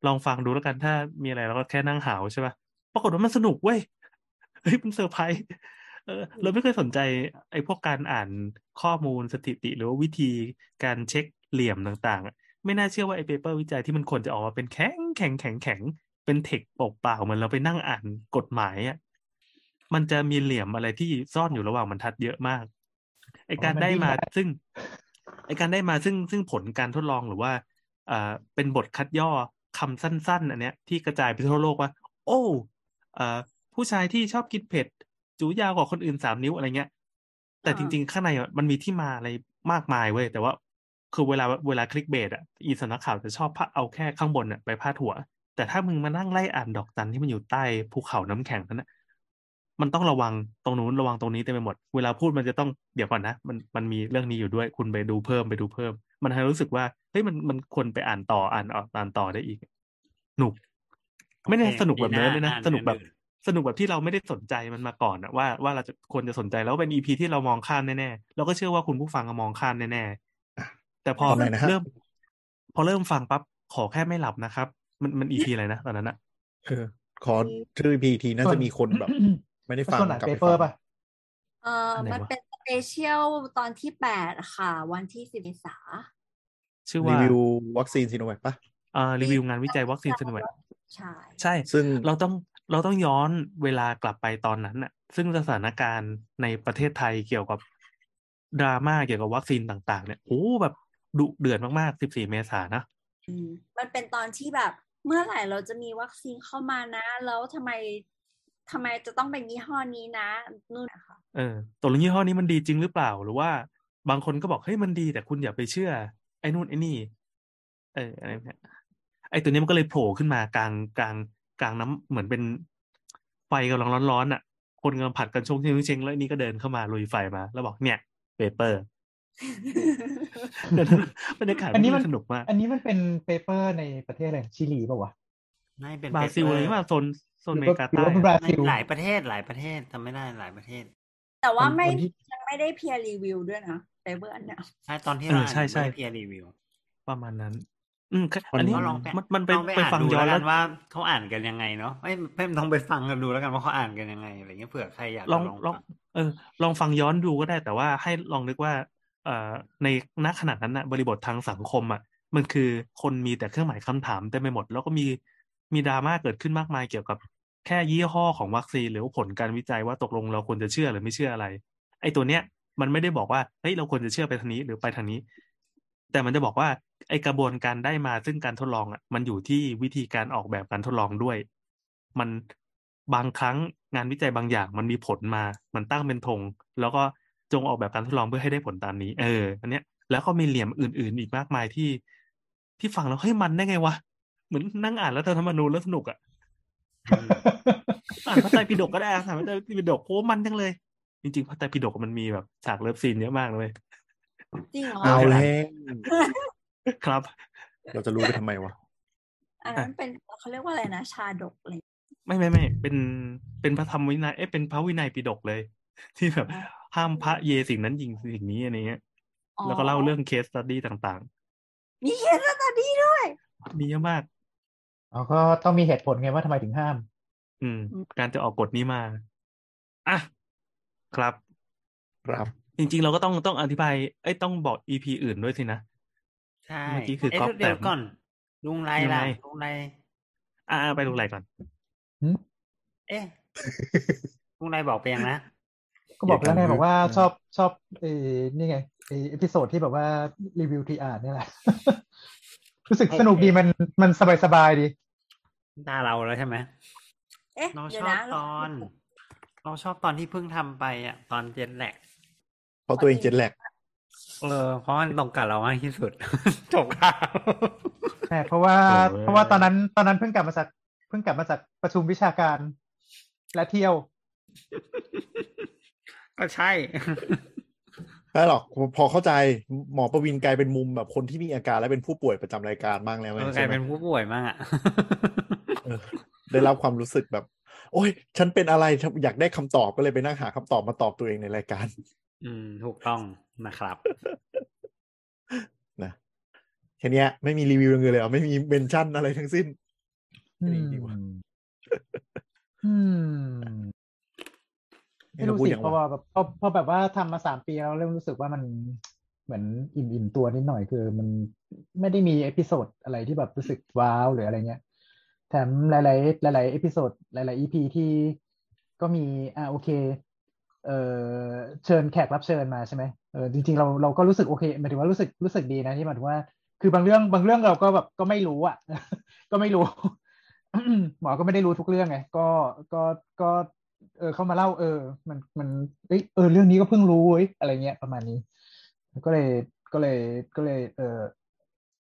Speaker 5: ลองฟังดูแล้วกันถ้ามีอะไรเราก็แค่นั่งหาวใช่ปะปรากฏว่ามันสนุกเว้ย เฮ้ยมันเซอร์ไพรส์ เออเราไม่เคยสนใจไอ้พวกการอ่านข้อมูลสถิติหรือว่าวิธีการเช็คเหลี่ยมต่างๆอะไม่น่าเชื่อว่าไอ้เปเปอร์วิจัยที่มันควรจะออกมาเป็นแข็งแข็งแข็งแข็งเป็นเทคเปล่าๆเหมือนเราไปนั่งอ่านกฎหมายอ่ะมันจะมีเหลี่ยมอะไรที่ซ่อนอยู่ระหว่างบรรทัดเยอะมากไอ้การ
Speaker 4: อ๋อมัน
Speaker 5: ได้มา
Speaker 4: ดิ้นได้
Speaker 5: ซึ่งไอ้การได้มาซึ่งซึ่งผลการทดลองหรือว่า เอ่อเป็นบทคัดย่อคำสั้น ๆ อันเนี้ย ที่กระจายไปทั่วโลกว่า โอ้เอ่อผู้ชายที่ชอบกินเผ็ด จูยาวกว่าคนอื่นสามนิ้วอะไรเงี้ย แต่
Speaker 2: อ่า
Speaker 5: จริง ๆ ข้างในอะมันมีที่มาอะไรมากมายเว้ย แต่ว่าคือเวลาเวลาคลิกเบสอ่ะอีสำนักข่าวจะชอบพะเอาแค่ข้างบนอ่ะไปพาดหัว แต่ถ้ามึงมานั่งไล่อ่านดอกจันที่มันอยู่ใต้ภูเขาน้ำแข็งนั้นนะมันต้องระวังตรงนู้นระวังตรงนี้เต็มไปหมด เวลาพูดมันจะต้องเดี๋ยวก่อนนะ มันมันมีเรื่องนี้อยู่ด้วย คุณไปดูเพิ่มไปดูเพิ่ม มันให้รู้สึกว่าเฮ้ยมันมันควรไปอ่านต่ออ่านออกอ่านต่อได้อีกหนุก ไม่แน่
Speaker 3: โอเค
Speaker 5: สนุกแบบนั้น
Speaker 3: ปีหน้า
Speaker 5: เลยนะ
Speaker 3: อ่าน
Speaker 5: สนุกแบบ
Speaker 3: อันอื่น
Speaker 5: สนุกแบบที่เราไม่ได้สนใจมันมาก่อนอะว่าว่าเราจะควรจะสนใจแล้วเป็นอีพีที่เรามองข้ามแน่ๆเราก็เชื่อว่าคุณผู้ฟังก็มองข้ามแน่ๆแต่พอ
Speaker 6: ตอนไหนนะฮะ
Speaker 5: เริ่ม พอเริ่มฟังปั๊บขอแค่ไม่หลับนะครับ มันมันอีพีอะไรนะตอนนั้นอะ
Speaker 6: เออขอชื่อพีทีน่าจะมีคน แบบ ไม่ได้ฟัง
Speaker 4: ส่วนอ่าน
Speaker 6: กลับ
Speaker 4: เป
Speaker 6: ไป
Speaker 4: เปอ
Speaker 6: ฟั
Speaker 4: ร์
Speaker 6: ง
Speaker 4: ป่ะ
Speaker 2: เออมันเป็นสเปเชียลตอนที่แปดอะค่ะ วันที่สิบเมษา
Speaker 5: ชื่อ
Speaker 6: รี
Speaker 5: ว่า
Speaker 6: วิววัคซีนซีโนแวคปะ
Speaker 5: อ่ารีวิวงานวิจัยวัคซีนสนุก
Speaker 2: ใช่
Speaker 5: ใช่
Speaker 6: ซึ่ง
Speaker 5: เราต้องเราต้องย้อนเวลากลับไปตอนนั้นน่ะ ซึ่งสถานการณ์ในประเทศไทยเกี่ยวกับดราม่าเกี่ยวกับวัคซีนต่าง ๆ เนี่ยโอ้แบบดุเดือดมากๆ 14 เมษายนนะ
Speaker 2: อืมมันเป็นตอนที่แบบ เมื่อไหร่เราจะมีวัคซีนเข้ามานะ แล้วทำไม ทำไมจะต้องเป็นยี่ห้อนี้นะนู่นนะคะ
Speaker 5: เออตกลงยี่ห้อนี้มันดีจริงหรือเปล่า หรือว่าบางคนก็บอกเฮ้ยมันดี แต่คุณอย่าไปเชื่อ ไอ้นู่นไอ้นี่ เอออะไรเนี่ยไอ้ตัวนี้มันก็เลยโผล่ขึ้นมากลางกลางกลางน้ำเหมือนเป็นไฟกำลังร้อนๆอ่ะ คนกำลังผัดกันชงเชงเชงแล้วไอ้นี่ก็เดินเข้ามาลุยไฟมา แล้วบอกเนี่ยเปเปอร์ บรรยากาศ
Speaker 4: อันนี้มัน
Speaker 5: สนุกมาก
Speaker 4: อันนี้มันเป็นเปเปอร์ในประเทศอะไรชิลีป่าววะ
Speaker 3: ไม่เป็น
Speaker 5: บราซิลเลยว่าโซนโซนอเมริกา
Speaker 4: หรือ
Speaker 5: ใต้
Speaker 4: ว่าหรือว่าบราซิล
Speaker 3: หลายประเทศหลายประเทศจำไม่ได้หลายประเทศ
Speaker 2: แต่ว่าไม่
Speaker 4: คนที่
Speaker 2: ยังไม่ได้เพียร์รีวิวด้วยนะไฟเบอร์อันเนี้ย
Speaker 3: ใช่ตอนที่เราเพียรีวิว
Speaker 5: ประมาณนั้น อืมคือ
Speaker 6: คน
Speaker 5: อันนี้
Speaker 3: ก็ลองไป
Speaker 5: มันมันไป
Speaker 3: ลอง
Speaker 5: ไป
Speaker 3: อ่าน
Speaker 5: ฟัง
Speaker 3: ดู
Speaker 5: ย้อน
Speaker 3: แล้ว
Speaker 5: แล้
Speaker 3: กัน
Speaker 5: ว
Speaker 3: ว่าเขาอ่านกันยังไงเนาะไม่ไม่ต้องไปฟังกันดูแล้วกันว่าเขาอ่านกันยังไงอะไรเงี้ยเผื่อใครอยากจะ
Speaker 5: ลองล
Speaker 3: ล
Speaker 5: อ
Speaker 3: อง ง
Speaker 5: เออ ลองฟังย้อนดูก็ได้ แต่ว่าให้ลองนึกว่า เอ่อ ในณขณะนั้นนะบริบททางสังคมอ่ะ มันคือคนมีแต่เครื่องหมายคำถามเต็มไปหมด แล้วก็มีมีดราม่าเกิดขึ้นมากมายเกี่ยวกับแค่ยี่ห้อของวัคซีนหรือว่าผลการวิจัยว่าตกลงเราควรจะเชื่อหรือไม่เชื่ออะไร ไอ้ตัวเนี้ย มันไม่ได้บอกว่าเฮ้ยเราควรจะเชื่อไปทางนี้หรือไปทางนี้ แต่มันจะบอกว่าไอกระบวนการได้มาซึ่งการทดลองอ่ะ มันอยู่ที่วิธีการออกแบบการทดลองด้วย มันบางครั้งงานวิจัยบางอย่างมันมีผลมา มันตั้งเป็นธงแล้วก็จงออกแบบการทดลองเพื่อให้ได้ผลตามนี้ เออ อันเนี้ย แล้วก็มีเหลี่ยมอื่น ๆ อีกมากมายที่ ที่ฟังแล้วเฮ้ยมันได้ไงวะเหมือนนั่งอ่านแล้วธรรมนูญแล้วสนุกอ่ะ อ่านพระไตรปิฎกก็ได้อ่ะอ่านพระไตรปิฎกโอ้มันจังเลย จริงๆพระไตรปิฎกมันมีแบบฉากเลิฟซีนเยอะมากเลย
Speaker 2: จริงเหรอ
Speaker 6: เอาแล้ว
Speaker 5: ครับ
Speaker 6: เราจะรู้ไปทำไมวะ
Speaker 2: อันนั้นเป็นเขาเรียกว่าอะไรนะ ชาดกอะไรอย่างเงี้ย
Speaker 5: ไม่ไม่ไม่เป็นเป็นพระธรรมวินัยเอ๊ะเป็นพระวินัยปิฎกเลย ที่แบบห้ามพระเยสิ่งนั้นยิงสิ่งนี้อะไรเงี้ย
Speaker 2: อ๋อ
Speaker 5: แล้วก็เล่าเรื่องเคสตัดดี้ต่าง
Speaker 2: มีเคสตัดดี้ด้วย
Speaker 5: ๆ ดีมาก
Speaker 4: อ๋อก็ต้องมีเหตุผลไงว่าทำไมถึงห้าม
Speaker 5: อืม
Speaker 2: อืม
Speaker 5: การจะออกกฎนี้มาอ่ะครับ
Speaker 6: ครับ
Speaker 5: จริงๆ เราก็ต้องต้องอธิบายเอ้ยต้องบอก EP อื่นด้วยสินะ
Speaker 3: ใช่
Speaker 5: เมื่อกี้คือ
Speaker 3: เอ๊ะ
Speaker 5: ก๊อป
Speaker 3: เดี๋ยว
Speaker 5: แปม
Speaker 3: ก่อน ลุงไรล่ะ
Speaker 5: ยังไง
Speaker 3: ลุงไร
Speaker 5: อ่าไปลงไหลก่อน
Speaker 3: เอ๊ะลุงไรบอกไปยังนะ
Speaker 4: ก็บอกแล้วไง
Speaker 6: เกี่ยว
Speaker 4: บ
Speaker 6: กับ
Speaker 4: อกว่า
Speaker 6: เรื่อง
Speaker 4: ชอบชอบเออนี่ไงเออพิโซดที่แบบว่ารีวิวทีอาร์เนี่ยแหละ รู้สึกสนุกดีมันมันสบายสบายๆดี
Speaker 3: ตาเราแล้วใช่ไหม
Speaker 2: เอ๊ะ
Speaker 3: เรา
Speaker 2: เดี๋
Speaker 3: ช
Speaker 2: ยว
Speaker 3: อบ
Speaker 2: นะ
Speaker 3: ตอน เราชอบตอนที่เพิ่งทำไปอ่ะ ตอนเจนแหลก
Speaker 6: เพราะตัวเองเจ็ดแหลก
Speaker 3: เออเพราะมันตรงกับเรามากที่ สุด จบ ข่าว
Speaker 4: ใช่เพราะว่า
Speaker 5: โอ้ย
Speaker 4: เพราะว่าตอนนั้นตอนนั้นเพิ่งกลับมาจากเพิ่งกลับมาจากประชุมวิชาการและเที่ยว
Speaker 3: ก็ใช่
Speaker 6: ไม่หรอกพอเข้าใจหมอประวินกลายเป็นมุมแบบคนที่มีอาการและเป็นผู้ป่วยประจำรายการบ้างแล้วไง
Speaker 3: เออกลา
Speaker 6: ใช่
Speaker 3: ย
Speaker 6: ไหม
Speaker 3: เป็นผู้ป่วยมากอ่ะ
Speaker 6: เออได้รับความรู้สึกแบบ โอ้ย ฉันเป็นอะไรอยากได้คำตอบก็เลยไปนั่งหาคำตอบมาตอบตัวเองในราย การ
Speaker 3: อืม ถูกต้องนะครับ
Speaker 6: นะแค่เนี้ยไม่มีรีวิวอย่างอื่นเลยเหรอไม่มีเมนชั่นอะไรทั้งสิ้น อันนี้ดีว่ะ
Speaker 4: อืม
Speaker 6: นี่
Speaker 4: ไม่
Speaker 6: เรา
Speaker 4: รู้
Speaker 6: พูด
Speaker 4: สิ
Speaker 6: อย่าง
Speaker 4: เพราะ
Speaker 6: วะ
Speaker 4: ว่าแบบพอพอแบบว่าทำมาสามปีแล้วเริ่มรู้สึกว่ามันเหมือนอิ่มอิ่มตัวนิดหน่อยคือ มันไม่ได้มีเอพิโซดอะไรที่แบบรู้สึกว้าวหรืออะไรเงี้ยแถมหลาย ๆ หลาย ๆ เอพิโซดหลาย ๆ อีพีที่ก็มี อ่าโอเค เออเชิญแขกรับเชิญมาใช่ไหมเออจริง ๆ เราเราก็รู้สึกโอเคหมายถึงว่ารู้สึกรู้สึกดีนะที่หมายถึงว่า คือบางเรื่องบางเรื่องเราก็แบบก็ไม่รู้อ่ะ ก็ไม่รู้ หมอก็ไม่ได้รู้ทุกเรื่องไงก็ก็ก็ เออเข้ามาเล่าเออ มันมันเอ้ยเออเรื่องนี้ก็เพิ่งรู้เว้ยอะไรเงี้ยประมาณนี้ ก็เลยก็เลยก็เลย เออ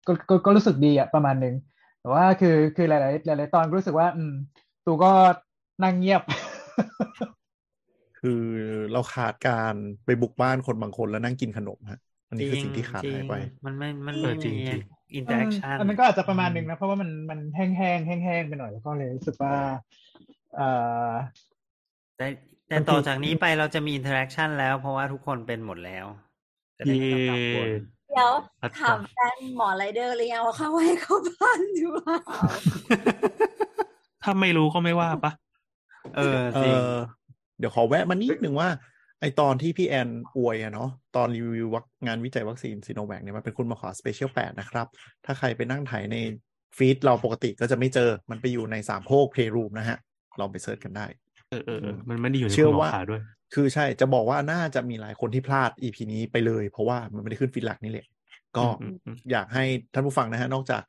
Speaker 4: ก็ก็ก็รู้สึกดีอะประมาณหนึ่งแต่ว่าคือคือหลาย ๆ หลาย ๆ ตอนก็รู้สึกว่า อืมตูก็นั่งเงียบ
Speaker 6: คือเราขาดการไปบุกบ้านคนบางคนแล้วนั่งกินขนมฮะ อันนี้คือสิ่งที่ขาด
Speaker 3: จริ
Speaker 6: หาย
Speaker 3: ง
Speaker 6: ไป
Speaker 3: ๆมันไม่มัน
Speaker 5: เอ
Speaker 3: ไม่
Speaker 5: อจริง
Speaker 3: มี
Speaker 5: จริง
Speaker 3: อินเตอร์แอคชั่น
Speaker 4: อันนั้นก็อาจจะประมาณหนึ่งนะ เพราะว่ามันมันแห้งแห้งแห้งแห้งๆไปหน่อยแล้วก็เลยรู้สึกว่าเออ
Speaker 3: แต่แต่ต่อจากนี้ไปเราจะมีอินเตอร์แอคชั่นแล้ว เพราะว่าทุกคนเป็นหมดแล้ว จะได้ไม่ต้องกังวล
Speaker 5: เย้
Speaker 2: เดี๋ยว
Speaker 5: อัด
Speaker 2: ถามแฟนหมอไรเดอร์หรือยังว่าเขาให้เขาบ้านหรือเปล่า
Speaker 5: ถ้าไม่รู้ก็ไม่ว่าปะ
Speaker 3: เออ
Speaker 6: เอ
Speaker 3: จริง
Speaker 6: อเดี๋ยวขอแวะมานิดหนึ่งว่า ไอตอนที่พี่แอนอวยอะเนาะตอนรีวิววัคงานวิจัยวัคซีนซีโนแวคเนี่ยมันเป็นคุณหมาขอสเปเชียลแปดนะครับ ถ้าใครไปนั่งถ่ายในฟีดเราปกติก็จะไม่เจอมันไปอยู่ในสามโคกเพลย์รูมนะฮะลองไปเซิร์ชกันได้
Speaker 5: เออเออเออมันไม่ได้อยู่ใน
Speaker 6: เชื่อ
Speaker 5: คุณหม
Speaker 6: ว่า
Speaker 5: อขาด้วย
Speaker 6: คือใช่จะบอกว่าน่าจะมีหลายคนที่พลาด EP นี้ไปเลย เพราะว่ามันไม่ได้ขึ้นฟีดหลักนี่แหละก็
Speaker 5: อืมอืม
Speaker 6: อยากให้ท่านผู้ฟังนะฮะ นอกจาก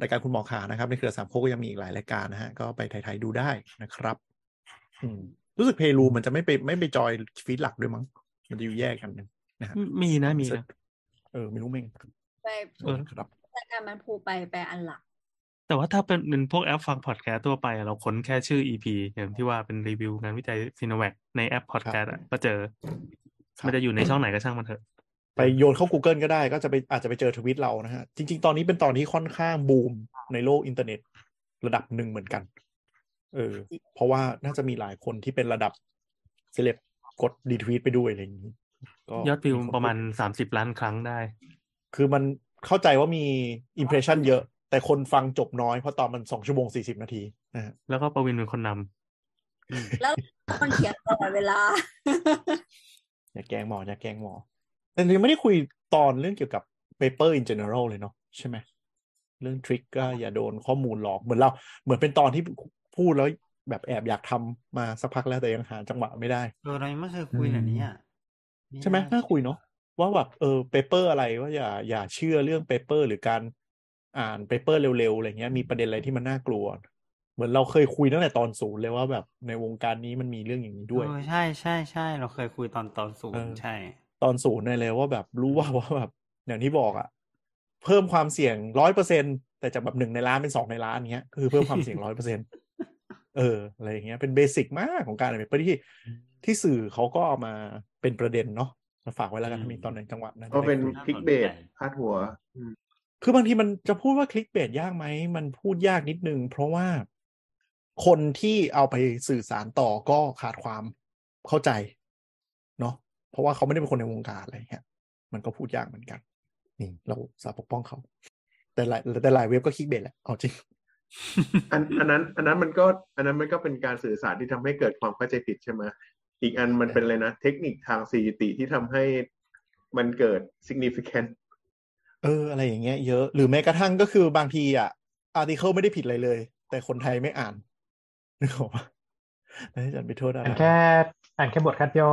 Speaker 6: รายการคุณหมอขานะครับ ในเครือสามโคกก็ยังมีอีกหลายรายการนะฮะ ก็ไปไทยๆดูได้นะครับ อืมรู้สึกเพลูมันจะไม่ไปไม่ไปจอยฟีดหลักด้วยมั้ง มันจะอยู่แยกกันนะนะฮะ
Speaker 5: มีนะมีนะ
Speaker 6: เออไม่รู้เม่งกัน
Speaker 2: ไป
Speaker 5: เออ
Speaker 6: ครับ
Speaker 2: รายการมันพูไปไปอันหลัก
Speaker 5: แต่ว่าถ้าเป็นเป็นพวกแอปฟังพอดแคสต์ทั่วไปอะเราค้นแค่ชื่อ EP อย่างที่ว่าเป็นรีวิวงานวิจัยซีโนแวคในแอปพอดแคสต์อะก็เจอ
Speaker 6: ครับ
Speaker 5: มันจะอยู่ในช่องไหนก็ช่างมันเถอะ
Speaker 6: ไปโยนเข้า Google ก็ได้ก็จะไปอาจจะไปเจอทวิตเรานะฮะ จริง ๆ ตอนนี้เป็นตอนที่ค่อนข้างบูมในโลกอินเทอร์เน็ต ระดับหนึ่งเหมือนกัน เออ เพราะว่าน่าจะมีหลายคนที่เป็นระดับเซเลบกดดีทวีตไปด้วยอะไรอย่างนี้ก็
Speaker 5: ยอดวิว
Speaker 6: คน
Speaker 5: ประมาณสามสิบล้านครั้งได้
Speaker 6: คือมันเข้าใจว่ามีอิมเพรสชันเยอะ แต่คนฟังจบน้อย เพราะตอนมันสองชั่วโมงสี่สิบนาทีนะฮะ
Speaker 5: แล้วก็ประวินเป็นคนนำ
Speaker 2: แล้วมันเขียนตลอดเวลา
Speaker 6: อย่าแกล้งหมออย่าแกล้งหมอ แต่ยังไม่ได้คุยตอนเรื่องเกี่ยวกับ paper in general เลยเนาะใช่ไหม เรื่องทริกก็อย่าโดนข้อมูลหลอกเหมือนเรา เหมือนเป็นตอนที่พูดแล้วแบบแอบอยากทำมาสักพักแล้วแต่ยังหาจังหวะไม่ได้
Speaker 3: เออเรายังไม่เคยคุยเนี่ยเนี่ย
Speaker 6: ใช่ไหม
Speaker 3: น่า
Speaker 6: น่าคุยเนาะว่าแบบเออ paper อะไรว่าอย่าอย่าเชื่อเรื่อง paper หรือการอ่าน paper เร็วๆอะไรเงี้ยมีประเด็นอะไรที่มันน่ากลัว เหมือนเราเคยคุยตั้งแต่ตอนศูนย์เลยว่าแบบในวงการนี้มันมีเรื่องอย่างนี้ด้วย
Speaker 3: เออใช่ใช่ใช่เราเคยคุยตอนตอนศูน
Speaker 6: เอ
Speaker 3: ย์
Speaker 6: อ
Speaker 3: ใช่
Speaker 6: ตอนศูนย์เลยเลยว่าแบบรู้ว่า ว่าแบบอย่างที่บอกอะเพิ่มความเสี่ยงร้อยเปอร์เซ็นแต่จากแบบหนึ่งในล้านเป็นสองในล้านเงี้ยคือเพิ่มความเสี่ย งร้อยเปอร์เซ็นเอออะไรอย่างเงี้ยเป็นเบสิกมากของการอะไรเป็นที่ที่สื่อเขาก็เอามาเป็นประเด็นเนาะมาฝากไว้แล้วกันถ้ามีตอนไหนจังหวะนะ
Speaker 7: ก็
Speaker 6: จะได้
Speaker 7: เป็น
Speaker 6: คุย
Speaker 7: คลิกเบสพาดหัว อืม
Speaker 6: คือบางทีมันจะพูดว่าคลิกเบสยากไหมมันพูดยากนิดนึง เพราะว่าคนที่เอาไปสื่อสารต่อก็ขาดความเข้าใจ เนาะเพราะว่าเขาไม่ได้เป็นคนในวงการอะไรอย่างเงี้ย มันก็พูดยากเหมือนกัน นี่เราสาปกป้องเขา แต่หลายแต่หลายเว็บก็คลิกเบสแหละเอาจริง
Speaker 7: อันอันนั้น อันนั้นมันก็อันนั้นมันก็เป็นการสื่อสารที่ทำให้เกิดความเข้าใจผิดใช่ไหมอีกอันมันเป็นอะไรนะ เทคนิคทางสถิติที่ทำให้มันเกิด significant
Speaker 6: เอออะไรอย่างเงี้ยเยอะ หรือแม้กระทั่งก็คือบางทีอ่ะอาร์ติเคิลไม่ได้ผิดอะไรเลย แต่คนไทยไม่อ่านนึกออกปะแล้วอาจารย์ไปโทษอะไร
Speaker 4: อ่านแค่อ่านแค่บทคัดย่อ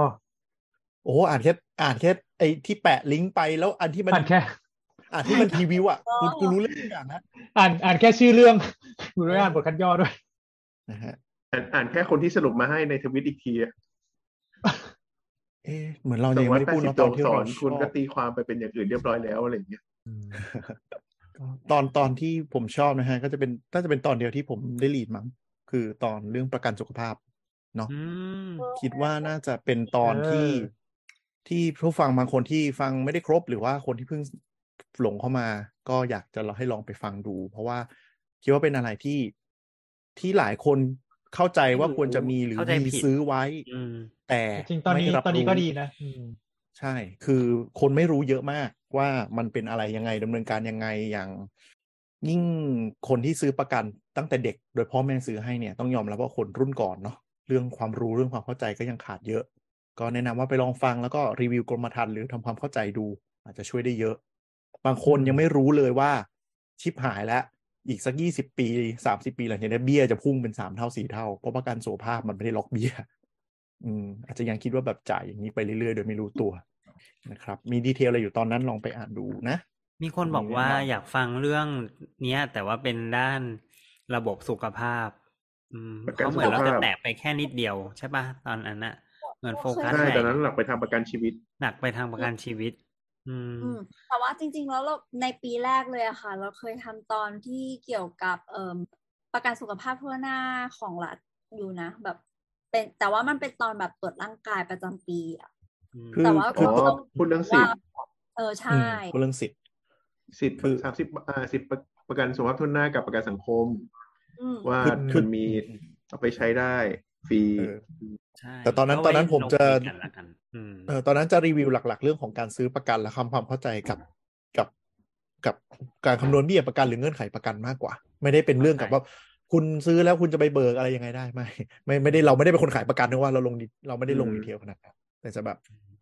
Speaker 6: โอ้อ่านแค่อ่านแค่ไอ้ที่แปะลิงก์ไปแล้วอันที่มัน
Speaker 4: อ่านแค่
Speaker 6: อ่านที่มันพรีวิวอ่ะกูกูรู้เรื่องทุกอย่างนะ
Speaker 4: อ่านอ่านแค่ชื่อเรื่องกูไม่ได้อ่านบ ทคัดย่อด้วย
Speaker 6: นะฮะ
Speaker 7: อ่านอ่านแค่คนที่สรุปมาให้ในทวิตอีกทีอะ
Speaker 6: เอ๊ะเหมือนเรา
Speaker 7: สอ
Speaker 6: ยัง ง
Speaker 7: ร้อ
Speaker 6: ไม่
Speaker 7: ย
Speaker 6: ได้
Speaker 7: แปด
Speaker 6: พูด
Speaker 7: สิ
Speaker 6: เน
Speaker 7: บ
Speaker 6: อะ
Speaker 7: ส
Speaker 6: ต
Speaker 7: อ
Speaker 6: อง นที่
Speaker 7: สอ
Speaker 6: เรา
Speaker 7: น
Speaker 6: ช
Speaker 7: คุณ
Speaker 6: อบ
Speaker 7: ก็ตีความไปเป็นอย่างอื่นเรียบร้อยแล้วอะไรอย่างเงี้ย
Speaker 6: ตอนตอนที่ผมชอบนะฮะ ก็จะเป็นน่าจะเป็นตอนเดียวที่ผมได้รีดมั้งคือตอนเรื่องประกันสุขภาพ เนาะ
Speaker 3: อืม
Speaker 6: คิดว่าน่าจะเป็นตอนที่
Speaker 4: เออ
Speaker 6: ที่ผู้ฟังบางคนที่ฟังไม่ได้ครบ หรือว่าคนที่เพิ่งหลงเข้ามา ก็อยากจะเราให้ลองไปฟังดู เพราะว่าคิดว่าเป็นอะไรที่ที่หลายคนเข้าใจว่าควรจะมีหรือ
Speaker 3: เข้าใจ
Speaker 6: มี
Speaker 3: ผิด
Speaker 6: ซื้อไว้
Speaker 3: อืม
Speaker 6: แต่
Speaker 4: จริงๆตอนนี้
Speaker 6: ไม่รับ
Speaker 4: ตอนนี้
Speaker 6: รู้
Speaker 4: ก็ดี นะอืม
Speaker 6: ใช่ คือคนไม่รู้เยอะมากว่ามันเป็นอะไรยังไงดำเนินการยังไงอย่าง ยิ่งคนที่ซื้อประกันตั้งแต่เด็ก โดยพ่อแม่ซื้อให้เนี่ยต้องยอมรับว่าคนรุ่นก่อนเนาะเรื่องความรู้เรื่องความเข้าใจก็ยังขาดเยอะ ก็แนะนำว่าไปลองฟังแล้วก็รีวิวกรมธรรม์หรือทำความเข้าใจดู อาจจะช่วยได้เยอะ บางคนยังไม่รู้เลยว่าชิปหายแล้ว อีกสักยี่สิบปีสามสิบปีหลังจากนี้เบี้ยจะพุ่งเป็นสามเท่าสี่เท่า เพราะประกันสุขภาพมันไม่ได้ล็อกเบี้ย อืม อาจจะยังคิดว่าแบบจ่ายอย่างนี้ไปเรื่อยๆ โดยไม่รู้ตัวนะครับ มีดีเทลอะไรอยู่ตอนนั้นลองไปอ่านดูนะ
Speaker 3: มีคนบอกว่าอยากฟังเรื่องเนี้ย แต่ว่าเป็นด้านระบบสุขภาพ อืม
Speaker 7: ประกัน
Speaker 3: เขาเหมือน
Speaker 7: สุข
Speaker 3: เรา
Speaker 7: ภาพ
Speaker 3: จะแตกไปแค่นิดเดียวใช่ป่ะตอนนั้นน่ะ เหมือนโฟกัส
Speaker 7: ใช่
Speaker 3: ไป
Speaker 7: ตอนนั้นหลักไปทำประกันชีวิต
Speaker 3: หนักไปทางประกันชีวิต อืม
Speaker 2: อืมแต่ว่าจริงๆ แล้วเราในปีแรกเลยอะค่ะ เราเคยทำตอนที่เกี่ยวกับเอ่มประกันสุขภาพทั่วหน้าของรัฐอยู่นะ แบบเป็นแต่ว่ามันเป็นตอนแบบตรวจร่างกายประจำปีอะ
Speaker 6: คือ
Speaker 2: แต่ว่า
Speaker 7: อ๋อ
Speaker 2: ก็ต้
Speaker 7: พูดเรื่องสิทธิ์
Speaker 2: ว่าเออ
Speaker 6: อื
Speaker 2: ใช่
Speaker 6: มเรื่องสิทธิ์
Speaker 7: สิบ
Speaker 6: คือ
Speaker 7: สามสิบอ่าสิบประกันสุขภาพทุนหน้ากับประกันสังคม
Speaker 2: อืม
Speaker 7: ว่า
Speaker 6: คือ
Speaker 7: มันมี
Speaker 6: คือ
Speaker 7: เอาไปใช้ได้ฟรี
Speaker 6: เออ
Speaker 3: ใช่
Speaker 6: แต่ตอนนั้น
Speaker 3: ก็
Speaker 6: ตอนนั้น
Speaker 3: ไว้
Speaker 6: ผมจะ
Speaker 3: ลงคุยกันละกัน อืม
Speaker 6: เออตอนนั้นจะรีวิวหลัก ๆ เรื่องของการซื้อประกันและคำความเข้าใจกับกับกับการคำนวณเบี้ยประกันหรือเงื่อนไขประกันมากกว่า ไม่ได้เป็นเรื่องกับว่า คุณซื้อแล้วคุณจะไปเบิกอะไรยังไงได้ไม่ไม่ไม่ได้เราไม่ได้เป็นคนขายประกันนะว่าเราลงดีเราไม่ได้ลง
Speaker 7: อืม
Speaker 6: ดีเทลขนาดนั้นแต่จะแบบ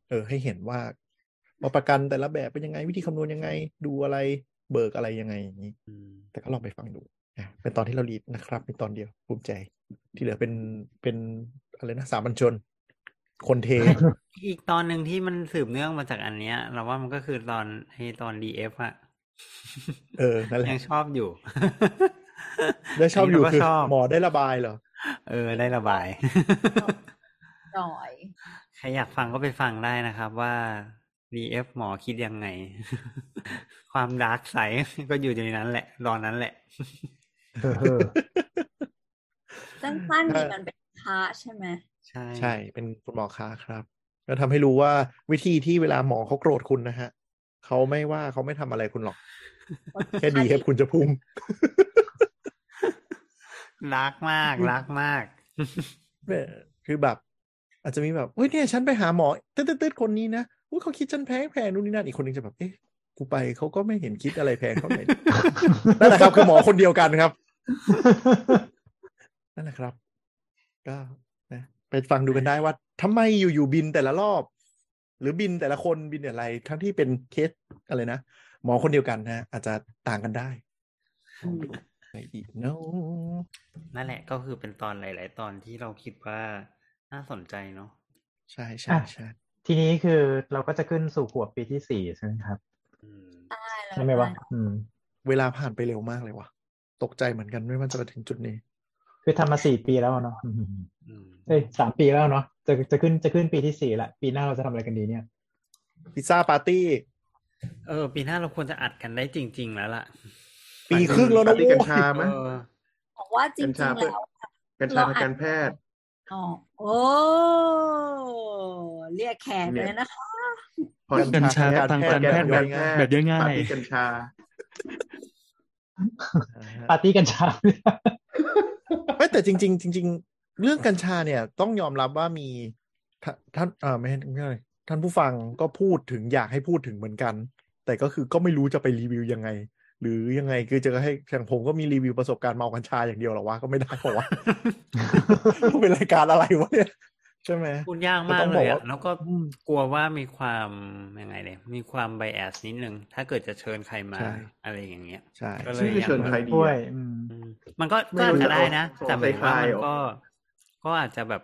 Speaker 6: เออ ให้เห็นว่าว่าประกันแต่ละแบบเป็นยังไง วิธีคำนวณยังไง ดูอะไรเบิกอะไรยังไงอย่างนี้
Speaker 3: อืม
Speaker 6: แต่ก็ลองไปฟังดูอ่ะเป็นตอนที่เรารีดนะครับเป็นตอนเดียวภูมิใจ ที่เหลือเป็นเป็นอะไรนะสามัญชน คนเท
Speaker 3: อีกตอนหนึ่งที่มันสืบเนื่องมาจากอันเนี้ย เราว่ามันก็คือตอนไอตอนดีเอฟอะ
Speaker 6: เออนั่นแหละ
Speaker 3: ยังชอบอยู่
Speaker 6: ได้ชอบอยู่
Speaker 3: น
Speaker 6: คื
Speaker 3: นี้เราก็
Speaker 6: อ
Speaker 3: ชอบ
Speaker 6: หมอได้ระบายเหรอ
Speaker 3: เออ ได้ระบาย
Speaker 2: หน่อย
Speaker 3: ใครอยากฟังก็ไปฟังได้นะครับว่า DF หมอคิดยัง ไง ความดาร์กไซด์ก็อยู่ในนั้นแหละ รอนนั้นแหละ
Speaker 4: เฮ้อเฮ้อ
Speaker 2: สั้นๆดีมันเป็นพระใช่ไหม
Speaker 3: ใช่
Speaker 6: ใช่เป็นคุณหมอค้าครับก็ทำให้รู้ว่าวิธีที่เวลาหมอเขาโกรธคุณนะฮะเขาไม่ว่าเขาไม่ทำอะไรคุณหรอก แค่ดีแค่คุณจะพุ่ง
Speaker 3: รักมากรักมาก
Speaker 6: เออคือแบบ อาจจะมีแบบเฮ้ยเนี่ยฉันไปหาหมอตืดตืดๆๆคนนี้นะอุ๊ยเขาคิดฉันแพงแพงนู่นนี่นั่นอีกคนนึงจะแบบเอ๊ะกูไปเขาก็ไม่เห็นคิดอะไรแพงเท่าไหร่ นั่นแหละครับคือหมอคนเดียวกันครับ นั่นแหละครับ ก็นะไปฟังดูกันได้ว่าทำไมอยู่ๆบินแต่ละรอบ หรือบินแต่ละคนบินอะไร ทั้งที่เป็นเคสอะไรนะหมอคนเดียวกันนะอาจจะต่างกันได้
Speaker 2: อืม
Speaker 6: ไม่อีกเนาะ
Speaker 3: นั่นแหละก็คือเป็นตอนหลาย ๆ ตอนที่เราคิดว่าน่าสนใจเนาะ
Speaker 6: ใช่ใช่ใช่
Speaker 4: ทีนี้คือเราก็จะขึ้นสู่ขวบปีที่สี่ใช่ไหมครับ
Speaker 3: อืม
Speaker 2: ได้แล้ว
Speaker 4: ใช่ไหมวะอืม
Speaker 6: เวลาผ่านไปเร็วมากเลยว่ะตกใจเหมือนกันไม่ว่าจะมาถึงจุดนี้
Speaker 4: คือทำมาสี่ปีแล้วอะเนาะอืม
Speaker 3: อืม
Speaker 4: เอ้ยสามปีแล้วเนาะจะจะขึ้นจะขึ้นปีที่สี่ละ ปีหน้าเราจะทำอะไรกันดีเนี่ย
Speaker 6: พิซซ่าปาร์ตี้
Speaker 3: เออ ปีหน้าเราควรจะอัดกันได้จริง ๆ แล้วล่ะ
Speaker 6: ปีครึ่งแล้วนะ
Speaker 7: ปาร์ตี้กัญ
Speaker 6: โว้ย
Speaker 7: ชาไหม
Speaker 3: เออ
Speaker 2: บอกว่าจริ
Speaker 7: กัญชาง
Speaker 2: ๆ
Speaker 7: เพื่อ
Speaker 2: แล้ว
Speaker 7: กัญชาทางการแพทย์
Speaker 2: อ๋อโอ้เรียกแขก
Speaker 7: เนี่ย
Speaker 2: เลยนะคะ
Speaker 7: ผ่อน
Speaker 5: กัญชาทางการแพทย์แบบแบบย่อยง่าย
Speaker 7: ปาร์ตี้กัญชา
Speaker 4: ปาร์ตี้กันชา
Speaker 6: ไม่แต่จริง ๆ จริง ๆ เรื่องกัญชาเนี่ย ต้องยอมรับว่ามีท่าท่านเออไม่ใช่ไม่ใช่ท่านผู้ฟังก็พูดถึงอยากให้พูดถึงเหมือนกัน แต่ก็คือก็ไม่รู้จะไปรีวิวยังไง หรือยังไงคือจะให้อย่างผมก็มีรีวิวประสบการณ์เมากัญชาอย่างเดียวหรอวะก็ไม่ได้หร อวะ เป็นรายการอะไรวะเนี่ยใช่ไหม
Speaker 3: พูดยากมากเลย
Speaker 6: แต่ต้องบอกว่า
Speaker 3: อะแล้วก็กลัวว่ามีความยังไงเนี่ยมีความไบแอสนิดนึง ถ้าเกิดจะเชิญใครมา
Speaker 6: ใช่
Speaker 3: อะไรอย่างเงี้ย
Speaker 6: ใช่
Speaker 3: ก็เลย
Speaker 7: ชื่อเชิญใครดี
Speaker 4: ช่วย
Speaker 7: อะ
Speaker 4: อืม
Speaker 3: อืมมันก็
Speaker 7: ไม่
Speaker 3: ก็อา
Speaker 7: รู้
Speaker 3: จจะ
Speaker 7: จะ
Speaker 3: ได้นะ
Speaker 7: เอา
Speaker 3: แต่หมายถึงว่า
Speaker 7: ใส่คลาย
Speaker 3: มัน
Speaker 7: เหรอ
Speaker 3: ก็ก็อาจจะแบบ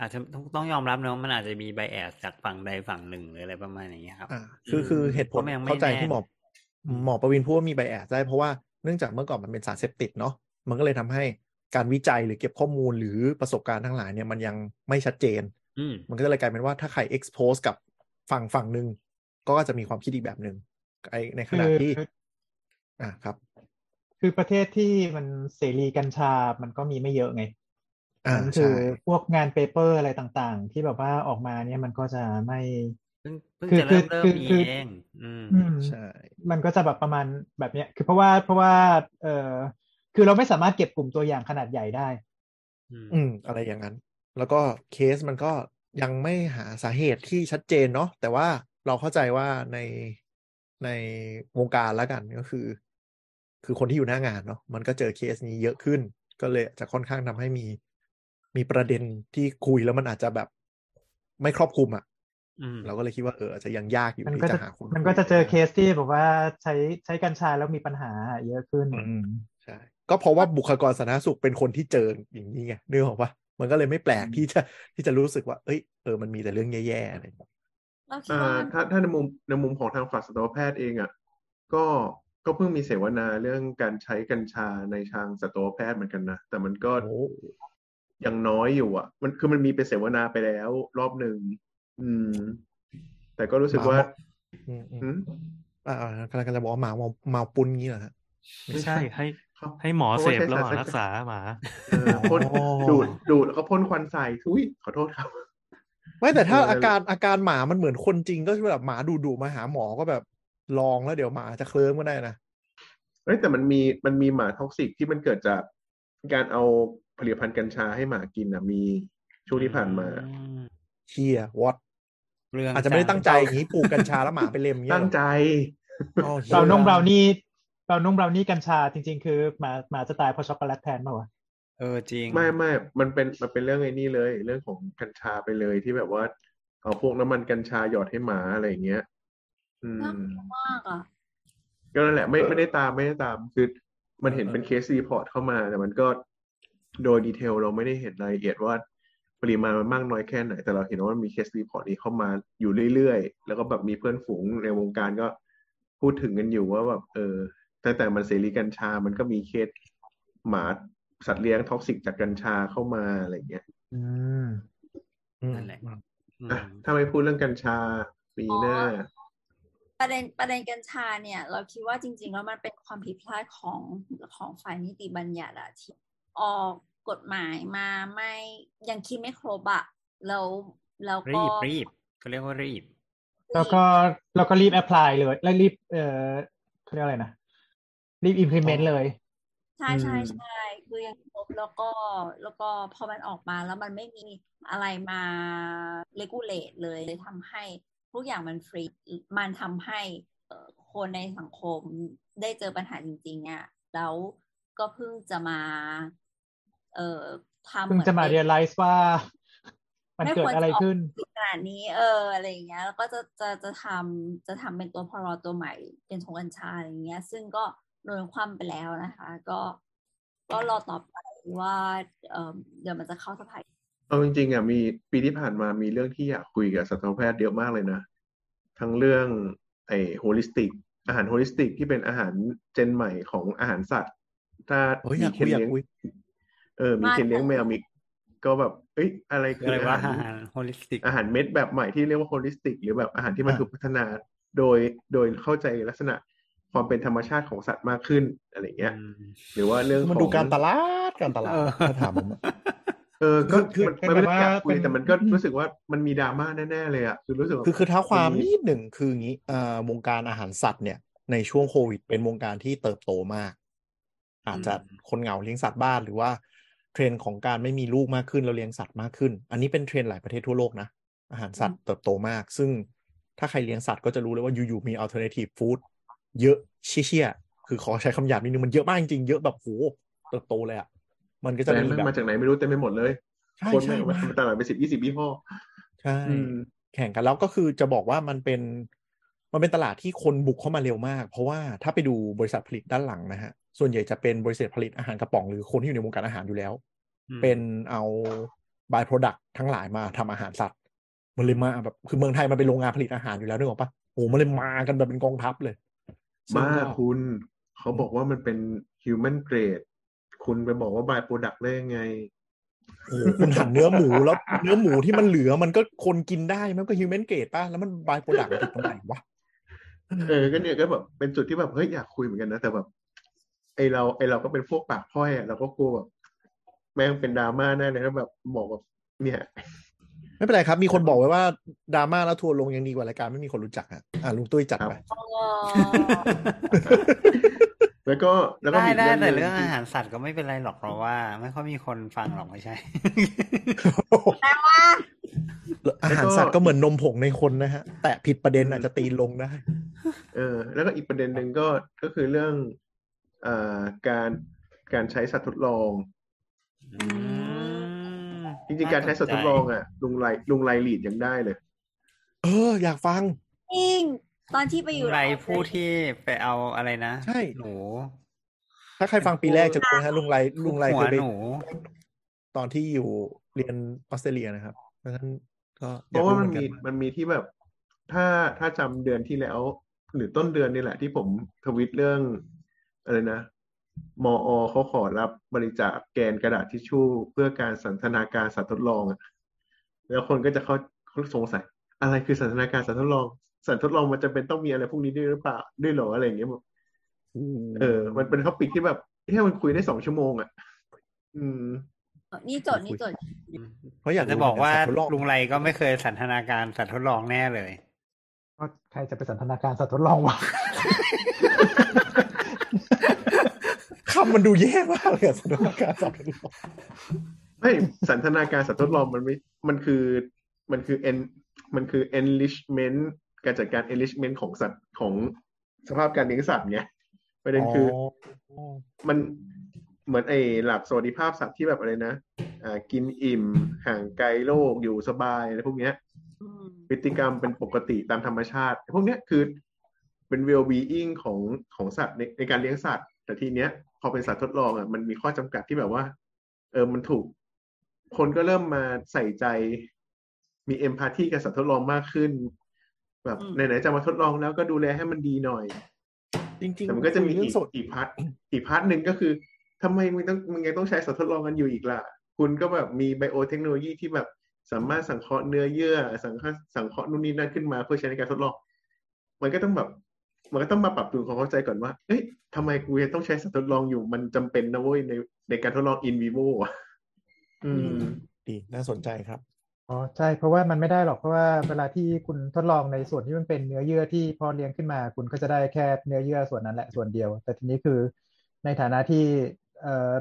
Speaker 3: อาจจะต้องต้องยอมรับเนอะมันอาจจะมีไบแอสจากฝั่งใดฝั่งหนึ่งหรืออะไรประมาณอย่างเงี้ยครับ
Speaker 6: อ่าคือคือเหตุผ
Speaker 3: เพ
Speaker 6: ล
Speaker 3: ราะมันยังไม่
Speaker 6: เข้าใจที่หมอ
Speaker 3: แน่
Speaker 6: หมอประวินพูดว่ามีไบแอสได้เพราะว่าเนื่องจากเมื่อก่อนมันเป็นสารเสพติดเนาะมันก็เลยทำให้การวิจัยหรือเก็บข้อมูลหรือประสบการณ์ทั้งหลายเนี่ยมันยังไม่ชัดเจน
Speaker 3: อืม
Speaker 6: มันก็เลยกลายเป็นว่าถ้าใคร expose กับฝั่งฝั่งหนึ่งก็จะมีความคิดอีกแบบหนึ่งไอในขณะที่
Speaker 4: คือ
Speaker 6: อ่าครับ
Speaker 4: คือประเทศที่มันเสรีกัญชา มันก็มีไม่เยอะไง
Speaker 6: อ่า
Speaker 4: นั่น
Speaker 6: ใช่
Speaker 4: คือพวกงานเปเปอร์อะไรต่างๆ ที่แบบว่าออกมาเนี่ยมันก็จะไม่
Speaker 3: เพิ่งเพิ่ง
Speaker 4: คือ
Speaker 3: จะเริ่ม
Speaker 4: คือ
Speaker 3: เริ่ม
Speaker 4: คือ
Speaker 3: มี
Speaker 4: คือ
Speaker 3: เองอืม
Speaker 4: อืม
Speaker 6: ใช่
Speaker 4: มันก็จะแบบประมาณแบบเนี้ย คือเพราะว่าเพราะว่า เออคือเราไม่สามารถเก็บกลุ่มตัวอย่างขนาดใหญ่ได้
Speaker 3: อืม
Speaker 6: อืม อะไรอย่างนั้น แล้วก็เคสมันก็ยังไม่หาสาเหตุที่ชัดเจนเนาะแต่ว่าเราเข้าใจว่าในในวงการแล้วกันก็คือ คือคนที่อยู่หน้างานเนาะมันก็เจอเคสนี้เยอะขึ้น ก็เลยจะค่อนข้างทำให้มี มีประเด็นที่คุยแล้วมันอาจจะแบบ ไม่ครอบคลุมอะ่ะ
Speaker 3: อืม
Speaker 6: เราก็เลยคิดว่าเอออาจจะยังยากอยู่
Speaker 4: มัน
Speaker 6: ที่
Speaker 4: ก็
Speaker 6: จะ
Speaker 4: จะ
Speaker 6: หาคน
Speaker 4: มันก็จะเจอเค
Speaker 6: คุย
Speaker 4: สที่แบบว่าใช้ใช้กัญชาแล้วมีปัญหาเยอะขึ้น
Speaker 6: อืมใช่ก็เพราะว่าบุคลากรสาธารณสุขเป็นคนที่เจออย่างนี้ไงนึกออกปะมันก็เลยไม่แปลกที่จะที่จะรู้สึกว่า เอ้ยเออมันมีแต่เรื่องแย่ๆอะไรอย่างเงี้ย
Speaker 2: เราคิด
Speaker 7: อ่า
Speaker 2: ว่า
Speaker 7: ถ้าถ้าในมุมในมุมของทางฝั่งสัตวแพทย์เองอ่ะก็ก็เพิ่งมีเสวนาเรื่องการใช้กัญชาในทางสัตวแพทย์เหมือนกันนะ แต่มันก็
Speaker 6: โอ้
Speaker 7: ยังน้อยอยู่อ่ะ มันคือมันมีไปเสวนาไปแล้วรอบหนึ่งอืม แต่ก็รู้สึกว่า
Speaker 6: อืมอืม
Speaker 7: หืม
Speaker 6: อ่าอ่ากำลังจะบอกว่าหมาเมาเมาปุ้นงี้เหรอฮะ
Speaker 5: ไม่ใช่ให้
Speaker 7: เขา
Speaker 5: ให้หมอ
Speaker 7: ขา
Speaker 5: เสพ
Speaker 7: ก็ใช้
Speaker 5: แล้วหมอ
Speaker 7: สาร
Speaker 5: รักษาหมา
Speaker 7: เออพ่น
Speaker 6: อ๋อ
Speaker 7: ดูดดูดแล้วก็พ่นควันใส่ทุยขอโทษครับ
Speaker 6: ไม่แต่ถ้า
Speaker 7: เออนั่
Speaker 6: อาน
Speaker 7: แหละ
Speaker 6: การอาการหมามันเหมือนคนจริงก็คือแบบหมาดุดุมาหาหมอก็แบบลองแล้วเดี๋ยวหมาจะเคลิ้มก็ได้นะ
Speaker 7: เอ้ยแต่มันมีมันมีหมาท็อกซิกที่มันเกิดจากการเอาผลิตภัณฑ์กัญชาให้หมากินอ่ะมีช่วงที่ผ่านมา
Speaker 3: อืม
Speaker 6: เชียวอต
Speaker 3: เรื่อง
Speaker 6: อาจจะไม่ได้ตั้งใจอย่างนี้ปลูกกัญชาแล้วหมาไปเล็มเงี้ย
Speaker 7: ตั้งใจ
Speaker 6: อ๋อเหี้ย
Speaker 4: เรานุ่งเรานี่เรานุ่งเรานี่กัญชาจริง ๆ คือหมาหมาจะตายเพราะช็อกโกแลตแทนมาวะ
Speaker 3: เออจริง
Speaker 7: ไม่ไม่มันเป็นมันเป็นเรื่องไอ้นี่เลย เรื่องของกัญชาไปเลยที่แบบว่า เอาพวกน้ำมันกัญชาหยอดให้หมาอะไรอย่างเงี้ย อื
Speaker 2: น่าม กลัวมากอ่ะ
Speaker 7: ก็นั่นแหละไม่ไม่ได้ตามไม่ได้ตามคือมันเห็นเป็นเคสรีพอร์ตเข้ามา แต่มันก็โดยดีเทลเราไม่ได้เห็นรายละเอียดว่าปริมาณมันมากน้อยแค่ไหน แต่เราเห็นว่ามีเคสรีพอร์ตนี้เข้ามาอยู่เรื่อยๆ แล้วก็แบบมีเพื่อนฝูงในวงการก็พูดถึงกันอยู่ว่าแบบเออตั้งแต่มันเสรีกัญชา มันก็มีเคสหมา สัตว์เลี้ยงท็อกซิกจากกัญชาเข้ามาอะไรอย่างเงี้ย
Speaker 4: อืม
Speaker 6: อืม
Speaker 3: นั่นแหละอืม
Speaker 7: อ่ะถ้าไม่พูดเรื่องกัญชาปีหน้า
Speaker 2: ประเด็นประเด็นกัญชาเนี่ย เราคิดว่าจริง ๆ แล้วมันเป็นความผิดพลาดของของฝ่ายนิติบัญญัติอะที่ออกกฎหมายมาไม่ยังคิดไม่ครบอะแล้วแล้วก็
Speaker 3: รีบรีบเขาเรียกว่ารีบ
Speaker 4: แล้วก็แล้วก็รีบแอพพลายเลย แล้วรีบเอ่อเขาเรียกอะไรนะ รีบ implement เลย
Speaker 2: ใช่ใช่
Speaker 7: อืม
Speaker 2: ใช่คือยังไม่ครบแล้วก็แล้วก็พอมันออกมาแล้วมันไม่มีอะไรมาเลกูเลตเลยเลยทำให้ทุกอย่างมันฟรีมันทำให้เอ่อคนในสังคมได้เจอปัญหาจริงๆอะแล้วก็เพิ่งจะมา เอ่อทำ
Speaker 4: เพิ่งจะมา
Speaker 2: หอนป็น
Speaker 4: realize ว่า มันเกิดอะไรขึ้น
Speaker 2: ขนาดนี้ เอออะไรอย่างเงี้ย แล้วก็จะจะจะทำจะทำเป็นตัวพรตัวใหม่เป็นของกัญชาอะไรอย่างเงี้ย ซึ่งก็โดนคว่ำไปแล้วนะคะ ก็ก็รอต่อไปว่าเออเดี๋ยวมันจะเข้าสภา
Speaker 7: เอาจริงๆอ่ะมีปีที่ผ่านมามีเรื่องที่อยากคุยกับสัตวแพทย์เยอะมากเลยนะ ทั้งเรื่องไอ้โฮลิสติก อาหารโฮลิสติกที่เป็นอาหารเจนใหม่ของอาหารสัตว์ ถ้า
Speaker 6: โอ้ยอ
Speaker 7: มี
Speaker 6: ยาก
Speaker 7: เค
Speaker 6: คุย
Speaker 7: น
Speaker 6: อยาก
Speaker 7: เลี้ยง
Speaker 6: คุย
Speaker 7: เออมีเคนเลี้ยงแมวมีก็แบบ เอ้ยอะไร
Speaker 3: คื
Speaker 7: คือ อ
Speaker 3: อะไร
Speaker 7: อา
Speaker 3: ว่า
Speaker 7: หาร
Speaker 3: โฮลิสติก
Speaker 7: อาหารเม็ดแบบใหม่ที่เรียกว่าโฮลิสติก หรือแบบอาหารที่มัน
Speaker 6: อ่ะ
Speaker 7: ถูกพัฒนาโดยโดยเข้าใจลักษณะความเป็นธรรมชาติของสัตว์มากขึ้นอะไรเงี้ย หรือว่าเรื่อง
Speaker 6: คือมัน
Speaker 7: ของ
Speaker 6: ดูการตลาดการตลาด
Speaker 3: เออ
Speaker 6: ถ้าถามผมอะ
Speaker 7: เออก็
Speaker 6: คือคือ
Speaker 7: มันมันไม่ได้อยากคุย
Speaker 4: แต่ว่าเป็น
Speaker 7: แต่มันก็รู้สึกว่ามันมีดราม่าแน่ๆเลยอ่ะคือรู้สึกว่า
Speaker 6: คือคือเท้าความนิดหนึ่งคืออย่างนี้เอ่อวงการอาหารสัตว์เนี่ย ในช่วงโควิด เป็นวงการที่เติบโตมาก อาจจะคนเหงาเลี้ยงสัตว์บ้านหรือว่าเทรนด์ของการไม่มีลูกมากขึ้นเราเลี้ยงสัตว์มากขึ้น อันนี้เป็นเทรนด์หลายประเทศทั่วโลกนะอาหารสัตว์เติบโตมาก ซึ่งถ้าใครเลี้ยงสัตว์ก็จะรู้เลยว่าอยู่ๆมี alternative food เยอะเชี่ยๆคือขอใช้คำหยาบนิดนึงมันเยอะมากจริงๆเยอะแบบโหเติบโตเลยอ่ะมันก็จะ
Speaker 7: แบรน
Speaker 6: มี
Speaker 7: ด์แม่
Speaker 6: แบ
Speaker 7: ง
Speaker 6: บ
Speaker 7: มาจากไหนไม่รู้เต็มไปหมดเลย
Speaker 6: ใช่
Speaker 7: คน
Speaker 6: ใช่
Speaker 7: แม่ง
Speaker 6: มาก
Speaker 7: มาตลาดไปสิบยี่สิบยี่ห้อ
Speaker 6: ใช่
Speaker 7: อืม
Speaker 6: แข่งกันแล้วก็คือจะบอกว่ามันเป็นมันเป็นตลาดที่คนบุกเข้ามาเร็วมาก เพราะว่าถ้าไปดูบริษัทผลิตด้านหลังนะฮะ ส่วนใหญ่จะเป็นบริษัทผลิตอาหารกระป๋องหรือคนที่อยู่ในวงการอาหารอยู่แล้ว เป็นเอา by product ทั้งหลายมาทำอาหารสัตว์ มันเลยมาแบบคือเมืองไทยมันเป็นโรงงานผลิตอาหารอยู่แล้วนึกออกปะโอ้โหมันเลยมากันแบบเป็นกองทัพเลยซึ่ง
Speaker 7: บ้า
Speaker 6: ก็
Speaker 7: คุณเขาบอกว่ามันเป็น human grade คุณไปบอกว่า by product ได้ยังไง
Speaker 6: โอ้โหคุณหั่นเนื้อหมูแล้วเนื้อหมูที่มันเหลือมันก็คนกินได้มันก็ human grade ป่ะแล้วมัน by product มันผิดตรงไหนวะ
Speaker 7: เออ ก็เนี่ยก็แบบเป็นจุดที่แบบเฮ้ยอยากคุยเหมือนกันนะ แต่แบบไอเราไอเราก็เป็นพวกปากพ้อยอะเราก็กลัวแบบแม่งเป็นดราม่าแน่เลยแล้วแบบบอกแบบเนี่ย
Speaker 6: ไม่เป็นไรครับ มีคนบอกไว้ว่าดราม่าแล้วทัวร์ลงยังดีกว่ารายการไม่มีคนรู้จักอ่ะอ่ะลุงตุ้ยจัดไป
Speaker 2: โอ้
Speaker 7: แล้วก็แล้วก็
Speaker 3: ได้
Speaker 7: มีอีก
Speaker 3: ได้แต่
Speaker 7: หนึ่
Speaker 3: เรื่องอาหารสัตว์ก็ไม่เป็นไรหรอกเพราะว่า ไม่ค่อยมีคนฟังหรอกไม่ใช่
Speaker 2: แปลว่า
Speaker 6: อาหารสัตว์ก็เหมือนนมผงในคนนะฮะ แต่ผิดประเด็นอาจจะตีลงได้
Speaker 7: เออ แล้วก็อีกประเด็นหนึ่งก็ก็คือเรื่องเอ่อการการใช้สัตว์ทดลอง
Speaker 3: อืม
Speaker 7: จริงๆการใช้สัตว์ทดลองอ่ะลุงไลลุงไลลีดยังได้เลย
Speaker 6: เออ อยากฟัง
Speaker 2: จริง ตอนที่ไปอยู่
Speaker 3: ไรผู้ที่ไปเอาอะไรนะ
Speaker 6: ใช่
Speaker 3: หนู
Speaker 6: ถ้าใครฟังปีแรกจะรู้นะฮะลุงไรลุงไร
Speaker 3: หั
Speaker 6: เคยวไป
Speaker 3: หนู
Speaker 6: ตอนที่อยู่เรียนออสเตรเลียนะครับดังนั้นก็
Speaker 7: เพ
Speaker 6: อยาก
Speaker 7: ราะว่า
Speaker 6: รู้เห
Speaker 7: มั
Speaker 6: มื
Speaker 7: น
Speaker 6: อนกั
Speaker 7: มี
Speaker 6: น
Speaker 7: มันมีที่แบบ ถ้าถ้าจำเดือนที่แล้ว หรือต้นเดือนนี่แหละ ที่ผมทวิตเรื่องอะไรนะมอเขาขอรับบริจาคแกนกระดาษทิชชู่เพื่อการสันทนาการสัตว์ทดลองอะแล้วคนก็จะเขาเขาสงสัย อะไรคือสันทนาการสัตว์ทดลอง สัตว์ทดลองมันจะเป็นต้องมีอะไรพวกนี้ด้วยหรือเปล่าด้วยเหรออะไรอย่างเงี้ยแบบเออ มันเป็นท็อปิกที่แบบเฮ้ยมันคุยได้สองชั่วโมงอ่ะอืม
Speaker 2: นี่จดนี่จด
Speaker 6: เพราะอยาก
Speaker 3: จะ
Speaker 6: รู้
Speaker 3: บอกว่า
Speaker 6: เหมืนนสัตว์ทดลอง
Speaker 3: ลุงไรก็ไม่เคยสันทนาการสัตว์ทดลองแน่เลย
Speaker 4: ก็ใครจะไปสันทนาการสัตว์ทดลองวะ
Speaker 6: คำมันดูแย่มากเลยอะสัตว์ทดลองการสัตว์ทดลอง
Speaker 7: ไม่สันทนาการสัตว์ทดลองมันไม่ มันคือ มันคือ en มันคือ enrichment การจัดการ enrichment ของสัตว์ของสภาพการเลี้ยงสัตว์ไงประเด็นคืออ
Speaker 6: อ๋อ
Speaker 7: มันเหมือนไอ้หลักสวัสดิภาพสัตว์ที่แบบอะไรนะอ่ากินอิ่ม ห่างไกลโรคอยู่สบายอะไรพวกเนี้ย
Speaker 2: อืม
Speaker 7: พฤติกรรมเป็นปกติตามธรรมชาติ พวกเนี้ยคือเป็น well being ของของสัตว์ในในการเลี้ยงสัตว์ แต่ทีเนี้ยพอเป็นสัตว์ทดลองอ่ะมันมีข้อจำกัดที่แบบว่า เออมันถูก คนก็เริ่มมาใส่ใจมีเอมพัตตีกับสัตว์ทดลองมากขึ้น แบบไหนๆจะมาทดลองแล้วก็ดูแลให้มันดีหน่อย
Speaker 6: จริงๆ
Speaker 7: แต่มันก็จะมี
Speaker 6: คุยเรื่
Speaker 7: อี
Speaker 6: อก งสด
Speaker 7: อีกพาร์ทอีกพาร์ทหนึ่งก็คือท ทำไมมึงต้องมึงยังต้องใช้สัตว์ทดลองกันอยู่อีกล่ะ คุณก็แบบมีไบโอเทคโนโลยีที่แบบสามารถสังเคราะห์เนื้อเยื่อ สังเคราะห์สังเคราะห์นู่นนี่นั่นขึ้นมาเพื่อใช้ในการทดลอง มันก็ต้องแบบ มันก็ต้องมาปรับปรุงความเข้าใจก่อนว่า เอ้ยทำไมกูยังต้องใช้สัตว์ทดลองอยู่ มันจำเป็นนะเว้ยในในการทดลอง in vivo อ่ะอืม
Speaker 6: ดีน่าสนใจครับ
Speaker 4: อ๋อใช่เพราะว่ามันไม่ได้หรอกเพราะว่าเวลาที่คุณทดลองในส่วนที่มันเป็นเนื้อเยื่อที่พอเลี้ยงขึ้นมา คุณก็จะได้แค่เนื้อเยื่อส่วนนั้นแหละส่วนเดียว แต่ทีนี้คือในฐานะที่เอ่อ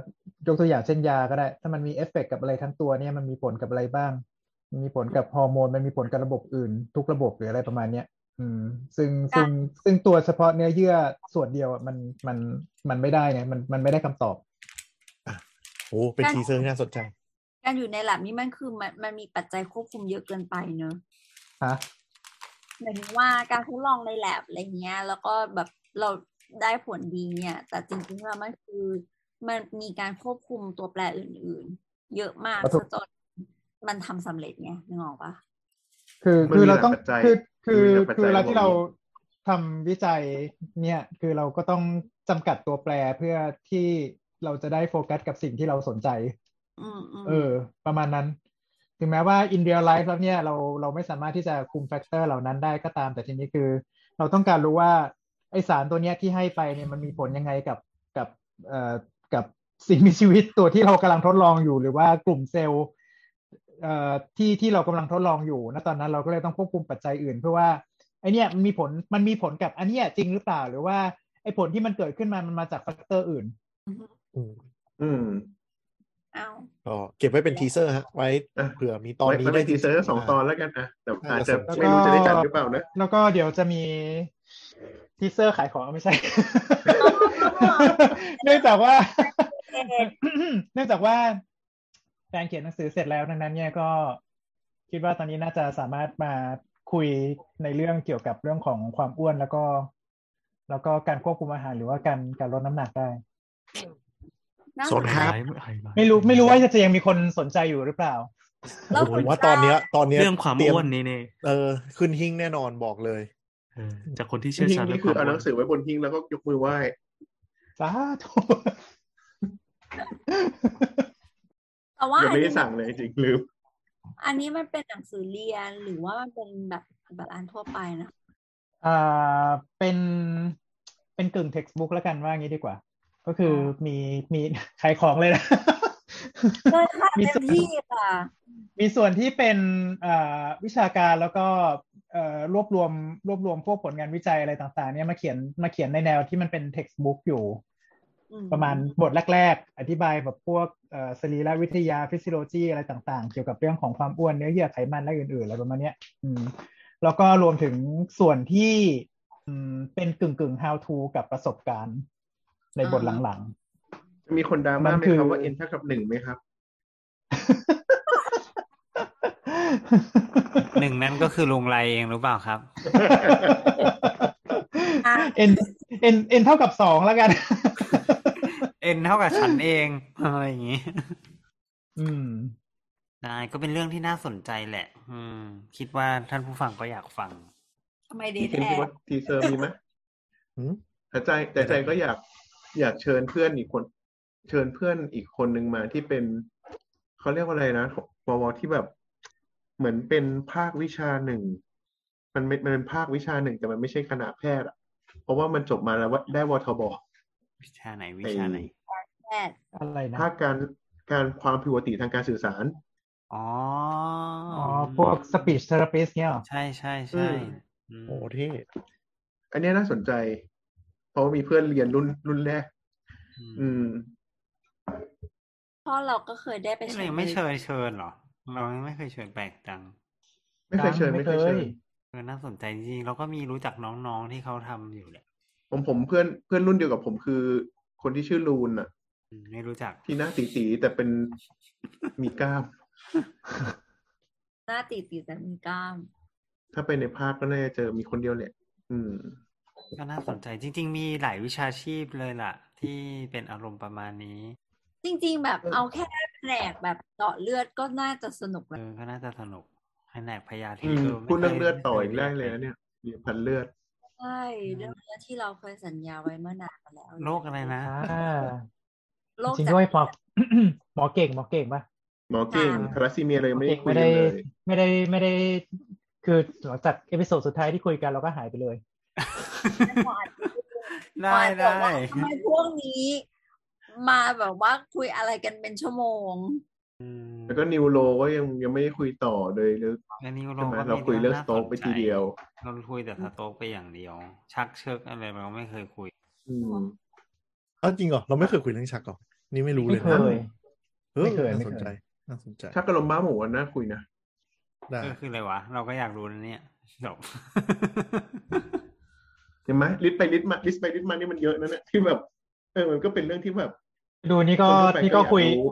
Speaker 4: ยกตัวอย่างเช่นยาก็ได้ ถ้ามันมีเอฟเฟกกับอะไรทั้งตัวเนี่ยมันมีผลกับอะไรบ้าง มันมีผลกับฮอร์โมน มันมีผลกับระบบอื่น ทุกระบบหรืออะไรประมาณเนี้ยอืม ซึ่งซึ่งซึ่งตัวเฉพาะเนื้อเยื่อส่วนเดียวอะมันมันมันไม่ได้เนี่ยมันมันไม่ได้คำตอบ
Speaker 6: โอ้เป็น
Speaker 2: การ
Speaker 6: ทีเซอร์ที่น่าสนใจ
Speaker 2: การอยู่ในหลับนี่มันคือมันมันมีปัจจัยควบคุมเยอะเกินไปเนอะ
Speaker 4: ฮะ
Speaker 2: หมายถึงว่าการทดลองในแลบอะไรเงี้ย แล้วก็แบบเราได้ผลดีเนี่ย แต่จริงๆแล้วมันคือมันมีการควบคุมตัวแปรอื่นๆ เยอะมาก
Speaker 4: ก็ถูก
Speaker 2: ซะจนมันทำสำเร็จไงนึกออกปะ
Speaker 4: คือ
Speaker 7: มันมี
Speaker 4: คือเราต้อง
Speaker 7: หลายปัจจัย
Speaker 4: คือคือ
Speaker 7: มันมีห
Speaker 4: คือเวลา
Speaker 7: ลายปัจจัยบวก
Speaker 4: ที่เราทำวิจัยเนี่ย คือเราก็ต้องจำกัดตัวแปรเพื่อที่เราจะได้โฟกัสกับสิ่งที่เราสนใจ
Speaker 2: อืมอืม
Speaker 4: เออ ประมาณนั้น ถึงแม้ว่า in real life แล้วเนี่ยเราเราไม่สามารถที่จะคุมแฟกเตอร์เหล่านั้นได้ก็ตาม แต่ทีนี้คือ เราต้องการรู้ว่าไอสารตัวเนี้ยที่ให้ไปเนี่ยมันมีผลยังไงกับกับเอ่อกับ สิ่งมีชีวิตตัวที่เรากำลังทดลองอยู่ หรือว่ากลุ่มเซลล์เอ่อที่ที่เรากำลังทดลองอยู่ณตอนนั้นเราก็เลยต้องควบคุมปัจจัยอื่น เพื่อว่าไอเนี่ยมันมีผลมันมีผลกับอันเนี้ยจริงหรือเปล่า หรือว่าไอผลที่มันเกิดขึ้นมามันมาจากแฟกเตอร์อื่น
Speaker 6: อืม
Speaker 7: อืม
Speaker 2: เอา
Speaker 6: ก็เก็บไว้เป็นทีเซอร์ฮะ ไว้
Speaker 7: อ่ะ
Speaker 6: เผื่อมีตอนนี้
Speaker 7: ไว้
Speaker 6: ได้
Speaker 7: ว้ทีเซอร์สองตอนแล้วกันนะแต่อาจจะไม่รู้จะได้จัดหรือเปล่านะ
Speaker 4: แล้วก็เดี๋ยวจะมีทีเซอร์ขายของเอาไม่ใช่ เนื่องจากว่า เนื่องจากว่าแฟนเขียนหนังสือเสร็จแล้วดังนั้นเนี่ยก็คิดว่าตอนนี้น่าจะสามารถมาคุยในเรื่องเกี่ยวกับเรื่องของความอ้วนแล้วก็ แล้วก็การควบคุมอาหารหรือว่าการการลดน้ำหนักได้
Speaker 2: น่า
Speaker 6: ส
Speaker 2: ส
Speaker 6: น
Speaker 2: น
Speaker 6: ค
Speaker 2: ใจ
Speaker 6: รับ
Speaker 4: ไม่รู้ไม่รู้ว่าจะยังมีคนสนใจอยู่หรือเปล่า
Speaker 2: แล้ว
Speaker 6: ผมว่าตอนเนี้ย ตอนเนี้ย
Speaker 5: เรื่องความ
Speaker 6: ตย
Speaker 5: อ้วนนี่เนี่ย
Speaker 6: เออ ขึ้นหิ้งแน่นอนบอกเลย
Speaker 5: เออจากคนที่เชี่ยว
Speaker 7: ทิ้ง
Speaker 5: ชาญเรื่อ
Speaker 7: นี่
Speaker 5: งค
Speaker 7: คื
Speaker 5: วาม
Speaker 7: อเอา
Speaker 5: อ้ว
Speaker 7: หนั
Speaker 5: น
Speaker 7: งสือไว้บนทิ้งแล้วก็ยกมือไหว้
Speaker 4: สาธุ
Speaker 2: แต่ว่า
Speaker 7: ยัง
Speaker 2: อัน
Speaker 7: ไม่ได้
Speaker 2: นี้
Speaker 7: สั่งเลยจริงๆลืม
Speaker 2: อันนี้มันเป็นหนังสือเรียนหรือว่ามันเป็นแบบแบบอ่านทั่วไปนะ
Speaker 4: อ่าเป็นเป็นกึ่ง textbook แล้วกันว่างี้ดีกว่า ก็คืออมีมี ขายของเลยนะ
Speaker 2: เลยค่ะ
Speaker 4: มี
Speaker 2: เต็
Speaker 4: ส่
Speaker 2: ม
Speaker 4: วน
Speaker 2: ที่ค่ะ
Speaker 4: มีส่วนที่เป็นอ่าวิชาการแล้วก็เอ่อรวบรวมรวบรวมพวกผลงานวิจัยอะไรต่าง ๆ เนี่ยมาเขียนมาเขียนในแนวที่มันเป็น textbook อยู่
Speaker 2: อืม
Speaker 4: ประมาณบทแรก ๆ อธิบายแบบพวกเอ่อสรีรวิทยาฟิสิโลจีอะไรต่างๆ เกี่ยวกับเรื่องของความอ้วนเนื้อเยื่อไขมันและอื่นๆอะไรประมาณเนี้ยอืมแล้วก็รวมถึงส่วนที่อืมเป็นกึ่งกึ่งๆ how to กับประสบการณ์ ในบทหลัง
Speaker 7: จะมีคนดราม่าไห
Speaker 4: มั
Speaker 7: ม
Speaker 4: นคือ
Speaker 7: ครับว่า n เท่ากับหนึ่งไหมครับ
Speaker 4: ๆ
Speaker 3: หนึ่งนั้นก็คือลุงไรเองหรือเปล่าครับ
Speaker 4: เอ็นเอ็นเอ็นเท่ากับสองแล้วกัน
Speaker 3: เอ็นเท่ากับฉันเองอะไรอย่างงี้
Speaker 4: อืม
Speaker 3: ได้ก็เป็นเรื่องที่น่าสนใจแหละ อืม คิดว่าท่านผู้ฟังก็อยากฟัง
Speaker 2: ทำไมเดท
Speaker 7: ทีเซอ
Speaker 2: แอ
Speaker 7: ร์
Speaker 2: ร์
Speaker 7: ว่าทีเซอร์มี ไหม
Speaker 6: หืม
Speaker 7: แต่ใจแต่ใจก็อยากอยากเชิญเพื่อนอีกคน เชิญเพื่อนอีกคนหนึ่งมาที่เป็นเขาเรียกว่าอะไรนะวอวที่แบบ เหมือนเป็นภาควิชาหนึ่ง มันเป็นมันเป็นภาควิชาหนึ่งแต่มันไม่ใช่คณะแพทย์อะเพราะว่ามันจบมาแล้วว่าได้วทบ
Speaker 3: วิชาไหนวิชาไหน
Speaker 2: แพทย์
Speaker 4: อะไรนะ
Speaker 7: ภาคการการความผิดปกติทางการสื่อสาร
Speaker 3: อ๋อ
Speaker 4: อ๋อพวก speech therapist เนี่ยเหรอ
Speaker 3: ใช่ใช่
Speaker 7: อื
Speaker 3: ใช่
Speaker 7: ม
Speaker 3: อืม
Speaker 6: โอ้เท่
Speaker 7: อันเนี้ยน่าสนใจ เพราะว่ามีเพื่อนเรียนรุ่นรุ่นแรก
Speaker 3: อื
Speaker 7: อื
Speaker 3: ม
Speaker 7: ม
Speaker 2: พ่อเราก็เคยได้ไป
Speaker 3: เอ๊ะ
Speaker 2: ใช้
Speaker 3: เรายังไม่เชิญเชิญเหรอ เรายังไม่เคยเชิญแปลกจัง
Speaker 7: ไม่เคยเชิญ
Speaker 4: ยัง
Speaker 7: ไม่เคยเชิญ
Speaker 3: เออน่าสนใจจริงๆเราก็มีรู้จักน้องๆที่เขาทำอยู่แหละ
Speaker 7: ผมผมเพื่อนเพื่อนรุ่นเดียวกับผมคือ คนที่ชื่อลูนอะ
Speaker 3: อืมไม่รู้จัก
Speaker 7: ที่หน้าตีตีๆแต่เป็นมีกล้าม
Speaker 2: หน้าตีตีแต่มีกล้าม
Speaker 7: ถ้าไปในภาพก็น่าจะเจอมีคนเดียวแหละอืม
Speaker 3: ก็น่าสนใจจริง ๆ มีหลายวิชาชีพเลยล่ะ ที่เป็นอารมณ์ประมาณนี้
Speaker 2: จริง ๆ แบบ
Speaker 7: เออ
Speaker 2: เอาแค่แผนกแบบเจาะเลือดก็น่าจะสนุก
Speaker 3: เอ
Speaker 2: แล้ว
Speaker 3: อ ก็น่าจะสนุกแผนกพยาธิ
Speaker 7: อืม
Speaker 3: เออไม่
Speaker 7: พูดเรื่อง
Speaker 3: คย
Speaker 7: เลือดต่อ
Speaker 3: ม่ค
Speaker 7: อีกได้เลยนะเนี่ยเรียนพันเลือด
Speaker 2: ใช่เรื่องเลือดที่เราเคยสัญญาไว้เมื่อนานมาแล้ว
Speaker 3: โรคอะไรนะ
Speaker 4: อ่า
Speaker 2: โรค
Speaker 4: จริง
Speaker 2: จั
Speaker 4: ด้วยหมอ
Speaker 2: ด
Speaker 4: หมอเก่งหมอเก่งปะ
Speaker 7: หมอเก่ง
Speaker 2: อ่า
Speaker 7: ทาราซีเมียเลยงไม่ได้คุย
Speaker 4: ไม่
Speaker 7: กัน
Speaker 4: ได้
Speaker 7: เลย
Speaker 4: ไม่ได้ไม่ได้ คือหลังจากเอพิโซดสุดท้ายที่คุยกันเราก็หายไปเลย
Speaker 3: ได้
Speaker 2: มาแบบ
Speaker 3: ได้
Speaker 2: ว่าทำไมพวกนี้ มาแบบว่าคุยอะไรกันเป็นชั่วโมง
Speaker 3: อืม
Speaker 7: แล้วก็นิวโรก็ยังยังไม่ได้คุยต่อเลยหรือ
Speaker 3: อันนี้
Speaker 7: ใช่
Speaker 3: เรา
Speaker 7: ไหม
Speaker 3: ก็
Speaker 7: เรา
Speaker 3: มี
Speaker 7: คุยเรื่อง
Speaker 3: น่า
Speaker 7: สโต๊ก
Speaker 3: น
Speaker 7: ไป
Speaker 3: ใจ
Speaker 7: ทีเดียว
Speaker 3: เราคุยแต่สโต๊กไปอย่างเดียว ชักเชิกอะไรเราไม่เคยคุย
Speaker 7: อืม
Speaker 6: เอาจริงเหรอเราไม่เคยคุยเรื่องชักหรอนี่ไม่รู้เล
Speaker 4: ไม่
Speaker 6: ย
Speaker 4: เค
Speaker 6: นะ
Speaker 4: ย
Speaker 6: ออ
Speaker 4: ไม่เคย
Speaker 6: น่า
Speaker 4: ไม่
Speaker 6: สน
Speaker 4: เคย
Speaker 6: ใจน่าสนใจ
Speaker 7: ถ้ากระลมบ้าหมูอันน่าคุยนะ
Speaker 6: ได้
Speaker 3: ก็คืออะไรวะ เราก็อยากรู้นะเนี่ยจบ
Speaker 7: เห็นไหมลิสต์ไปลิสต์มาลิสต์ไปลิสต์มานี่มันเยอะนะเนี่ยที่แบบเออมันก็เป็นเรื่องที่แบบ
Speaker 4: ดูนี่ก็
Speaker 7: คนทั่วไป
Speaker 4: นี่ก็
Speaker 7: ก็อยาก
Speaker 4: คุย
Speaker 7: รู้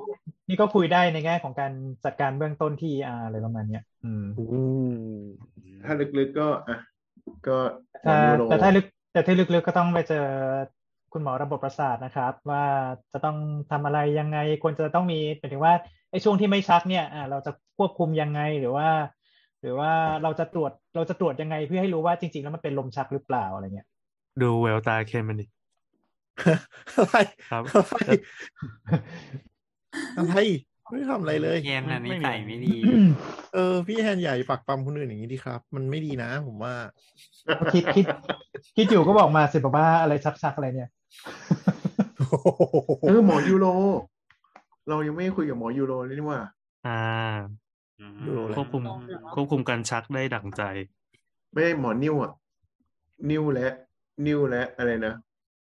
Speaker 4: นี่ก็คุยได้ในแง่ของการจัดการเบื้องต้นที่อาอะไรประมาณเนี้ย อืม
Speaker 6: อืม
Speaker 7: ถ้าลึกๆก็อ่ะก็
Speaker 4: แต่
Speaker 7: นิวโร
Speaker 4: แต่ถ้าลึกแต่ถ้าลึกๆก็ต้องไปเจอคุณหมอระบบประสาทนะครับ ว่าจะต้องทำอะไรยังไงควรจะต้องมีหมายถึงว่าไอ้ช่วงที่ไม่ชักเนี่ยอ่าเราจะควบคุมยังไงหรือว่า หรือว่าเราจะตรวจเราจะตรวจยังไงเพื่อให้รู้ว่าจริง ๆ แล้วมันเป็นลมชักหรือเปล่าอะไรเงี้ย
Speaker 5: ดูแววตาเคนมันดิ
Speaker 6: อะไร
Speaker 5: ครับ
Speaker 6: อะไรอะไรไม่ได้ทำอะไรเลย
Speaker 3: เกมน่ะ
Speaker 5: ไม่
Speaker 3: นิ
Speaker 5: ไม่มี
Speaker 3: สัยไม่ดี
Speaker 6: เออพี่แฮนใหญ่ปากปั๊มคนอื่นอย่างนี้ดีครับ มันไม่ดีนะ ผมว่า
Speaker 4: คิดคิดคิดอยู่ก็บอกมาสิบอกว่าอะไรชักๆอะไรเนี่ย
Speaker 7: เออหมอยูโร เรายังไม่ได้คุยกับหมอยูโรเลยนี่หว่า
Speaker 5: อ่า
Speaker 3: อืม
Speaker 6: ดูเลย
Speaker 5: ควบคุม ควบคุมการชักได้ดั่งใจ
Speaker 7: ไม่ได้หมอนิวอ่ะ นิวและนิวและอะไรนะ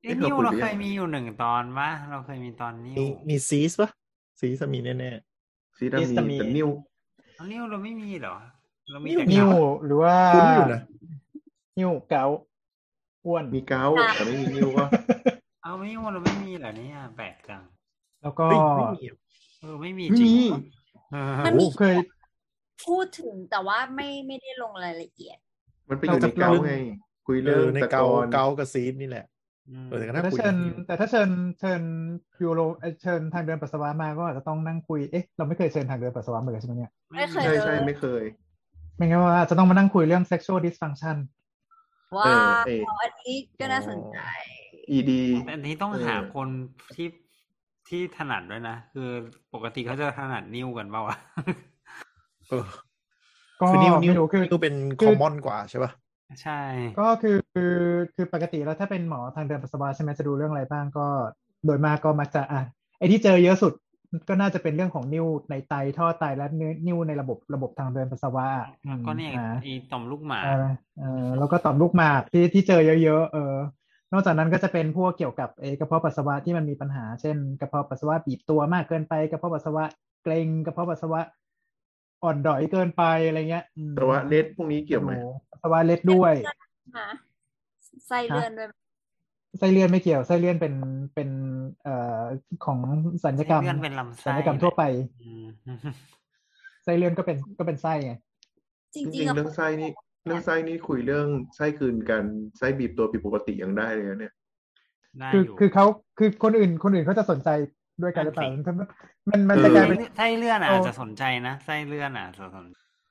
Speaker 3: เอ้ยนิวเราเคยมีอยู่หนึ่งตอนปะเราเคยมีตอนนิว
Speaker 6: มีมีซีสปะซีสมีแน่
Speaker 7: ซีดา
Speaker 4: ซีสตามี
Speaker 7: มีแต่นิว
Speaker 3: เอานิวเราไม่มีเหรอ เรามี
Speaker 4: นิ้ว
Speaker 3: เกา
Speaker 4: หรือว่า
Speaker 6: ๆคุ้นอยู่นะ
Speaker 4: นิ้วเกาอ้วน
Speaker 7: มีเกาแต่ไม่มีนิวก็
Speaker 3: เอาไม่นิวเราไม่มีเหรอเนี่ยแปลกจัง
Speaker 4: แล้วก็
Speaker 6: เฮ้ยไม่มีอะ
Speaker 3: เออไม่มี
Speaker 7: ไม่
Speaker 3: จริง
Speaker 7: มี
Speaker 3: เหรอเออ
Speaker 2: มันมี
Speaker 4: เคย
Speaker 2: พูดถึงแต่ว่าไม่ไม่ได้ลงรายละเอียด
Speaker 7: มันไปอยู่ในเกาไง คุย
Speaker 6: เอ
Speaker 7: เรื่อง
Speaker 6: อใน
Speaker 7: ตะ
Speaker 6: เกาก
Speaker 7: อน
Speaker 6: เกากับซีสนี่แหละ
Speaker 3: อืม
Speaker 6: เออแต่ก็
Speaker 4: แต่
Speaker 6: น่า
Speaker 4: ถ้า
Speaker 6: คุย
Speaker 4: เชิญ
Speaker 6: นะ
Speaker 4: แต่ถ้าเชิญเชิญยูโรเอ่อเชิญทางเดินปัสสาวะมาก็อาจจะต้องนั่งคุยเอ๊ะเราไม่เคยเชิญทางเดินปัสสาวะมาเลยใช่ไหมเนี่ย
Speaker 2: ไม่เคย
Speaker 7: ใช่ใช่ไม่เคย
Speaker 4: ไม่งั้นว่าอาจจะต้องมานั่งคุยเรื่อง sexual dysfunction
Speaker 2: ว่า
Speaker 7: เออเออ
Speaker 2: อันนี้ก็น่าสนใจ
Speaker 7: อีดี
Speaker 3: แต่อันนี้ต้อง
Speaker 7: เออ
Speaker 3: หาคนที่ที่ถนัดด้วยนะ คือปกติเขาจะถนัดนิ้วกันเปล่าวะ
Speaker 6: เออ
Speaker 4: ก็
Speaker 6: คือนิ้วนิ้ว
Speaker 4: ไม่รู้คือ
Speaker 6: นิ้วเป็น
Speaker 4: คื
Speaker 6: ค
Speaker 4: อ
Speaker 6: อมมอนกว่าใช่ปะ
Speaker 3: ใช่
Speaker 4: ก็คือคือคือปกติแล้วถ้าเป็นหมอทางเดินปัสสาวะใช่ไหมจะดูเรื่องอะไรบ้างก็ โดยมากก็มักจะอ่ะไอ้ที่เจอเยอะสุดก็น่าจะเป็นเรื่องของนิ้วในไตท่อไตและเนื้อนิ้วในระบบระบบทางเดินปัสสาวะอ่ะ
Speaker 3: แล้วก็เนี่ย
Speaker 4: อ่า
Speaker 3: ไอต่อมลูกหมา
Speaker 4: เออเออแล้วก็ต่อมลูกหมากที่ที่เจอเยอะๆเออนอกจากนั้นก็จะเป็นพวกเกี่ยวกับเออกระเพาะปัสสาวะที่มันมีปัญหา เช่น กระเพาะปัสสาวะบีบตัวมากเกินไปกระเพาะปัสสาวะเกร็งกระเพาะปัสสาวะอ่อนดอยเกินไปอะไรเงี้ยอืม
Speaker 7: แต่ว่าเลสพวกนี้เกี่ยวไหม
Speaker 4: โอ้โปัสสาวะเล็ดด้วย
Speaker 2: ฮะไส้เลื่อนด้วย
Speaker 4: ไส้เลื่อนไม่เกี่ยวไส้เลื่อนเป็นเป็นเอ่อของสัญญกรรม
Speaker 3: ไส้เลื่อนเป็นลำไส้
Speaker 4: สัญญกรรมทั่วไป
Speaker 3: อืม
Speaker 4: ไส้เลื่อนก็เป็นก็เป็นไส้ไง
Speaker 2: จ
Speaker 7: จ
Speaker 2: ริง
Speaker 7: ริง
Speaker 2: ๆ
Speaker 7: ๆ
Speaker 2: อะ
Speaker 7: เรื่องไส้นี่เรื่องไส้นี่คุยเรื่องไส้คืนกันไส้บีบตัวผิดปกติยังได้เลยนะเนี่ย
Speaker 3: ได้
Speaker 4: คือ
Speaker 3: อยู่
Speaker 4: คือเขาคือคนอื่นคนอื่นเขาจะสนใจด้วยกันหรือเปล่ามันมันมันจะ
Speaker 7: เอ
Speaker 4: กลา
Speaker 7: อ
Speaker 4: ยเป็น
Speaker 3: ไส้เลื่อนอะ
Speaker 4: โอ้
Speaker 3: อาจจะสนใจนะไส้เลื่อนอะอาจจะสน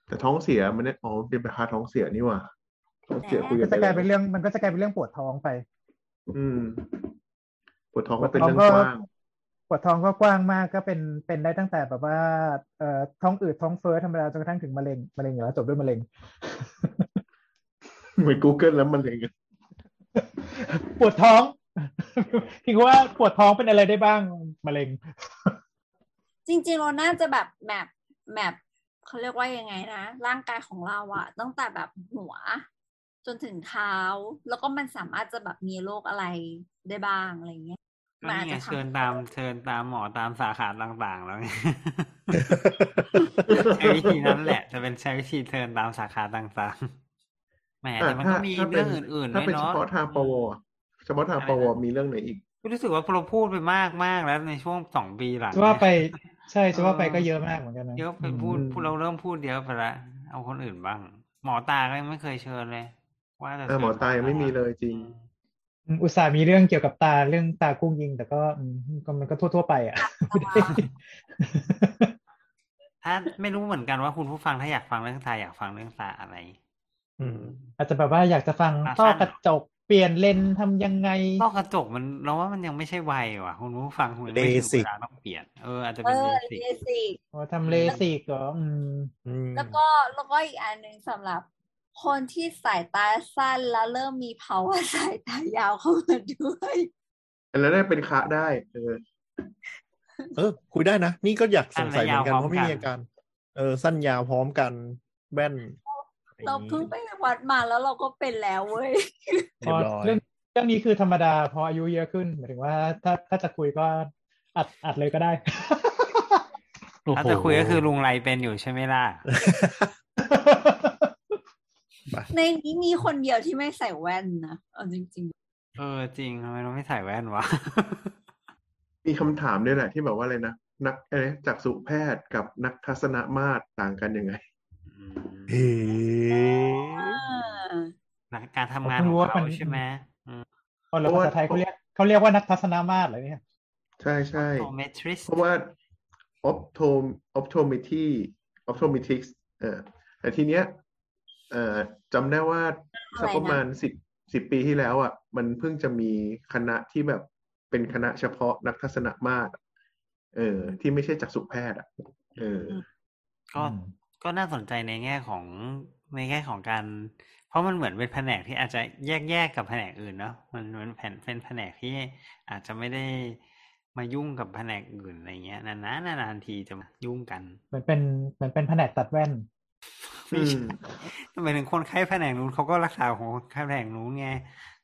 Speaker 7: แต่ท้องเสียมันเนี่ยอ๋อเป็นประคาท้องเสียนี่หว่าท้องเสียคุยกั
Speaker 4: ก็
Speaker 7: น
Speaker 4: จะกลาย
Speaker 7: ไป
Speaker 4: เป็น
Speaker 7: เลย
Speaker 4: เรื่องมันก็จะกลายเป็นเรื่องปวดท้องไป
Speaker 7: อืมปวดท้อง
Speaker 4: ป
Speaker 7: ก็
Speaker 4: วด
Speaker 7: เป็น
Speaker 4: ท้อง
Speaker 7: เรื่อง
Speaker 4: ก็
Speaker 7: กว้าง
Speaker 4: ปวดท้องก็กว้างมากก็เป็นเป็นได้ตั้งแต่แบบว่าเอ่อท้องอืดท้องเฟ้อธรรมดาจนกระทั่งถึงมะเร็งมะเร็งอยู่แล้วจบด้วยมะเร็ง
Speaker 7: เหมือน Google แล้วมันเลยไง
Speaker 4: ปวดท้อง พี่ว่าปวดท้องเป็นอะไรได้บ้างมะเร็ง
Speaker 2: จริงๆเราน่าจะแบบแมปแมปเขาเรียกว่ายังไงนะ ร่างกายของเราอะตั้งแต่แบบหัว จนถึงเท้า แล้วก็มันสามารถจะแบบมีโรคอะไรได้บ้างอะไรเงี้ย
Speaker 3: ก็
Speaker 2: มันอาจ
Speaker 3: นี่ไง
Speaker 2: จะทำ
Speaker 3: เชิญตามเชิญตามหมอตามสาขาต่างๆ แล้วไง ใช้วิธีนั้นแหละ จะเป็นใช้วิธีเชิญตามสาขาต่างๆแหมแต่มันก็มีเรื่องอื่นๆ
Speaker 7: ถ้า
Speaker 3: ด้วย
Speaker 7: เป็นเฉ
Speaker 3: เนาะ
Speaker 7: พาะทางปวเฉพาะทาง
Speaker 3: อะไร
Speaker 7: ปว
Speaker 3: นะ
Speaker 7: มีเรื่องไหนอีก
Speaker 3: รู้สึกว่าเราพูดไปมากมากแล้วในช่วงสองปีหลัง
Speaker 4: จะว่าไป
Speaker 3: เนี่ย
Speaker 4: ใช่จะว่าไป
Speaker 3: เออ
Speaker 4: ก็เยอะมากเหมือนกันนะ
Speaker 3: เยอะไปพูด
Speaker 4: อืม
Speaker 3: พูดเราเริ่มพูดเยอะไปละเอาคนอื่นบ้าง หมอตาก็ยังไม่เคยเชิญเลย ว่าจะ
Speaker 7: เออ
Speaker 3: เชิญ
Speaker 7: หมอตายังไม่มีเลยจริง
Speaker 4: อุตส่าห์มีเรื่องเกี่ยวกับตาเรื่องตากุ้งยิง แต่ก็อืมก็มันก็ทั่ว ๆ ไปอ่ะ
Speaker 3: ถ้าไม่รู้เหมือนกันว่าคุณผู้ฟังถ้าอยากฟังเรื่องตาอยากฟังเรื่องตาอะไร
Speaker 6: อืม
Speaker 4: อาจจะแบบว่าอยากจะฟัง
Speaker 3: อ่ะ
Speaker 4: ต้อ
Speaker 3: สั้น
Speaker 4: กระจก ปี ปลี่ยนเลนส์ทำยังไง
Speaker 3: ลอกกระจกมันเราว่ามันยังไม่ใช่วัยว่ะคุณผู้ฟังคุณไม่ถึง
Speaker 6: Basic
Speaker 3: เวลาต้องเปลี่ยนเอออาจจะ
Speaker 2: เอ
Speaker 3: เป็น
Speaker 2: อ
Speaker 3: เบสิก
Speaker 2: เลสิก
Speaker 4: พอทำเลสิกก็อืม
Speaker 6: อืม
Speaker 2: แล้วก็แล้วก็อีกอันหนึ่งสำหรับ คนที่สายตาสั้นแล้วเริ่มมีภาวะสายตายาวเข้ามาด้วย
Speaker 7: แล้วได้เป็นคะได้ เออ
Speaker 6: เออ คุยได้นะ นี่ก็อยากสงสัยเหมือนกัน
Speaker 3: สั้นและยาว
Speaker 6: เพราะไม่มี
Speaker 3: พร้อมกัน
Speaker 6: อาการเออสั้นยาวพร้อมกันแว่น
Speaker 2: เราเพิ่งไปวัดมาแล้วเราก็เป็นแล้วเว้ย
Speaker 6: เรียบร้อย
Speaker 4: เรื่องเรื่องนี้คือธรรมดาพออายุเยอะขึ้นหมายถึงว่าถ้าถ้าจะคุยก็อัดอัดเลยก็ได้
Speaker 5: โอ้โห
Speaker 3: ถ้าจะคุยก็คือลุงไรเป็นอยู่ใช่ไหมล่ะ
Speaker 2: ในนี้มีคนเดียวที่ไม่ใส่แว่นนะเอาจริง
Speaker 3: เออจริงทำไมเราไม่ใส่แว่นวะ
Speaker 7: มีคำถามด้วยแหละที่แบบว่าอะไรนะนักอะไรนะจักษุแพทย์กับนักทัศนมาตรต่างกันยังไง
Speaker 6: เฮ้
Speaker 2: ๆ อ่า
Speaker 3: หลักการทำงานข
Speaker 4: ผมเพิ่ง
Speaker 3: อง
Speaker 4: รู้ว่ามั
Speaker 3: เขา
Speaker 4: น
Speaker 3: ใช่ไหม
Speaker 4: คนเราภาษาไทยเขาเรียกเขาเรียกว่านักทัศนามาตรเหรอเนี่ย
Speaker 7: ใช่ใช่
Speaker 3: โทเมทริส
Speaker 7: เพราะว่า opto optometry optometrics เออแต่ทีเนี้ยเอ่อจำได้ว่าสักประมาณสิบสิบปีที่แล้วอ่ะ มันเพิ่งจะมีคณะที่แบบเป็นคณะเฉพาะนักทัศนมาตรอะเออ ที่ไม่ใช่จักษุแพทย์อ่ะเออ
Speaker 3: ก็ ก็น่าสนใจในแง่ของในแง่ของการ เพราะมันเหมือนเป็นแผนกที่อาจจะแยกแยกกับแผนกอื่นเนาะมันมันแผนเป็นแผนกที่อาจจะไม่ได้มายุ่งกับแผนกอื่นอะไรเงี้ยนานๆนานๆทีจะมายุ่งกัน
Speaker 4: เหมือนเป็นเหมือนเป็นแผนกตัดแว่น
Speaker 7: อืม
Speaker 3: ทำไมถึงคนไข้แผนกนู้นเขาก็รักษาของคนไข้แผนกนู้นไง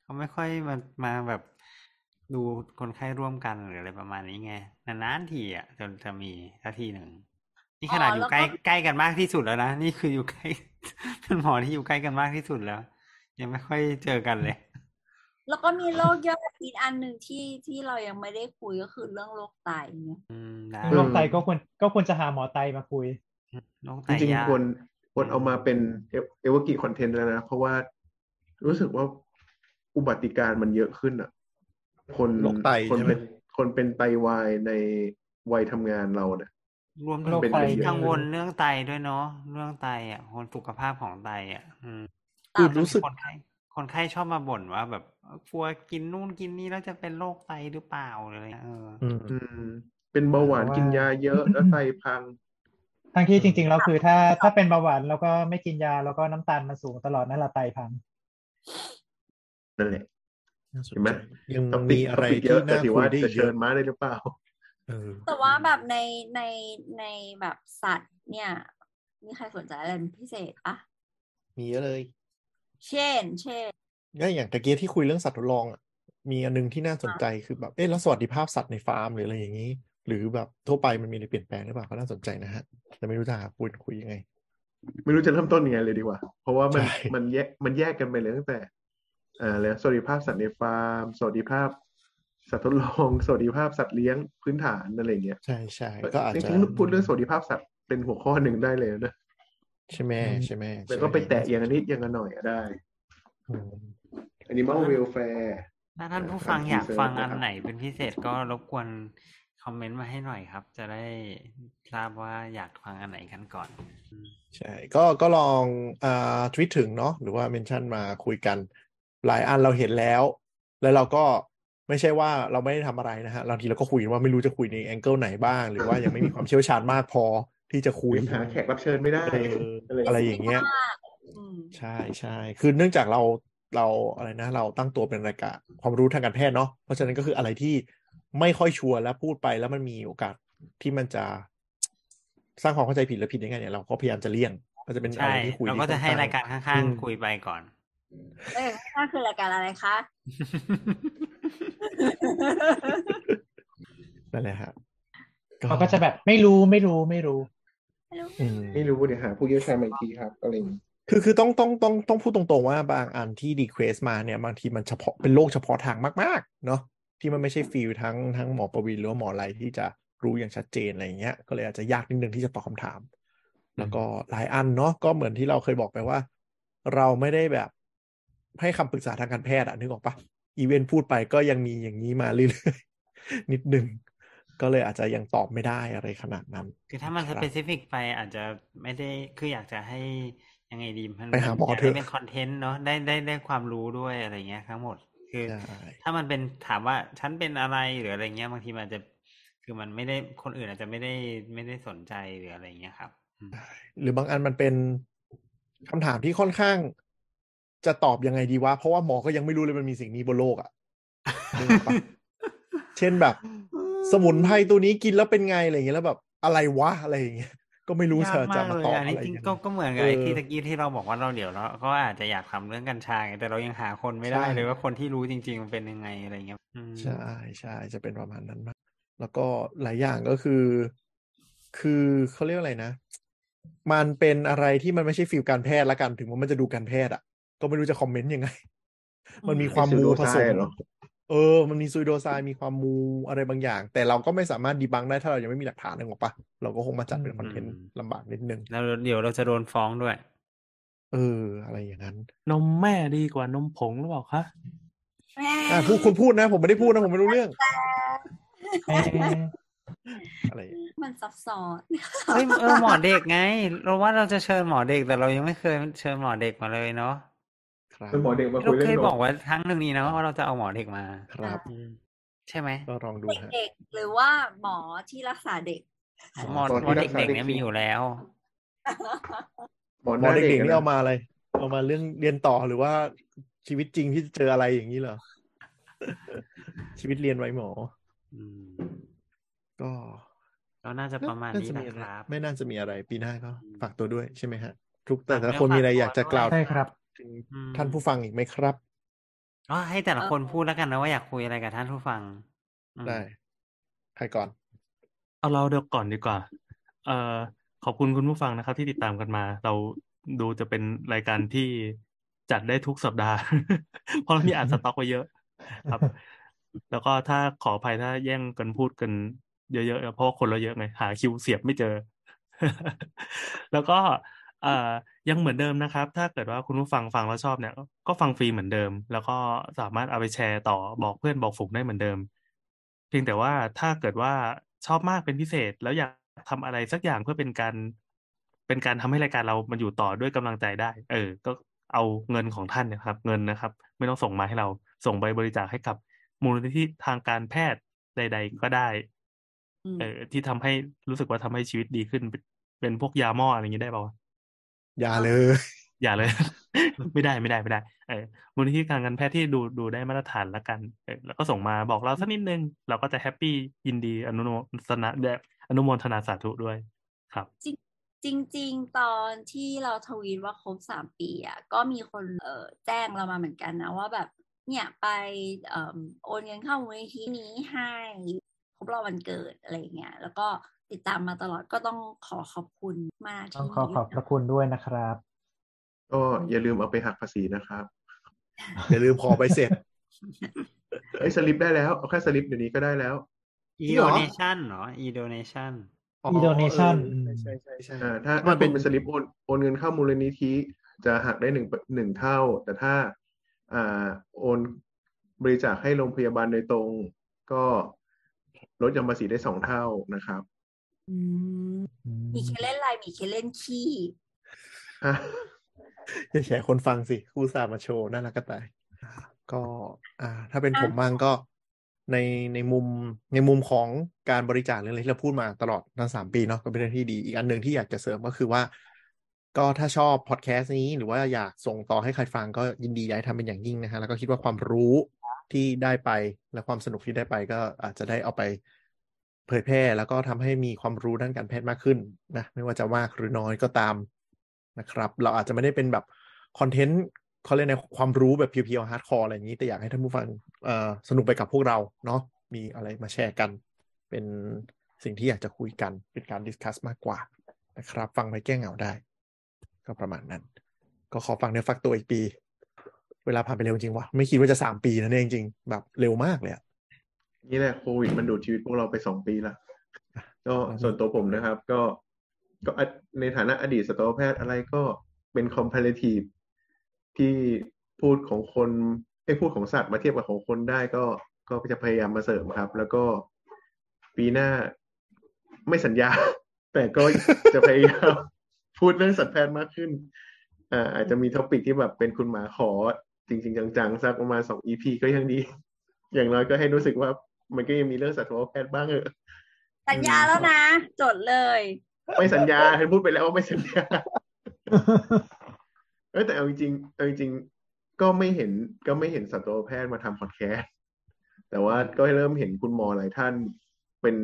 Speaker 3: เขาไม่ค่อยมามาแบบดูคนไข้ร่วมกันหรืออะไรประมาณนี้ไงนานๆทีอ่ะจนจะมีสักทีหนึ่งนี่ขนาด
Speaker 2: อ๋
Speaker 3: อ
Speaker 2: ออแล้
Speaker 3: ยู่
Speaker 2: ว
Speaker 3: ใกล้
Speaker 2: ก็
Speaker 3: ใกล้กันมากที่สุดแล้วนะนี่คืออยู่ใกล้ เป็นหมอที่อยู่ใกล้กันมากที่สุดแล้ว ยังไม่ค่อยเจอกันเลย
Speaker 2: แล้วก็มีโรคยอดอีกอันหนึ่งที่ที่เรายังไม่ได้คุยก็คือเรื่องโรคไตเนี่ย
Speaker 3: อืมได้
Speaker 4: โรคไตก็ควรก็ควรจะหาหมอไตมาคุย
Speaker 3: โรคไต
Speaker 7: จริง
Speaker 3: ยาก
Speaker 7: ๆควรควรเอามาเป็นเอเวอร์กีคอนเทนต์แล้วนะ เพราะว่ารู้สึกว่าอุบัติการณ์มันเยอะขึ้นอ่ะ คน
Speaker 6: โรคไต
Speaker 7: คน
Speaker 6: ใช่ไหม
Speaker 7: เป็นคนเป็นไตวายในวัยทำงานเราเนี่ย
Speaker 3: รวมถึง
Speaker 4: โรคไต
Speaker 3: คนกังวลเรื่องไตด้วยเนาะเรื่องไตอ่ะคนสุขภาพของไตอ่ะ อืม
Speaker 6: คือรู้สึก
Speaker 3: คนไข้คนไข้ชอบมาบ่นว่าแบบกลัวกินนู่นกินนี่แล้วจะเป็นโรคไตหรือเปล่าหรืออะไรเงี้ยเออ
Speaker 6: อืม
Speaker 7: อืม เป็นเบาหวานกินยาเยอะ แล้วไตพัง
Speaker 4: ทั้งที่จริงๆแล้วคือถ้าถ้าเป็นเบาหวานแล้วก็ไม่กินยาแล้วก็น้ำตาลมันสูงตลอดนั่นละไตพัง
Speaker 7: นั่นแหละ
Speaker 6: น่าสน
Speaker 7: เห็นไหม
Speaker 6: ใจยัง
Speaker 7: ต้อง
Speaker 6: มีอะไร
Speaker 7: ติดเย
Speaker 6: ที่
Speaker 7: อะแต่
Speaker 6: น่า
Speaker 7: ถือ
Speaker 6: คุย
Speaker 7: ว่า
Speaker 6: ได้
Speaker 7: จะ
Speaker 6: เย
Speaker 7: เชิ
Speaker 6: อะ
Speaker 7: ญมาได้หรือเปล่า
Speaker 6: เออ
Speaker 2: แต่ว่าแบบในในในแบบสัตว์เนี่ย มีใครสนใจอะไรเป็นพิเศษปะ
Speaker 6: มีเยอะเลย
Speaker 2: เช่น เช่น
Speaker 6: ก็อย่างตะเกียที่คุยเรื่องสัตว์ทดลองอะมีอันนึงที่น่าสนใจคือแบบเอ๊ะแล้วสวัสดิภาพสัตว์ในฟาร์มหรืออะไรอย่างนี้ หรือแบบทั่วไปมันมีอะไรเปลี่ยนแปลงหรือเปล่าก็น่าสนใจนะฮะแต่ไม่รู้จะหาคุยคุยยังไง
Speaker 7: ไม่รู้จะเริ่มต้นยังไงเลยดีกว่า เพราะว่ามัน
Speaker 6: ใช่
Speaker 7: มันแยกมันแยกกันไปเลยตั้งแต่เอ่าแล้วสวัสดิภาพสัตว์ในฟาร์มสวัสดิภาพ สัตว์ทดลองสวัสดิภาพสัตว์เลี้ยงพื้นฐานอะไรอย่างเงี้ย
Speaker 6: ใช่ใช่ก็อาจจะ
Speaker 7: นี่พูดเรื่องสวัสดิภาพสัตว์เป็นหัวข้อหนึ่งได้เลยนะ
Speaker 6: ใช่ไหมใช่ไหม
Speaker 7: แล้วก็ไปแตะอย่างนิดอย่างหน่อยก็ได้
Speaker 6: อืม
Speaker 7: Animal Welfare
Speaker 3: ถ้าท่านผู้ฟัง
Speaker 7: เอออย
Speaker 3: อากฟัง
Speaker 7: ครับ
Speaker 3: อันไหนเป็นพิเศษก็รบกวนคอมเมนต์มาให้หน่อยครับ จะได้ทราบว่าอยากฟังอันไหนกันก่อน
Speaker 6: ใช่ก็ก็ลองอ่าทวิตถึงเนาะหรือว่าเมนชั่นมาคุยกัน หลายอันเราเห็นแล้ว แล้วเราก็ไม่ใช่ว่าเราไม่ได้ทำอะไรนะฮะบางทีเราก็คุยว่าไม่รู้จะคุยในแองเกิลไหนบ้าง หรือว่ายังไม่มีความเชี่ยวชาญมากพอที่จะคุ
Speaker 7: คุ
Speaker 6: ย
Speaker 7: ยหาแขกรับเชิญไม่ได้
Speaker 6: เอออะไรอย่างเงี้ย
Speaker 2: อืม
Speaker 6: ใช่ใช่คือเนื่องจากเราเราอะไรนะ เราตั้งตัวเป็นรายการความรู้ทางการแพทย์เนาะเพราะฉะนั้นก็คืออะไรที่ไม่ค่อยชัวร์แล้วพูดไปแล้วมันมีโอกาสที่มันจะสร้างความเข้าใจผิดหรือผิดยังไงเนี่ยเราก็พยายามจะเลี่ยง ก็จะเป็นอะ
Speaker 3: ใช่
Speaker 6: ไรที่คุย
Speaker 3: เราก็จะให้รายการข้างๆ คุยไปก่อน
Speaker 2: เอ้ยนั่นคือรายการอะไรคะ
Speaker 6: นั่นแหละฮะ
Speaker 4: เขาก็จะแบบไม่รู้ไม่รู้ไม่ รู้
Speaker 6: อืม
Speaker 7: ไม่รู้เดี๋ยวหาผู้เชี่ยวชาญมาอีกทีครับอะไรอย่างงี้
Speaker 6: คือคือต้องต้องต้องต้องพูดตรงๆว่าบางอันที่ดีเควสมาเนี่ยบางทีมันเฉพาะเป็นโรคเฉพาะทางมากๆเนาะที่มันไม่ใช่ฟิลทั้งทั้งหมอประวินหรือว่าหมออะไรที่จะรู้อย่างชัดเจนอะไรอย่างเงี้ยก็เลยอาจจะยากนิดนึงที่จะตอบคำถาม แล้วก็หลายอันเนาะก็เหมือนที่เราเคยบอกไปว่า เราไม่ได้แบบให้คำปรึกษาทางการแพทย์อะนึกออกปะอีเวนต์พูดไปก็ยังมีอย่างนี้มาเรื่อยๆนิ ดนึงก็เลยอาจจะยังตอบไม่ได้อะไรขนาดนั้น
Speaker 3: คือถ้ามันส
Speaker 6: ครับ
Speaker 3: เปซิฟิกไปอาจจะไม่ได้คืออยากจะให้ ยังไงดีมัน
Speaker 6: ไปหาหมอ
Speaker 3: มันยาก
Speaker 6: เถอะ
Speaker 3: ได้เป็นคอนเทนต์เนาะได้ได้ได้ความรู้ด้วยอะไรเงี้ยทั้งหมด คือ
Speaker 6: ใช่
Speaker 3: ถ้ามันเป็นถามว่าฉันเป็นอะไรหรืออะไรเงี้ยบางทีมันอาจจะคือมันไม่ได้คนอื่นอาจจะไม่ได้ไม่ได้สนใจหรืออะไรเงี้ยครับอืม
Speaker 6: หรือบางอันมันเป็นคำถามที่ค่อนข้าง จะตอบยังไงดีวะ เพราะว่าหมอก็ยังไม่รู้เลยมันมีสิ่งนี้บนโลกอะนึกออกปะ เช่นแบบ สมุนไพรตัวนี้กินแล้วเป็นไงอะไรอย่างเงี้ยแล้วแบบอะไรวะอะไรอย่างเงี้ยก็ไม่รู้
Speaker 5: ยาก
Speaker 6: จะจะ
Speaker 5: มาก
Speaker 6: มา
Speaker 5: เลย
Speaker 6: ตอบ
Speaker 3: อัน
Speaker 6: อะ
Speaker 3: นี้
Speaker 6: ไร
Speaker 3: จริง
Speaker 6: ยังไง
Speaker 3: ก็ก็เหมือนกับไอ้
Speaker 6: เออ
Speaker 3: ที่ตะกี้ที่เราบอกว่าเราเดี๋ยวเราก็อาจจะอยากทำเรื่องกัญชาไงแต่เรายังหาคนไม่ได้
Speaker 6: ใช่
Speaker 3: เลยว่าคนที่รู้จริง ๆ มันเป็นยังไงอะไรเงี้ยอืม
Speaker 6: ใช่ใช่จะเป็นประมาณนั้นมาก แล้วก็หลายอย่างก็คือ คือเขาเรียกอะไรนะ มันเป็นอะไรที่มันไม่ใช่ฟิลการแพทย์ละกันถึงว่ามันจะดูการแพทย์อ่ะ ก็ไม่รู้จะคอมเมนต์ยังไง มันมีความมูผสม
Speaker 7: เป็น pseudo science เหรอ
Speaker 6: เออ มันมีซูโดไซมีความมูอะไรบางอย่าง แต่เราก็ไม่สามารถดีบังได้ถ้าเรายังไม่มีหลักฐานนึกออกปะเราก็คงมาจัดเป็นคอนเทนต์ลำบากนิดนึง
Speaker 3: แล้วเดี๋ยวเราจะโดนฟ้อง ด้วย
Speaker 6: เออ อะไรอย่างนั้น
Speaker 5: นมแม่ดีกว่านมผงหรือเปล่าคะ
Speaker 2: แม่
Speaker 6: อ่ะพูดคุณพูดนะ ผมไม่ได้พูดนะ ผมไม่รู้เรื่อง
Speaker 5: เอ๊ะ
Speaker 6: อะไรอย่าง
Speaker 2: มันซับซ้อน
Speaker 3: เฮ้ยเออหมอเด็กไง เราว่าเราจะเชิญหมอเด็กแต่เรายังไม่เคยเชิญหมอเด็กมาเลยเนาะ
Speaker 6: ครับ
Speaker 7: เป็นหมอเด็กมา
Speaker 3: เรา
Speaker 7: คุย
Speaker 3: เค
Speaker 7: เรื่อยงน
Speaker 3: บอก
Speaker 7: ม
Speaker 3: ไว้ครั้งหนึ่งนี้นะว่าเราจะเอาหมอเด็กมา
Speaker 6: ครับ
Speaker 3: อืมใช่ไหม
Speaker 6: ก็ลองดูฮะ
Speaker 2: เด็กๆหรือว่าหมอที่รักษาเด็ก
Speaker 3: หมอหมอเด็กๆเนี่ยมีอยู่แล้ว
Speaker 7: หมอ
Speaker 6: หม
Speaker 7: ห
Speaker 6: อ
Speaker 7: น้า
Speaker 6: เด็
Speaker 7: เด็
Speaker 6: ก
Speaker 7: ก
Speaker 6: ๆ
Speaker 7: อะ
Speaker 6: นี่
Speaker 7: นะ
Speaker 6: เอามาอะไร เอามาเรื่องเรียนต่อหรือว่าชีวิตจริงที่เจออะไรอย่างนี้เหรอ ชีวิตเรียนไว้หมอ
Speaker 3: อืม
Speaker 6: ก็
Speaker 3: ก็น่าจะประมาณนี้นะ
Speaker 6: อไ
Speaker 3: ครับ
Speaker 6: ไม่น่าจะมีอะไร ปีหน้าก็
Speaker 3: อืม
Speaker 6: ฝากตัวด้วยใช่ไหมฮะ ทุกแต่
Speaker 3: ฝาก
Speaker 6: แต่ละ
Speaker 3: ด้วย
Speaker 6: คนมีอะไร
Speaker 3: ฝากตัว
Speaker 6: อยากจะกล่าว
Speaker 3: ด้
Speaker 4: ใช่
Speaker 3: วย
Speaker 4: ครับ
Speaker 6: ถึง
Speaker 3: อืม
Speaker 6: ท่านผู้ฟังอีกไหมครับ
Speaker 3: อ๋อให้แต่ละคนพูดแล้วกันนะว่าอยากคุยอะไรกับท่านผู้ฟังอืม
Speaker 6: ได้ ใครก่อน
Speaker 5: เอาเราเดี๋ยวก่อนดีกว่า เอ่อขอบคุณคุณผู้ฟังนะครับ ที่ติดตามกันมา เราดูจะเป็นรายการที่จัดได้ทุกสัปดาห์ เพราะเรามีอัดสต็อกไว้เยอะ ครับ แล้วก็ถ้าขออภัยถ้าแย่งกันพูดกันเยอะๆเพราะว่าคนเราเยอะไงหาคิวเสียบไม่เจอ แล้วก็เอ่อยังเหมือนเดิมนะครับ ถ้าเกิดว่าคุณผู้ฟังฟังแล้วชอบเนี่ย ก็ฟังฟรีเหมือนเดิม แล้วก็สามารถเอาไปแชร์ต่อบอกเพื่อนบอกฝูงได้เหมือนเดิม เพียงแต่ว่าถ้าเกิดว่าชอบมากเป็นพิเศษ แล้วอยากทำอะไรสักอย่างเพื่อเป็นการ เป็นการทำให้รายการเรามันอยู่ต่อด้วยกำลังใจได้ เออ ก็เอาเงินของท่านเนะครับ เงินนะครับ ไม่ต้องส่งมาให้เรา ส่งไปบริจาคให้กับมูลนิธิทางการแพทย์ใด ๆ ก็ได้
Speaker 2: อืม
Speaker 5: เออ ที่ทำให้รู้สึกว่าทำให้ชีวิตดีขึ้น เป็นเป็นพวกยาหม้ออะไรอย่างนี้ได้ป่าวะ
Speaker 6: อย่าเลย
Speaker 5: อย่าเลย ไม่ได้ไม่ได้ไม่ได้ เออมูลนิธิการการแพทย์ที่ดูดูได้มาตรฐานละกันเออแล้วก็ส่งมาบอกเราสักนิดนึง เราก็จะแฮปปี้ยินดีอนุโมทนาแบบอนุโมทนาสาธุด้วย ครับ
Speaker 2: จริง ๆ ตอนที่เราทวีตว่าครบสามปีอ่ะก็มีคนเอ่อแจ้งเรามาเหมือนกันนะว่าแบบเนี่ยไปเอ่อโอนเงินเข้ามูลนิธินี้ให้ครบรอบวันเกิดอะไรอย่างเงี้ยแล้วก็ติดตามมาตลอดก็ต้องขอขอบคุณมาก
Speaker 4: ต้อง
Speaker 2: ที่
Speaker 4: ขอขอบพระคุณด้วยนะครับ
Speaker 7: ก็อย่าลืมเอาไปหักภาษีนะครับ
Speaker 6: อย่าลืมขอใบเสร็จ
Speaker 7: ไอ้ยสลิปได้แล้วเอาแค่สลิปเดี๋ยวนี้ก็ได้แล้ว
Speaker 3: อี
Speaker 6: จริง
Speaker 3: โด
Speaker 6: เหรอ
Speaker 3: เนชั่นเหรออีโดเนชั่น
Speaker 6: อ๋อ
Speaker 4: E-donation
Speaker 6: เออใช่ใช่ใช่
Speaker 7: อ่า
Speaker 6: ใช่
Speaker 7: ถ้า
Speaker 6: มั
Speaker 7: ถ้าน
Speaker 6: เป็
Speaker 7: คุ
Speaker 6: น
Speaker 7: ณเป็นสลิปโอนโอนเงินเข้ามูลนิธิจะหักได้หนึ่งหนึ่งเท่า แต่ถ้าอ่าโอนบริจาคให้โรงพยาบาลโดยตรง ก็ลดหย่อนภาษีได้สองเท่านะครับ
Speaker 2: อืม
Speaker 4: อืม
Speaker 2: มีเคเล่นลายมีเคเล่นขี้
Speaker 7: ฮะ
Speaker 6: อย่าแฉคนฟังสิกูอุตสาห์มาโชว์น่ารักกระต่ายก็อ่า ถ้าเป็นผมบ้างก็ในในมุมในมุมของการบริจาคหรืออะไรที่เราพูดมาตลอดทั้งสามปีเนาะก็เป็นเรื่องที่ดี อีกอันหนึ่งที่อยากจะเสริมก็คือว่า ก็ถ้าชอบพอดแคสต์นี้หรือว่าอยากส่งต่อให้ใครฟังก็ยินดีอยากให้ทำเป็นอย่างยิ่งนะฮะแล้วก็คิดว่าความรู้ที่ได้ไปและความสนุกที่ได้ไปก็อาจจะได้เอาไปเผยแพร่ แล้วก็ทำให้มีความรู้ด้านการแพทย์มากขึ้นนะไม่ว่าจะมากหรือน้อยก็ตามนะครับ เราอาจจะไม่ได้เป็นแบบ คอนเทนต์เขาเรียกในความรู้แบบเพียวๆฮาร์ดคอร์อะไรอย่างนี้ แต่อยากให้ท่านผู้ฟังเอ่อสนุกไปกับพวกเราเนาะมีอะไรมาแชร์กัน เป็นสิ่งที่อยากจะคุยกัน เป็นการดิสคัสมากกว่านะครับ ฟังไปแก้เหงาได้ ก็ประมาณนั้น ก็ขอฟังเนื้อฟักตัวอีกปี เวลาผ่านไปเร็วจริงวะไม่คิดว่าจะสามปีนะเนี่ยจริงๆแบบเร็วมากเลยอะ
Speaker 7: นี่แหละโควิดมันดูดชีวิตพวกเราไปสองปีละก็ส่วนตัวผมนะครับ ก็ก็อ่ะในฐานะอดีตสัตวแพทย์อะไรก็เป็น comparative ที่พูดของคนไอ้ยพูดของสัตว์มาเทียบกับของคนได้ก็ก็จะพยายามมาเสริมครับ แล้วก็ปีหน้า ไม่สัญญา แต่ก็จะพยายาม พูดเรื่องสัตวแพทย์มากขึ้น อ่าอาจจะมีท็อปิกที่แบบเป็นคุณหมาขอจริง ๆ จังๆสักประมาณสองอีพีก็ยังดี อย่างน้อยก็ให้รู้สึกว่ามันก็ยังมีเรื่องสัตวแพทย์บ้างเออ
Speaker 2: สัญญาแล้วนะ จดเลย
Speaker 7: ไม่สัญญาฉันพูดไปแล้วว่าไม่สัญญา เอยแต่เอาจริงๆเอาจริงๆก็ไม่เห็นก็ไม่เห็นสัตวแพทย์มาทำพอดแคสต์แต่ว่าก็เริ่มเห็นคุณหมอหลายท่านเป็น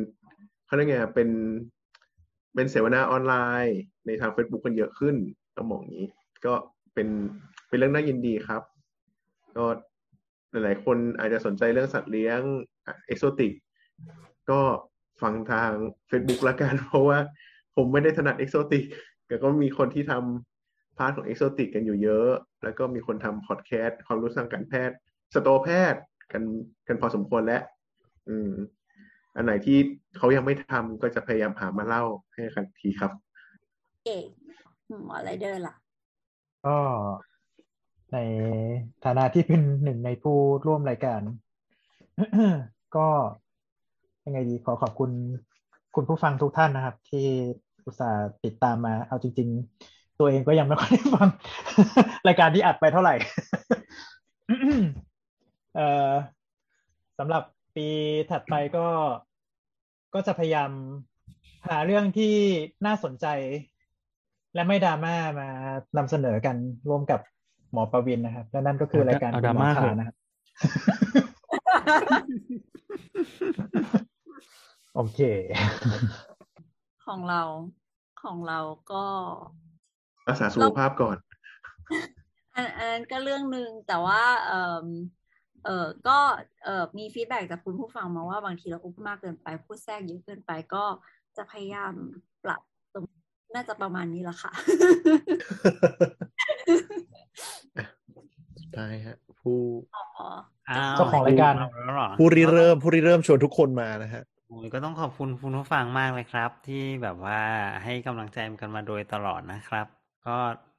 Speaker 7: เขาเรียกไงอะเป็น เป็นเสวนาออนไลน์ในทาง Facebook กันเยอะขึ้นต้องบอกอย่างนี้ ก็เป็นเป็นเรื่องน่ายินดีครับ ก็หลายๆคนอาจจะสนใจเรื่องสัตว์เลี้ยงเอกโซติก ก็ฟังทาง Facebook ละกัน เพราะว่าผมไม่ได้ถนัดเอกโซติก แต่ก็มีคนที่ทำพาร์ทของเอกโซติกกันอยู่เยอะ แล้วก็มีคนทำพอดแคสต์ความรู้ทางการแพทย์ สโตวแพทย์กันกันพอสมควรแล้ว อืม อันไหนที่เขายังไม่ทำก็จะพยายามหามาเล่าให้กันทีครับ
Speaker 2: เก่งหมอไรเดอร์ล่ะ
Speaker 4: ก็ในฐานะที่เป็นหนึ่งในผู้ร่วมรายการ ก็ยังไงดีขอขอบคุณคุณผู้ฟังทุกท่านนะครับ ที่อุตส่าห์ติดตามมา เอาจริง ๆ ตัวเองก็ยังไม่ค่อยได้ฟัง รายการที่อัดไปเท่าไหร่ เอ่อสำหรับปีถัดไปก็ก็จะพยายามหาเรื่องที่น่าสนใจ และไม่ดราม่ามานำเสนอกันร่วมกับหมอประวินนะครับและนั่นก็คือรายการ
Speaker 5: เอาดราม่า
Speaker 4: คุณหอ
Speaker 5: เถ
Speaker 4: ขา
Speaker 5: อะ
Speaker 4: นะครับ โอเค
Speaker 2: ของเราของเราก็
Speaker 7: รักษาสุขภาพก่อน
Speaker 2: อันอันนั้นก็เรื่องหนึ่งแต่ว่า เออเออก็เออมีฟีดแบ็จากคุณผู้ฟังมาว่าบางทีเราพูดมากเกินไปพูดแทรกเยอะเกินไปก็จะพยายามปรับตรงน่าจะประมาณนี้ละค่ะ
Speaker 6: ได้ฮะ ผู้
Speaker 2: อ๋อ
Speaker 4: เจ้าของรายการ
Speaker 3: อ้วแล้วเหรอ
Speaker 6: ผู้ริเริ่มผู้ริเริ่มชวนทุกคนมานะฮะ
Speaker 3: โอ้ยก็ต้องขอบคุณคุณผู้ฟังมากเลยครับ ที่แบบว่าให้กำลังใจกันมาโดยตลอดนะครับ ก็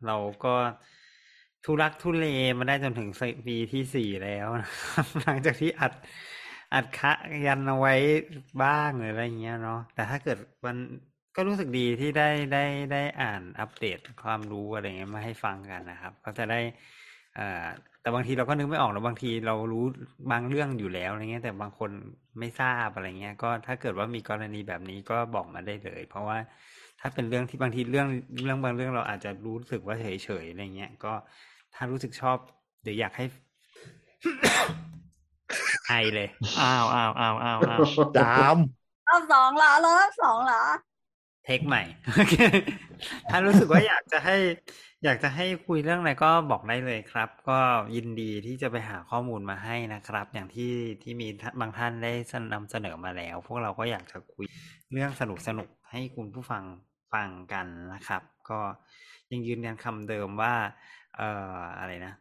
Speaker 3: เราก็ทุรักทุเลมาได้จนถึงปีที่สี่แล้วนะครับ หลังจากที่อัดอัดคะยันเอาไว้บ้างหรืออะไรอย่างเงี้ยเนาะแต่ถ้าเกิดมันก็รู้สึกดีที่ได้ได้ได้อ่านอัปเดตความรู้อะไรเงี้ยมาให้ฟังกันนะครับ ก็จะได้ อ่าแต่บางทีเราก็นึกไม่ออกนะบางทีเรารู้บางเรื่องอยู่แล้วอะไรเงี้ยแต่บางคนไม่ทราบอะไรเงี้ย ก็ถ้าเกิดว่ามีกรณีแบบนี้ก็บอกมาได้เลย เพราะว่าถ้าเป็นเรื่องที่บางทีเรื่องเรื่องบางเรื่องเราอาจจะรู้สึกว่าเฉยๆอะไรเงี้ยก็ถ้ารู้สึกชอบเดี๋ยวอยากให้ ไอเลย
Speaker 5: อ้าวอ้าวอ้าวอ้าวอ้าว
Speaker 6: จาม
Speaker 2: รอบสองเหรอรอบสองเหรอ
Speaker 3: เทคใหม่ โอเค ถ้ารู้สึกว่าอยากจะให้ อยากจะให้คุยเรื่องอะไรก็บอกได้เลยครับ ก็ยินดีที่จะไปหาข้อมูลมาให้นะครับ อย่างที่ที่มีท่านบางท่านได้นำเสนอมาแล้ว พวกเราก็อยากจะคุยเรื่องสนุกสนุกให้คุณผู้ฟังฟังกันนะครับ ก็ยังยืนยันคำเดิมว่า เอ่ออะไรนะ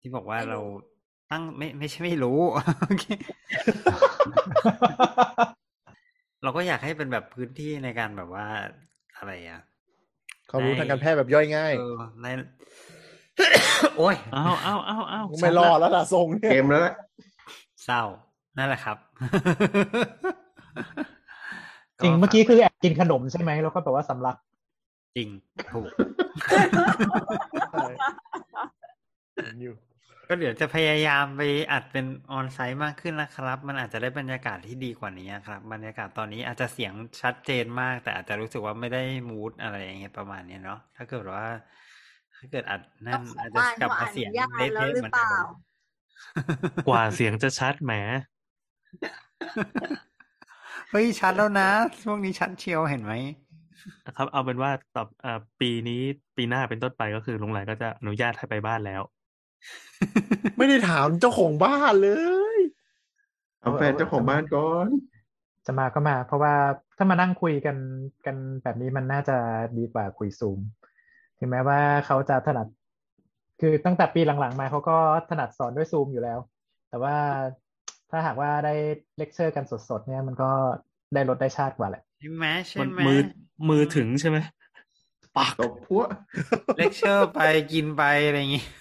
Speaker 3: ที่บอกว่า
Speaker 2: ไม่รู้
Speaker 3: เราตั้งไม่ไม่ใช่ไม่รู้ โอเค เราก็อยากให้เป็นแบบพื้นที่ในการแบบว่าอะไรอะ
Speaker 6: ความรู้ทางการแพทย์แบบย่อยง่าย
Speaker 3: เออใน โอ้ย
Speaker 5: อ้าวอ้าวอ้าวอ้าว
Speaker 6: ไม่รอดแล้วล่ะทรงเนี่
Speaker 7: เก
Speaker 6: ย
Speaker 7: มแล้วแหละ
Speaker 3: เศร้า นั่นแหละครับ
Speaker 4: จริงเมื่อกี้คือแอบกินขนมใช่ไหมแล้วก็แบบว่าสำลัก
Speaker 3: จริงถูก
Speaker 6: เห็นอยู่
Speaker 3: ก็เดี๋ยวจะพยายามไปอัดเป็นออนไซต์มากขึ้นนะครับ มันอาจจะได้บรรยากาศที่ดีกว่านี้ครับ บรรยากาศตอนนี้อาจจะเสียงชัดเจนมาก แต่อาจจะรู้สึกว่าไม่ได้มูดอะไรอย่างเงี้ยประมาณเนี้ยเนาะถ้าเกิดว่า ถ้าเกิดอัดนั่น
Speaker 2: เจ้าของ
Speaker 3: อาจจะกลับมาเสียง
Speaker 2: บ้าน
Speaker 3: เละเทะ
Speaker 2: เขาอนุญาตแล้วหรือ
Speaker 3: เหมือนเดิ
Speaker 2: เปล่า
Speaker 3: ม
Speaker 5: กว่าเสียงจะชัดแหม
Speaker 3: เฮ้ยชัดแล้วนะช่วงนี้ชัดเชียวเห็นไหม
Speaker 5: นะครับเอาเป็นว่าต่ออ่าปีนี้ปีหน้าเป็นต้นไปก็คือลุงหลายก็จะอนุญาตให้ไปบ้านแล้ว
Speaker 6: ไม่ได้ถามเจ้าของบ้านเลย
Speaker 7: เอาแฟนเจ้าของบ้านก่อน
Speaker 4: จะมาก็มา เพราะว่าถ้ามานั่งคุยกันกันแบบนี้มันน่าจะดีกว่าคุยซูม ถึงแม้ว่าเขาจะถนัด คือตั้งแต่ปีหลังๆมาเขาก็ถนัดสอนด้วยซูมอยู่แล้ว แต่ว่าถ้าหากว่าได้เลคเชอร์กันสดๆเนี่ยมันก็ได้ลดได้ชาติกว่าแหละ
Speaker 3: ใช่ไหมใช่
Speaker 5: มัน
Speaker 3: ไหม
Speaker 5: มือมือถึงใช่ไหมปาก
Speaker 7: ตบพัว
Speaker 3: เลคเชอร์ไปกินไปอะไรอย่างงี้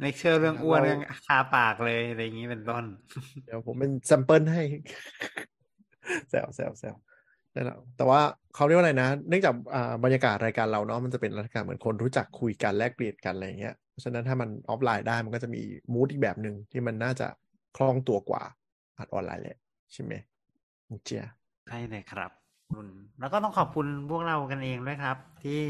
Speaker 3: เลคเชอร์เรื่องอ้วนเรื่องคาปากเลยอะไรอย่างงี้เป็นต้น
Speaker 6: เดี๋ยวผมเป็นแซัมเปิลให้ แซวแซวแซว นั่นแหละแต่ว่าเขาเรียกว่าอะไรนะ เนื่องจากอ่าบรรยากาศรายการเราเนาะมันจะเป็นรายการเหมือนคนรู้จักคุยกันแลกเปลี่ยนกันอะไรอย่างเงี้ยเพราะฉะนั้นถ้ามันออฟไลน์ได้มันก็จะมีมูดอีกแบบหนึ่งที่มันน่าจะคล่องตัวกว่าอัดออนไลน์แหละใช่ไหมมุกเจีย
Speaker 3: ใช่เลยครับคุณแล้วก็ต้องขอบคุณพวกเรากันเองด้วยครับ ที่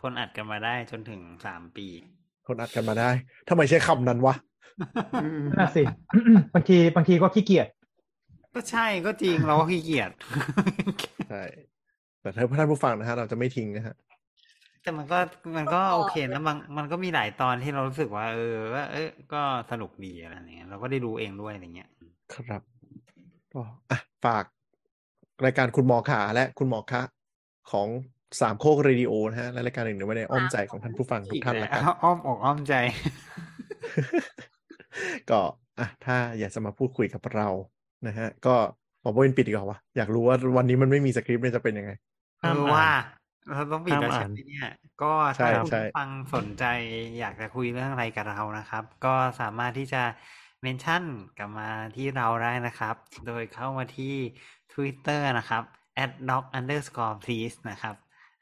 Speaker 3: ทนอัดกันมาได้จนถึงสามปี
Speaker 6: คนอัดกันมาได้ทำไมใช้คำนั้นวะ
Speaker 7: อืม
Speaker 4: น่าสิ บางทีบางทีก็ขี้เกียจ
Speaker 3: ก็ใช่ก็จริงเราก็ขี้เกียจ
Speaker 6: ใช่แต่ถ้าท่านผู้ฟังนะฮะเราจะไม่ทิ้งนะฮะ
Speaker 3: แต่มันก็มันก็โอเคนะมันมันก็มีหลายตอนที่เรารู้สึกว่า เออว่าเออก็สนุกดีอะไรอย่างเงี้ยเราก็ได้รู้เองด้วยอะไรเงี้ย
Speaker 6: ครับก็อ่ะฝากรายการคุณหมอขาและคุณหมอคะของสามโคกเรดิโอนะฮะและรายการหนึ่งในไว้ในอ้อมใจของท่านผู้ฟังทุกท่านละกั
Speaker 3: อี
Speaker 6: น
Speaker 3: กแวอ้อมอกอ้อมใจ
Speaker 6: ก็อ่ะถ้าอยากจะมาพูดคุยกับเรานะฮะ ก็บอกว่าเป็นปิดดีกว่าวะอยากรู้ว่าวันนี้มันไม่มีสคริปต์เนี่ยจะเป็นยังไง
Speaker 3: เอ
Speaker 5: ห้าม
Speaker 3: อ
Speaker 5: อ่า
Speaker 3: ว่าน เราต้องปิดแล้วใช่
Speaker 5: ห้ามอ่าน
Speaker 3: ไหมเนี่ย ก็
Speaker 6: ใช่
Speaker 3: ถ้า
Speaker 6: ครับ
Speaker 3: คุณ
Speaker 6: ใช่
Speaker 3: ผู้ฟังสนใจอยากจะคุยเรื่องอะไรกับเรานะครับ ก็สามารถที่จะเมนชั่นกลับมาที่เราได้นะครับ โดยเข้ามาที่ Twitter นะครับ d o c underscore please นะครับ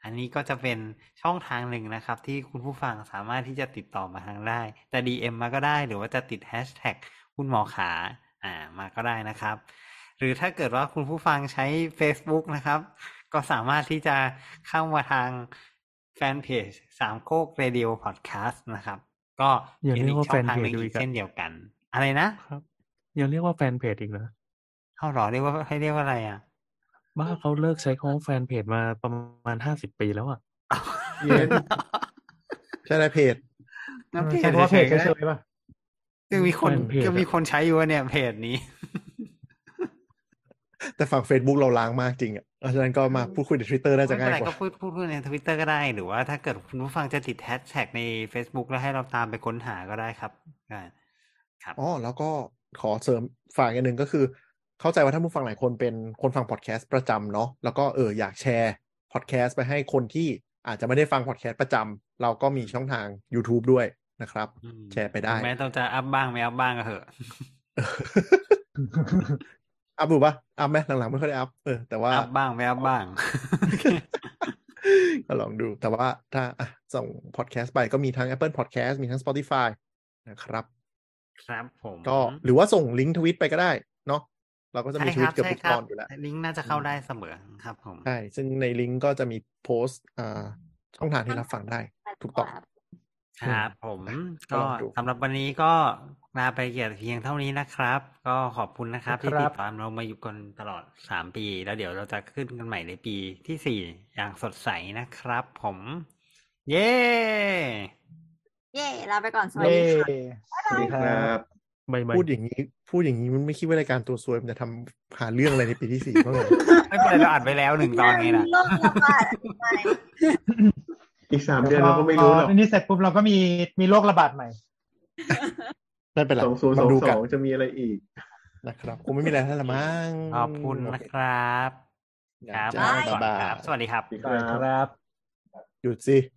Speaker 3: อันนี้ก็จะเป็นช่องทางหนึ่งนะครับ ที่คุณผู้ฟังสามารถที่จะติดต่อมาทางได้จะ DM มาก็ได้หรือว่าจะติด hashtag คุณหมอขาอ่ามาก็ได้นะครับ หรือถ้าเกิดว่าคุณผู้ฟังใช้ Facebook นะครับ ก็สามารถที่จะเข้ามาทางแฟนเพจสามโคกเรดิโอพอดแคสต์นะครับ ก็
Speaker 5: อย่าเรียกว่า
Speaker 3: ป็ช่องทางหนึ่ง
Speaker 5: แฟนเพจ
Speaker 3: อีก
Speaker 5: ดีกว่า
Speaker 3: เช่นเดียวกัน อะไรนะครับ
Speaker 5: ยังเรียกว่าแฟนเพจอีกเหรอ
Speaker 3: เขาเหรอเรียกว่าให้เรียกว่าอะไรอ่ะ
Speaker 5: บ้าเขาเลิกใช้คำว่าแฟนเพจมาประมาณห้าสิบปีแล้วอ่ะ
Speaker 6: เย็น ใช่ในเพจ
Speaker 3: น้ำเพจ
Speaker 4: ใช่เพราะว่าเพจ
Speaker 3: เฉย
Speaker 4: เฉยๆป่ะ
Speaker 3: ๆยังมีคน
Speaker 5: แฟนเพจอะ
Speaker 3: ยังมีคนใช้อยู่วะเนี่ยเพจนี้
Speaker 6: แต่ฝั่ง Facebook เราล้างมากจริงอ่ะเพราะฉะนั้นก็มาพูดคุยใน Twitter น่าจะง่ายกว่า
Speaker 3: ไม่เป็นไรก็พูดพูดพูดในทวิตเตอร์ก็ได้ หรือว่าถ้าเกิดคุณผู้ฟังจะติดแฮชแท็กใน Facebook แล้วให้เราตามไปค้นหาก็ได้ครับอ่าครับ
Speaker 6: อ๋อแล้วก็ขอเสริมฝากอีกอันหนึ่งก็คือ เข้าใจว่าท่านผู้ฟังหลายคนเป็นคนฟังพอดแคสต์ประจำเนาะแล้วก็เอออยากแชร์พอดแคสต์ไปให้คนที่อาจจะไม่ได้ฟังพอดแคสต์ประจำเราก็มีช่องทาง YouTube ด้วยนะครับ
Speaker 3: อืม
Speaker 6: แชร์ไปได้
Speaker 3: ถึงแม้เราจะอัพบ้างไม่อัพบ้างก็เถอะ
Speaker 6: อัพอยู่ปะอัพไหมหลังๆไม่ค่อยได้อัพเออแต่ว่า
Speaker 3: อัพบ้างไม่อัพบ้าง
Speaker 6: ก็ลองดูแต่ว่าถ้าอ่ะส่งพอดแคสต์ไปก็มีทั้ง Apple Podcast มีทั้ง Spotify นะครับ
Speaker 3: ครับผม
Speaker 6: ก็หรือว่าส่งลิงก์ทวิตไปก็ได้เนาะเราก็จะมี
Speaker 3: ใช่ค
Speaker 6: ทวิ
Speaker 3: รั
Speaker 6: ตเกือบทุก
Speaker 3: ใช่
Speaker 6: ต
Speaker 3: ค
Speaker 6: อ
Speaker 3: รั
Speaker 6: นอยู่แล้ว
Speaker 3: ลิงก์น่าจะเข้าได้เสมอครับผม
Speaker 6: ใช่ ซึ่งในลิงก์ก็จะมีโพสต์อ่าช่องทางที่รับฟังได้ ถูกต้อง
Speaker 3: ครับผม
Speaker 6: ก็
Speaker 3: ก็
Speaker 6: ลองดู
Speaker 3: สำหรับวันนี้ก็ลาไปเกียรติเพียงเท่านี้นะครับ ก็ขอบคุณนะครับ ที่
Speaker 4: ครับ
Speaker 3: ติดตามเรามาอยู่กันตลอดสามปี แล้วเดี๋ยวเราจะขึ้นกันใหม่ในปีที่สี่อย่างสดใสนะครับ ผม เย้
Speaker 2: เย่ลาไปก่อนสวัส
Speaker 4: เย้
Speaker 2: ดีค่ะ
Speaker 4: สวัสดีค
Speaker 7: ค
Speaker 4: รั
Speaker 7: รับ บ
Speaker 5: ใบใบ
Speaker 6: พูดอย่างนี้ พูดอย่างนี้มันไม่คิดว่ารายการตัวซวยมันจะทำหาเรื่องอะไรในปีที่สี่บ้างเหรอ
Speaker 3: ไม่เป็นไรเราอัดไปแล้วหนึ่งตอนนี้นะ
Speaker 2: โรคระบาดอันใหม่
Speaker 7: อีกสามเดือนเราก็ไม่รู้หรอก
Speaker 4: พนี่เสร็จปุ๊บเราก็มีมีโรคระบาดใหม่
Speaker 6: ไม่เป็นไร
Speaker 7: สองศูนย์ส
Speaker 6: มา
Speaker 7: อง
Speaker 6: ดู
Speaker 7: ส
Speaker 6: กั
Speaker 7: อน งจะมีอะไรอีก
Speaker 6: นะครับคงไม่มีอะไรแล้วละมั้ง
Speaker 3: ขอบคุณนะครับ
Speaker 6: โอเค
Speaker 3: ครับ
Speaker 6: จ้า
Speaker 2: บ๊าย
Speaker 6: บ๊ายบาย
Speaker 3: สวัสดีครับ
Speaker 7: สวัสดี
Speaker 4: ได้ค
Speaker 7: ค
Speaker 4: รับ รับ
Speaker 6: หยุดสิ